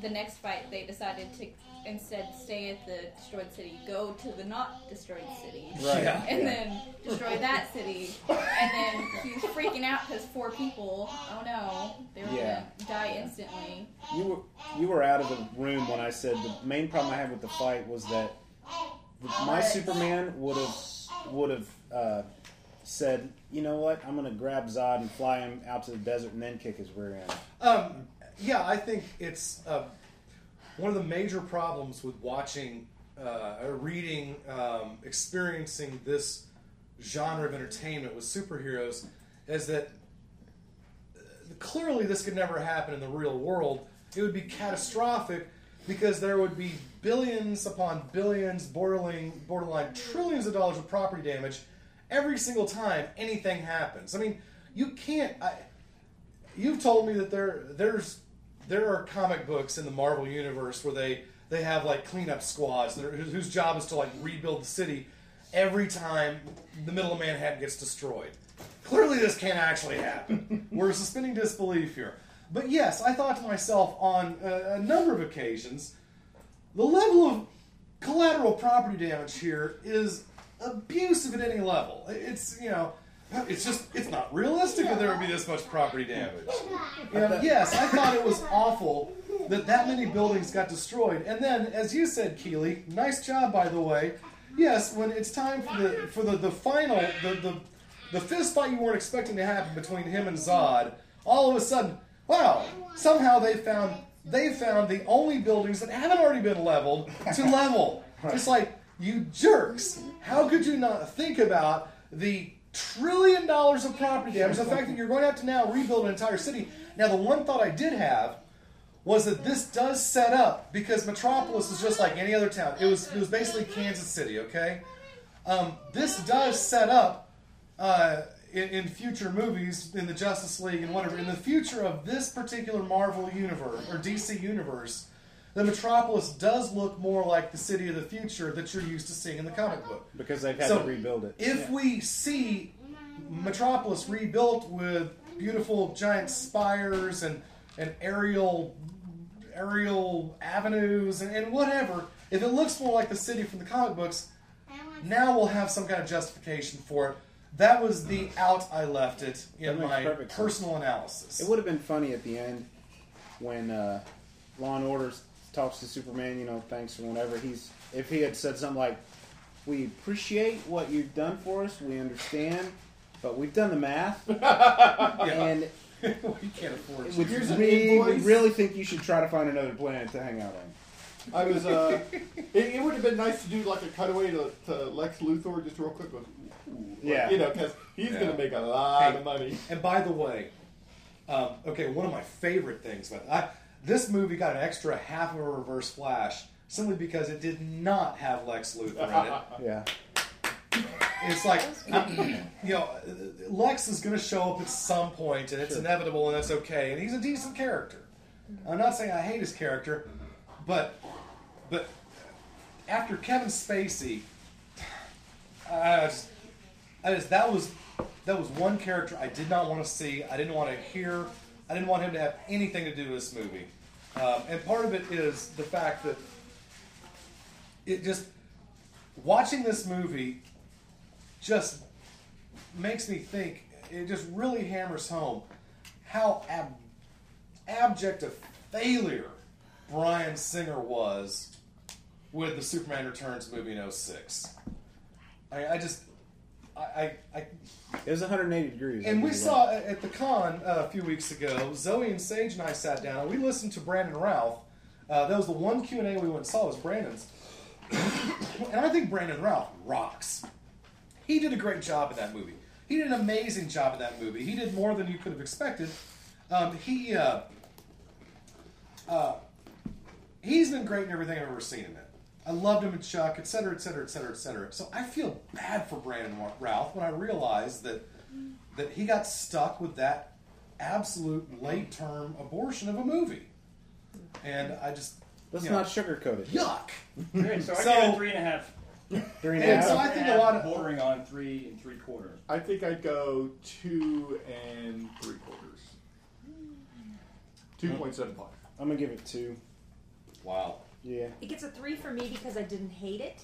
[SPEAKER 14] the next fight they decided to instead stay at the destroyed city, go to the not destroyed city.
[SPEAKER 9] Right. Yeah.
[SPEAKER 14] And then destroy that city. And then he was freaking out because four people, oh no, they were
[SPEAKER 11] Yeah.
[SPEAKER 14] gonna die instantly.
[SPEAKER 11] you were you were out of the room when I said the main problem I had with the fight was that the, my Superman would have would have uh, said, you know what, I'm gonna grab Zod and fly him out to the desert and then kick his rear end.
[SPEAKER 3] Um, yeah, I think it's uh, one of the major problems with watching, uh, or reading, um, experiencing this genre of entertainment with superheroes is that uh, clearly this could never happen in the real world. It would be catastrophic because there would be billions upon billions, borderline, borderline trillions of dollars of property damage every single time anything happens. I mean, you can't. I, you've told me that there there's there are comic books in the Marvel universe where they they have like cleanup squads that are, whose whose job is to like rebuild the city, every time the middle of Manhattan gets destroyed. Clearly, this can't actually happen. We're suspending disbelief here. But yes, I thought to myself on uh, a, a number of occasions, the level of collateral property damage here is abusive at any level. It's you know, it's just it's not realistic that there would be this much property damage. You know, yes, I thought it was awful that that many buildings got destroyed. And then, as you said, Keeley, nice job by the way. Yes, when it's time for the for the, the final the, the the fist fight you weren't expecting to happen between him and Zod, all of a sudden, wow! Somehow they found they found the only buildings that haven't already been leveled to level. Just like you jerks, how could you not think about the trillion dollars of property damage? The fact that you're going to have to now rebuild an entire city. Now, the one thought I did have was that this does set up because Metropolis is just like any other town. It was it was basically Kansas City, okay? Um, this does set up uh, in, in future movies, in the Justice League and whatever, in the future of this particular Marvel universe or DC universe, the Metropolis does look more like the city of the future that you're used to seeing in the comic book.
[SPEAKER 11] Because they've had
[SPEAKER 3] So,
[SPEAKER 11] to rebuild it.
[SPEAKER 3] If we see Metropolis rebuilt with beautiful giant spires and, and aerial aerial avenues and, and whatever, if it looks more like the city from the comic books, now we'll have some kind of justification for it. That was the out I left it in
[SPEAKER 11] That makes
[SPEAKER 3] my
[SPEAKER 11] perfect sense.
[SPEAKER 3] personal analysis.
[SPEAKER 11] It would have been funny at the end when uh, Law and Order talks to Superman. You know, thanks or whatever. He's if he had said something like, "We appreciate what you've done for us. We understand, but we've done the math,
[SPEAKER 3] (laughs)
[SPEAKER 11] and
[SPEAKER 3] we can't afford
[SPEAKER 11] it
[SPEAKER 3] to.
[SPEAKER 11] would
[SPEAKER 3] Here's an
[SPEAKER 11] me, we
[SPEAKER 3] invoice.
[SPEAKER 11] really think you should try to find another planet to hang out on."
[SPEAKER 12] I was. Uh, it, it would have been nice to do like a cutaway to, to Lex Luthor just real quick. With, ooh,
[SPEAKER 3] Yeah.
[SPEAKER 12] like, you know, because he's
[SPEAKER 3] Yeah.
[SPEAKER 12] gonna make a lot
[SPEAKER 3] Hey,
[SPEAKER 12] of money.
[SPEAKER 3] And by the way, um, okay, one of my favorite things about I, this movie got an extra half of a reverse flash simply because it did not have Lex Luthor in it.
[SPEAKER 11] yeah.
[SPEAKER 3] It's like, you know, Lex is going to show up at some point, and it's inevitable, and that's okay. And he's a decent character. I'm not saying I hate his character, but but after Kevin Spacey, I just, I just that was that was one character I did not want to see. I didn't want to hear. I didn't want him to have anything to do with this movie. Um, and part of it is the fact that it just watching this movie just makes me think. It just really hammers home how ab- abject a failure Brian Singer was with the Superman Returns movie in 06. I, I just, I, I, I
[SPEAKER 11] It was 180 degrees.
[SPEAKER 3] and we saw a- at the con uh, a few weeks ago. Zoe and Sage and I sat down. and We listened to Brandon Ralph. Uh, that was the one Q and A we went and saw was Brandon's, (coughs) and I think Brandon Ralph rocks. He did a great job in that movie. He did an amazing job in that movie. He did more than you could have expected. Um, he uh, uh, he's been great in everything I've ever seen him in. I loved him in Chuck, et cetera, et cetera, et cetera, et cetera. So I feel bad for Brandon Wa- Ralph when I realize that that he got stuck with that absolute late term abortion of a movie. And I just
[SPEAKER 11] Let's
[SPEAKER 3] you know,
[SPEAKER 11] not sugarcoat it.
[SPEAKER 3] yuck.
[SPEAKER 11] (laughs)
[SPEAKER 13] Great, so,
[SPEAKER 3] So-
[SPEAKER 13] I gave it three and a half.
[SPEAKER 11] Three
[SPEAKER 3] and a half. so I
[SPEAKER 13] Three
[SPEAKER 3] think
[SPEAKER 13] and
[SPEAKER 3] a lot
[SPEAKER 13] half,
[SPEAKER 3] of-
[SPEAKER 13] bordering on three and three quarter.
[SPEAKER 12] I think I'd go two and three quarters. Two point seven
[SPEAKER 15] (laughs)
[SPEAKER 12] five.
[SPEAKER 11] I'm gonna give it two.
[SPEAKER 3] Wow.
[SPEAKER 11] Yeah.
[SPEAKER 15] It gets a three for me because I didn't hate it.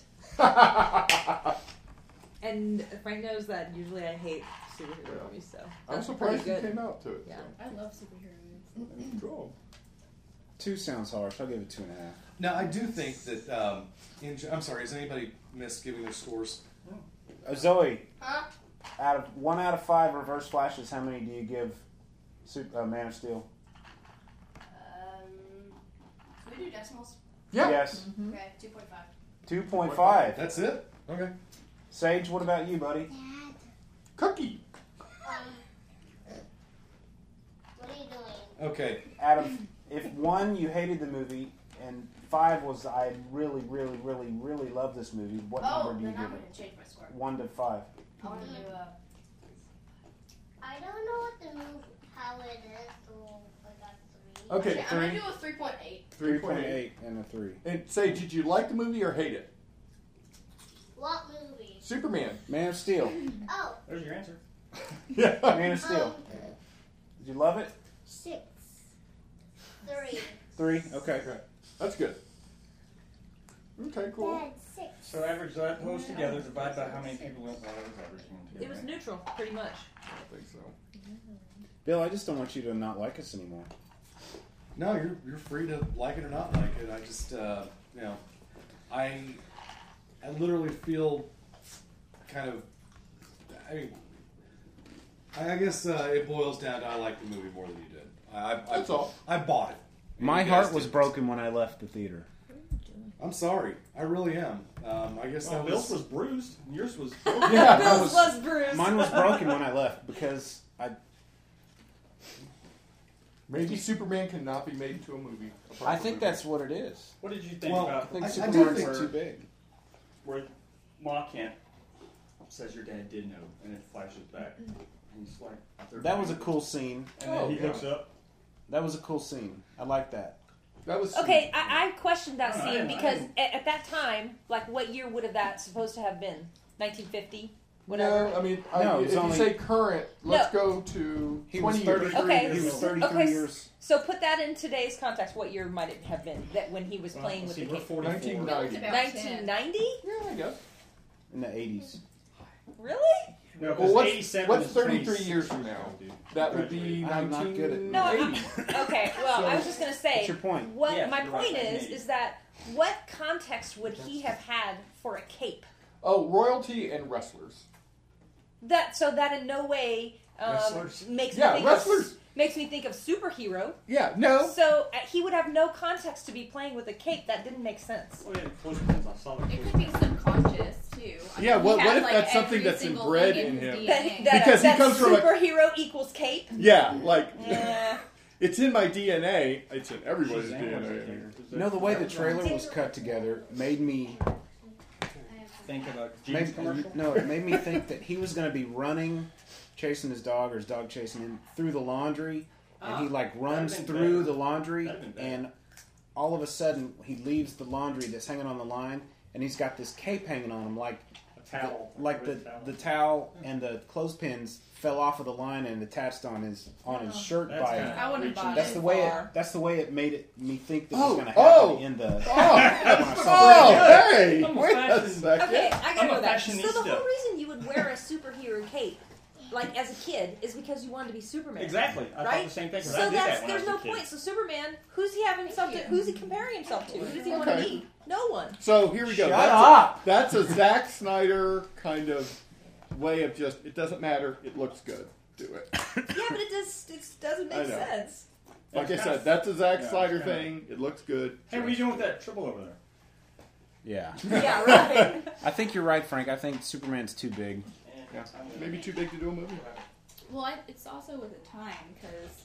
[SPEAKER 15] and Frank knows that usually I hate superhero movies, so
[SPEAKER 12] I'm
[SPEAKER 15] that's
[SPEAKER 12] surprised you
[SPEAKER 15] pretty good.
[SPEAKER 12] came out to it.
[SPEAKER 15] Yeah.
[SPEAKER 17] I love superhero movies.
[SPEAKER 12] Cool.
[SPEAKER 11] Two sounds harsh. I'll give it two and a half.
[SPEAKER 3] Now I do think that um, in, I'm sorry, has anybody missed giving their scores?
[SPEAKER 11] Uh, Zoe, out of one out of five reverse flashes, how many do you give Sup- uh, Man of Steel?
[SPEAKER 14] Um, can we do decimals?
[SPEAKER 11] Yeah. Yes.
[SPEAKER 15] Mm-hmm. Hmm?
[SPEAKER 14] Okay, 2.5.
[SPEAKER 11] Two point five.
[SPEAKER 3] That's it. Okay.
[SPEAKER 11] Sage, what about you, buddy?
[SPEAKER 12] Cookie.
[SPEAKER 3] Okay.
[SPEAKER 11] Out of if one you hated the movie and five was I really, really, really, really love this movie, what
[SPEAKER 14] oh,
[SPEAKER 11] number do you
[SPEAKER 14] then I'm
[SPEAKER 11] give
[SPEAKER 14] going
[SPEAKER 11] it?
[SPEAKER 14] to change my score.
[SPEAKER 11] One to five.
[SPEAKER 14] I want to do a.
[SPEAKER 25] I don't know what the move, how it is, so I got three.
[SPEAKER 12] Okay,
[SPEAKER 14] I'm going to
[SPEAKER 12] three.
[SPEAKER 14] do a 3.8.
[SPEAKER 12] Three point eight.
[SPEAKER 11] and a three.
[SPEAKER 12] And say, did you like the movie or hate it?
[SPEAKER 25] What movie?
[SPEAKER 12] Superman.
[SPEAKER 11] Man of Steel.
[SPEAKER 25] Oh, um,
[SPEAKER 23] There's your answer.
[SPEAKER 11] yeah. (laughs) Man of Steel. Did you love it?
[SPEAKER 25] six, three.
[SPEAKER 15] (laughs)
[SPEAKER 11] Three. Okay.
[SPEAKER 12] That's good. Okay,
[SPEAKER 25] Dad, six.
[SPEAKER 23] So average that those together, divide by how many people went. Well, that was averaging
[SPEAKER 15] It was neutral, pretty much.
[SPEAKER 23] I think so.
[SPEAKER 11] Bill, I just don't want you to not like us anymore.
[SPEAKER 3] No, you're, you're free to like it or not like it. I just, uh, you know, I, I literally feel kind of, I mean, I I guess uh, it boils down to I like the movie more than you did. I, I,
[SPEAKER 12] That's
[SPEAKER 3] I,
[SPEAKER 12] all.
[SPEAKER 3] I bought it.
[SPEAKER 22] My
[SPEAKER 3] You guys
[SPEAKER 22] heart was
[SPEAKER 3] didn't.
[SPEAKER 22] broken when I left the theater.
[SPEAKER 3] I'm sorry. I really am. Um, I guess
[SPEAKER 23] Well,
[SPEAKER 3] that
[SPEAKER 23] Bill's
[SPEAKER 3] was,
[SPEAKER 23] was bruised. Yours (laughs) was.
[SPEAKER 11] Yeah,
[SPEAKER 22] Bill's
[SPEAKER 11] I was-
[SPEAKER 15] was bruised.
[SPEAKER 11] Mine was broken when I left because I
[SPEAKER 12] Maybe Superman cannot be made into a movie. A
[SPEAKER 11] I think that's what it is.
[SPEAKER 23] What did you think
[SPEAKER 11] Well,
[SPEAKER 23] about?
[SPEAKER 11] I think
[SPEAKER 23] I- I do
[SPEAKER 11] Superman's
[SPEAKER 23] think-
[SPEAKER 11] too big.
[SPEAKER 23] Where Ma Kent says your dad did know, and it flashes back.
[SPEAKER 15] Mm-hmm.
[SPEAKER 23] And he's like, they're
[SPEAKER 11] That was a
[SPEAKER 23] fine.
[SPEAKER 11] cool scene.
[SPEAKER 13] Oh,
[SPEAKER 23] And then he looks up.
[SPEAKER 11] That was a cool scene. I like that.
[SPEAKER 12] That was
[SPEAKER 15] Okay, I, I questioned that
[SPEAKER 11] No, I
[SPEAKER 15] scene
[SPEAKER 11] didn't- I
[SPEAKER 15] because
[SPEAKER 11] didn't-
[SPEAKER 15] at, at that time, like, what year would have that supposed to have been? 1950, whatever.
[SPEAKER 12] No, I mean, I,
[SPEAKER 11] No,
[SPEAKER 12] if
[SPEAKER 11] it's only-
[SPEAKER 12] you say current, let's
[SPEAKER 15] No.
[SPEAKER 12] go to
[SPEAKER 11] He was
[SPEAKER 12] twenty years.
[SPEAKER 11] 33
[SPEAKER 15] Okay,
[SPEAKER 11] He was 33
[SPEAKER 15] okay,
[SPEAKER 11] years.
[SPEAKER 15] So put that in today's context. What year might it have been that when he was playing with
[SPEAKER 23] see,
[SPEAKER 15] the
[SPEAKER 23] we're
[SPEAKER 15] kid?
[SPEAKER 23] 44.
[SPEAKER 15] 1990?
[SPEAKER 12] Yeah, I guess.
[SPEAKER 11] In the 80s.
[SPEAKER 15] Really?
[SPEAKER 23] No,
[SPEAKER 12] Well,
[SPEAKER 23] because
[SPEAKER 12] what's-
[SPEAKER 23] 87
[SPEAKER 12] what's
[SPEAKER 23] is
[SPEAKER 12] 33
[SPEAKER 23] 26
[SPEAKER 12] years from now?
[SPEAKER 23] dude.
[SPEAKER 12] That would be
[SPEAKER 11] I'm not good at
[SPEAKER 12] 1980.
[SPEAKER 15] No, Okay, well, I was just gonna say.
[SPEAKER 11] What's your point?
[SPEAKER 15] What
[SPEAKER 11] Yeah,
[SPEAKER 15] my
[SPEAKER 11] you're right,
[SPEAKER 15] point
[SPEAKER 11] I
[SPEAKER 15] is
[SPEAKER 11] agree.
[SPEAKER 15] is that what context would he have had for a cape?
[SPEAKER 12] (laughs) Oh, royalty and wrestlers.
[SPEAKER 15] That so that in no way um,
[SPEAKER 12] Wrestlers.
[SPEAKER 15] makes
[SPEAKER 12] Yeah,
[SPEAKER 15] me think
[SPEAKER 12] wrestlers. Oh.
[SPEAKER 15] Of, makes me think of superhero.
[SPEAKER 12] Yeah, no.
[SPEAKER 15] So uh, he would have no context to be playing with a cape. That didn't make sense.
[SPEAKER 23] Oh,
[SPEAKER 14] It could be subconscious too. I
[SPEAKER 12] Yeah,
[SPEAKER 14] mean,
[SPEAKER 12] what-
[SPEAKER 14] he
[SPEAKER 12] what
[SPEAKER 14] has,
[SPEAKER 12] if
[SPEAKER 14] like,
[SPEAKER 12] that's something
[SPEAKER 14] every
[SPEAKER 12] that's
[SPEAKER 14] single
[SPEAKER 12] inbred
[SPEAKER 14] thing
[SPEAKER 12] in
[SPEAKER 14] his
[SPEAKER 12] him?
[SPEAKER 15] That,
[SPEAKER 14] DNA.
[SPEAKER 15] that,
[SPEAKER 12] Because he
[SPEAKER 15] that (laughs)
[SPEAKER 12] comes from a-
[SPEAKER 15] superhero equals cape.
[SPEAKER 12] Yeah, like
[SPEAKER 14] (laughs)
[SPEAKER 15] Uh,
[SPEAKER 12] it's in my DNA. It's in everybody's DNA.
[SPEAKER 11] You know, the way the trailer was cut together made me
[SPEAKER 23] Think of a jeans
[SPEAKER 11] made,
[SPEAKER 23] commercial.
[SPEAKER 11] no, it made me think that he was going to be running, chasing his dog or his dog chasing him through the laundry, and he
[SPEAKER 23] Ah,
[SPEAKER 11] like
[SPEAKER 23] that'd've
[SPEAKER 11] runs
[SPEAKER 23] been
[SPEAKER 11] through
[SPEAKER 23] better.
[SPEAKER 11] the laundry,
[SPEAKER 23] That'd've been better.
[SPEAKER 11] and all of a sudden he leaves the laundry that's hanging on the line, and he's got this cape hanging on him, like
[SPEAKER 23] A towel.
[SPEAKER 11] the, like the
[SPEAKER 23] Red towel.
[SPEAKER 11] the towel and the clothespins fell off of the line and attached on his on his shirt
[SPEAKER 23] Oh. That's
[SPEAKER 11] by.
[SPEAKER 23] kinda I wouldn't reaching. buy
[SPEAKER 11] That's
[SPEAKER 23] it.
[SPEAKER 11] the way it. That's the way it made it me think that was
[SPEAKER 23] Oh,
[SPEAKER 11] going to happen
[SPEAKER 23] oh,
[SPEAKER 11] in
[SPEAKER 23] (laughs)
[SPEAKER 11] the. when
[SPEAKER 12] (laughs)
[SPEAKER 11] I
[SPEAKER 23] oh, (laughs)
[SPEAKER 11] saw the trailer.
[SPEAKER 23] hey, wait a second.
[SPEAKER 15] Okay, I gotta
[SPEAKER 23] I'm a
[SPEAKER 15] know that. So
[SPEAKER 23] fashionista.
[SPEAKER 15] the whole reason you would wear a superhero cape, like as a kid, is because you wanted to be Superman.
[SPEAKER 23] Exactly. I thought
[SPEAKER 15] right?
[SPEAKER 23] the same thing, 'cause
[SPEAKER 15] So
[SPEAKER 23] I did that
[SPEAKER 15] that's
[SPEAKER 23] when I
[SPEAKER 15] there's
[SPEAKER 23] was a
[SPEAKER 15] no
[SPEAKER 23] kid.
[SPEAKER 15] point. So Superman, who's he having something? Who's he comparing himself to? Who does he want to
[SPEAKER 12] Okay.
[SPEAKER 15] be? No one.
[SPEAKER 12] So here we go.
[SPEAKER 15] Shut
[SPEAKER 12] that's
[SPEAKER 15] up.
[SPEAKER 12] A, that's a Zack Snyder kind of way of just it doesn't matter. It looks good. Do it.
[SPEAKER 15] Yeah, but it just it doesn't
[SPEAKER 12] I
[SPEAKER 15] make
[SPEAKER 12] know.
[SPEAKER 15] sense.
[SPEAKER 12] Like I
[SPEAKER 23] That's
[SPEAKER 12] said,
[SPEAKER 23] kinda-
[SPEAKER 12] that's a Zack
[SPEAKER 23] yeah,
[SPEAKER 12] Snyder
[SPEAKER 23] that's kinda-
[SPEAKER 12] thing. It looks good.
[SPEAKER 23] Hey, what are you doing with that triple over there?
[SPEAKER 11] Yeah.
[SPEAKER 15] Yeah, right.
[SPEAKER 11] I think you're right, Frank. I think Superman's too big.
[SPEAKER 12] Yeah. (laughs) Maybe too big to do a movie.
[SPEAKER 14] Well, I, it's also with the time because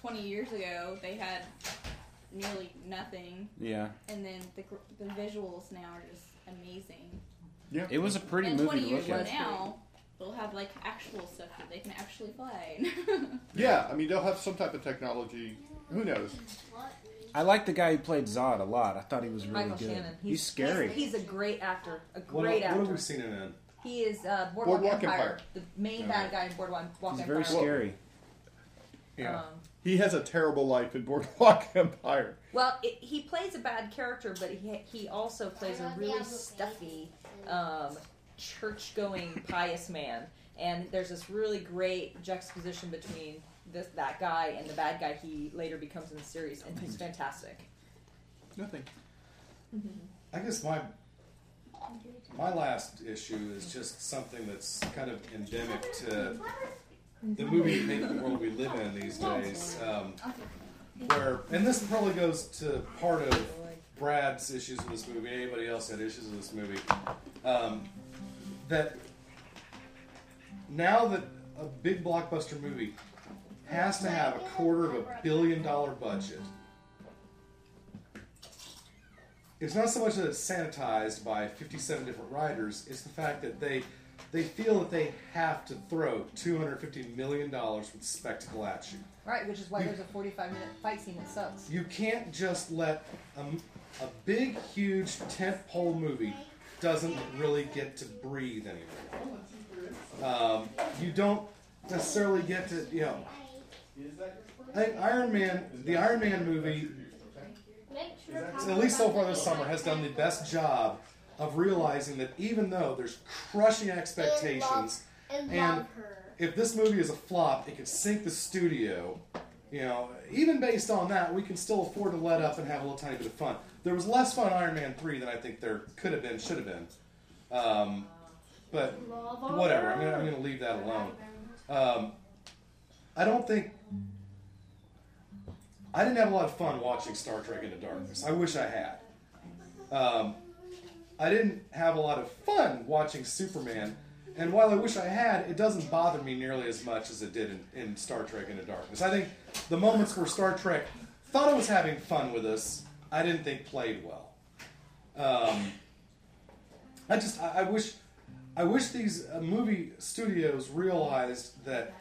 [SPEAKER 14] 20 years ago they had nearly nothing.
[SPEAKER 11] Yeah.
[SPEAKER 14] And then the, gr- the visuals now are just amazing.
[SPEAKER 12] Yeah.
[SPEAKER 11] It was a pretty
[SPEAKER 14] and
[SPEAKER 11] movie
[SPEAKER 14] 20
[SPEAKER 11] to look
[SPEAKER 14] years
[SPEAKER 11] at.
[SPEAKER 14] now, they'll have like actual stuff that they can actually play. (laughs)
[SPEAKER 12] Yeah, I mean they'll have some type of technology. Who knows?
[SPEAKER 11] I like the guy who played Zod a lot. I thought he was really
[SPEAKER 15] Michael
[SPEAKER 11] good.
[SPEAKER 15] Shannon.
[SPEAKER 11] He's, scary.
[SPEAKER 15] He's, a great actor. A great
[SPEAKER 11] What- what
[SPEAKER 15] actor.
[SPEAKER 11] have we
[SPEAKER 3] seen him in?
[SPEAKER 15] He is uh, Boardwalk,
[SPEAKER 11] Boardwalk
[SPEAKER 15] Empire,
[SPEAKER 11] Empire.
[SPEAKER 15] the main
[SPEAKER 12] Yeah.
[SPEAKER 15] bad guy in Boardwalk Walk
[SPEAKER 11] He's
[SPEAKER 15] Empire.
[SPEAKER 11] very scary.
[SPEAKER 12] Yeah.
[SPEAKER 15] Um,
[SPEAKER 12] he has a terrible life in Boardwalk (laughs) Empire.
[SPEAKER 15] Well, it, he plays a bad character, but he he also plays a really stuffy, um, church-going,
[SPEAKER 25] (laughs)
[SPEAKER 15] pious man. And there's this really great juxtaposition between this that guy and the bad guy he later becomes in the series, and he's fantastic.
[SPEAKER 12] Nothing.
[SPEAKER 3] I guess my my last issue is just something that's kind of endemic to the movie making world we live in these days. Um, where and this probably goes to part of Brad's issues with this movie. Anybody else had issues with this movie? Um, that now that a big blockbuster movie has to have a quarter of a billion dollar budget, it's not so much that it's sanitized by 57 different writers. It's the fact that they they feel that they have to throw 250 million dollars with spectacle at you.
[SPEAKER 15] Right, which is why
[SPEAKER 25] (laughs)
[SPEAKER 15] there's a 45-minute fight scene that sucks.
[SPEAKER 3] You can't just let a, a big, huge tentpole movie doesn't really get to breathe anymore. Um, you don't necessarily get to, you know. I think Iron Man, the Iron Man movie, at least so far this summer, has done the best job of realizing that even though there's crushing expectations,
[SPEAKER 25] And
[SPEAKER 3] and
[SPEAKER 25] love her.
[SPEAKER 3] if this movie is a flop, it could sink the studio. You know, even based on that, we can still afford to let up and have a little tiny bit of fun. There was less fun in Iron Man 3 than I think there could have been, should have been. Um, but whatever, I'm gonna, I'm gonna leave that alone. Um, I don't think. I didn't have a lot of fun watching Star Trek Into Darkness. I wish I had. Um, I didn't have a lot of fun watching Superman, and while I wish I had, it doesn't bother me nearly as much as it did in, in Star Trek Into Darkness. I think the moments where Star Trek thought it was having fun with us, I didn't think played well. Um, I just I, I wish I wish these uh, movie studios realized that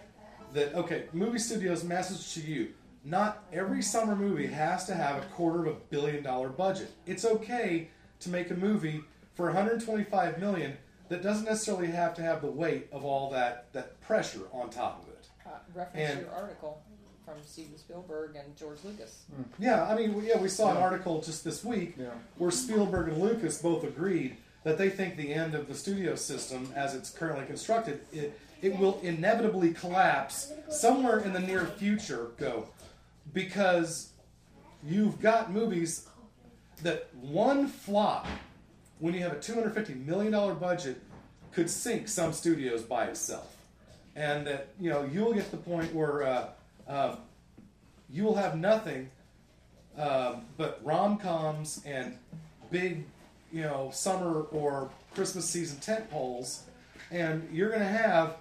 [SPEAKER 3] that okay movie studios message to you not every summer movie has to have a quarter of a billion dollar budget it's okay to make a movie for 125 million that doesn't necessarily have to have the weight of all that that pressure on top of it
[SPEAKER 15] Uh, reference
[SPEAKER 3] And-
[SPEAKER 15] your article from Steven Spielberg and George Lucas.
[SPEAKER 3] Yeah, I mean, we- yeah, we saw an article just this week where Spielberg and Lucas both agreed that they think the end of the studio system, as it's currently constructed, it, it will inevitably collapse somewhere in the near future. Go, because you've got movies that one flop, when you have a two hundred fifty million dollar budget, could sink some studios by itself, and that you know you'll get to the point where. Uh, uh, you will have nothing um, but rom coms and big, you know, summer or Christmas season tent poles, and you're going to have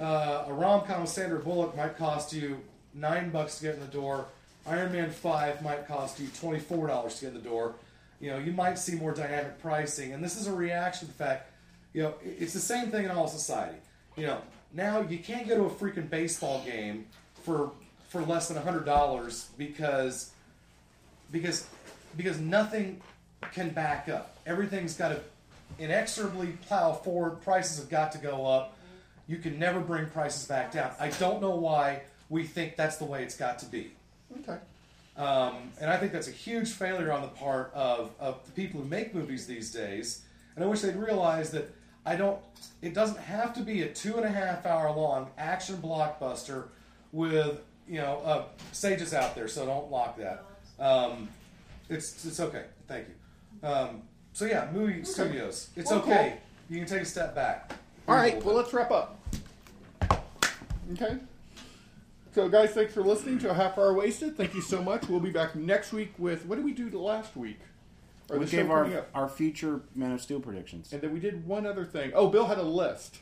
[SPEAKER 3] uh, a rom com with Sandra Bullock might cost you nine bucks to get in the door. Iron Man Five might cost you twenty four dollars to get in the door. You know, you might see more dynamic pricing, and this is a reaction to the fact, you know, it- it's the same thing in all society. You know, now you can't go to a freaking baseball game for for less than hundred dollars because because because nothing can back up. Everything's got to inexorably plow forward. Prices have got to go up. You can never bring prices back down. I don't know why we think that's the way it's got to be.
[SPEAKER 12] Okay.
[SPEAKER 3] Um, and I think that's a huge failure on the part of, of the people who make movies these days. And I wish they'd realize that I don't. It doesn't have to be a two and a half hour long action blockbuster with you know uh, Sages out there, so don't lock that. Um, it's it's okay. Thank you. Um, so yeah, movie studios. It's
[SPEAKER 12] Well, cool.
[SPEAKER 3] okay. You can take a step back.
[SPEAKER 12] All right, well, let's wrap up. Okay. So, guys, thanks for listening to a half hour wasted. Thank you so much. We'll be back next week with what did we do last week? Or
[SPEAKER 11] we
[SPEAKER 12] the show
[SPEAKER 11] gave
[SPEAKER 12] coming
[SPEAKER 11] our
[SPEAKER 12] up.
[SPEAKER 11] our future Man of Steel predictions.
[SPEAKER 12] And then we did one other thing. Oh, Bill had a list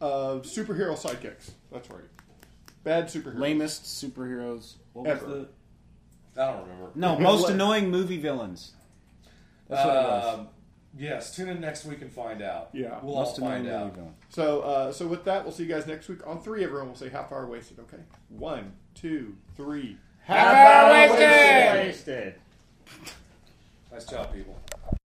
[SPEAKER 12] of superhero sidekicks. That's right. Bad superheroes.
[SPEAKER 11] Lamest superheroes what was
[SPEAKER 12] Ever. (laughs)
[SPEAKER 11] the-
[SPEAKER 3] I don't remember.
[SPEAKER 11] No, most annoying movie villains. That's what it
[SPEAKER 12] Uh,
[SPEAKER 11] was.
[SPEAKER 3] Um, yes, tune in next week and find out.
[SPEAKER 12] Yeah.
[SPEAKER 3] we'll all find out.
[SPEAKER 12] So, uh, so with that, we'll see you guys next week on three. Everyone will say half hour wasted. Okay. One, two, three.
[SPEAKER 3] Half hour wasted! Nice job, people.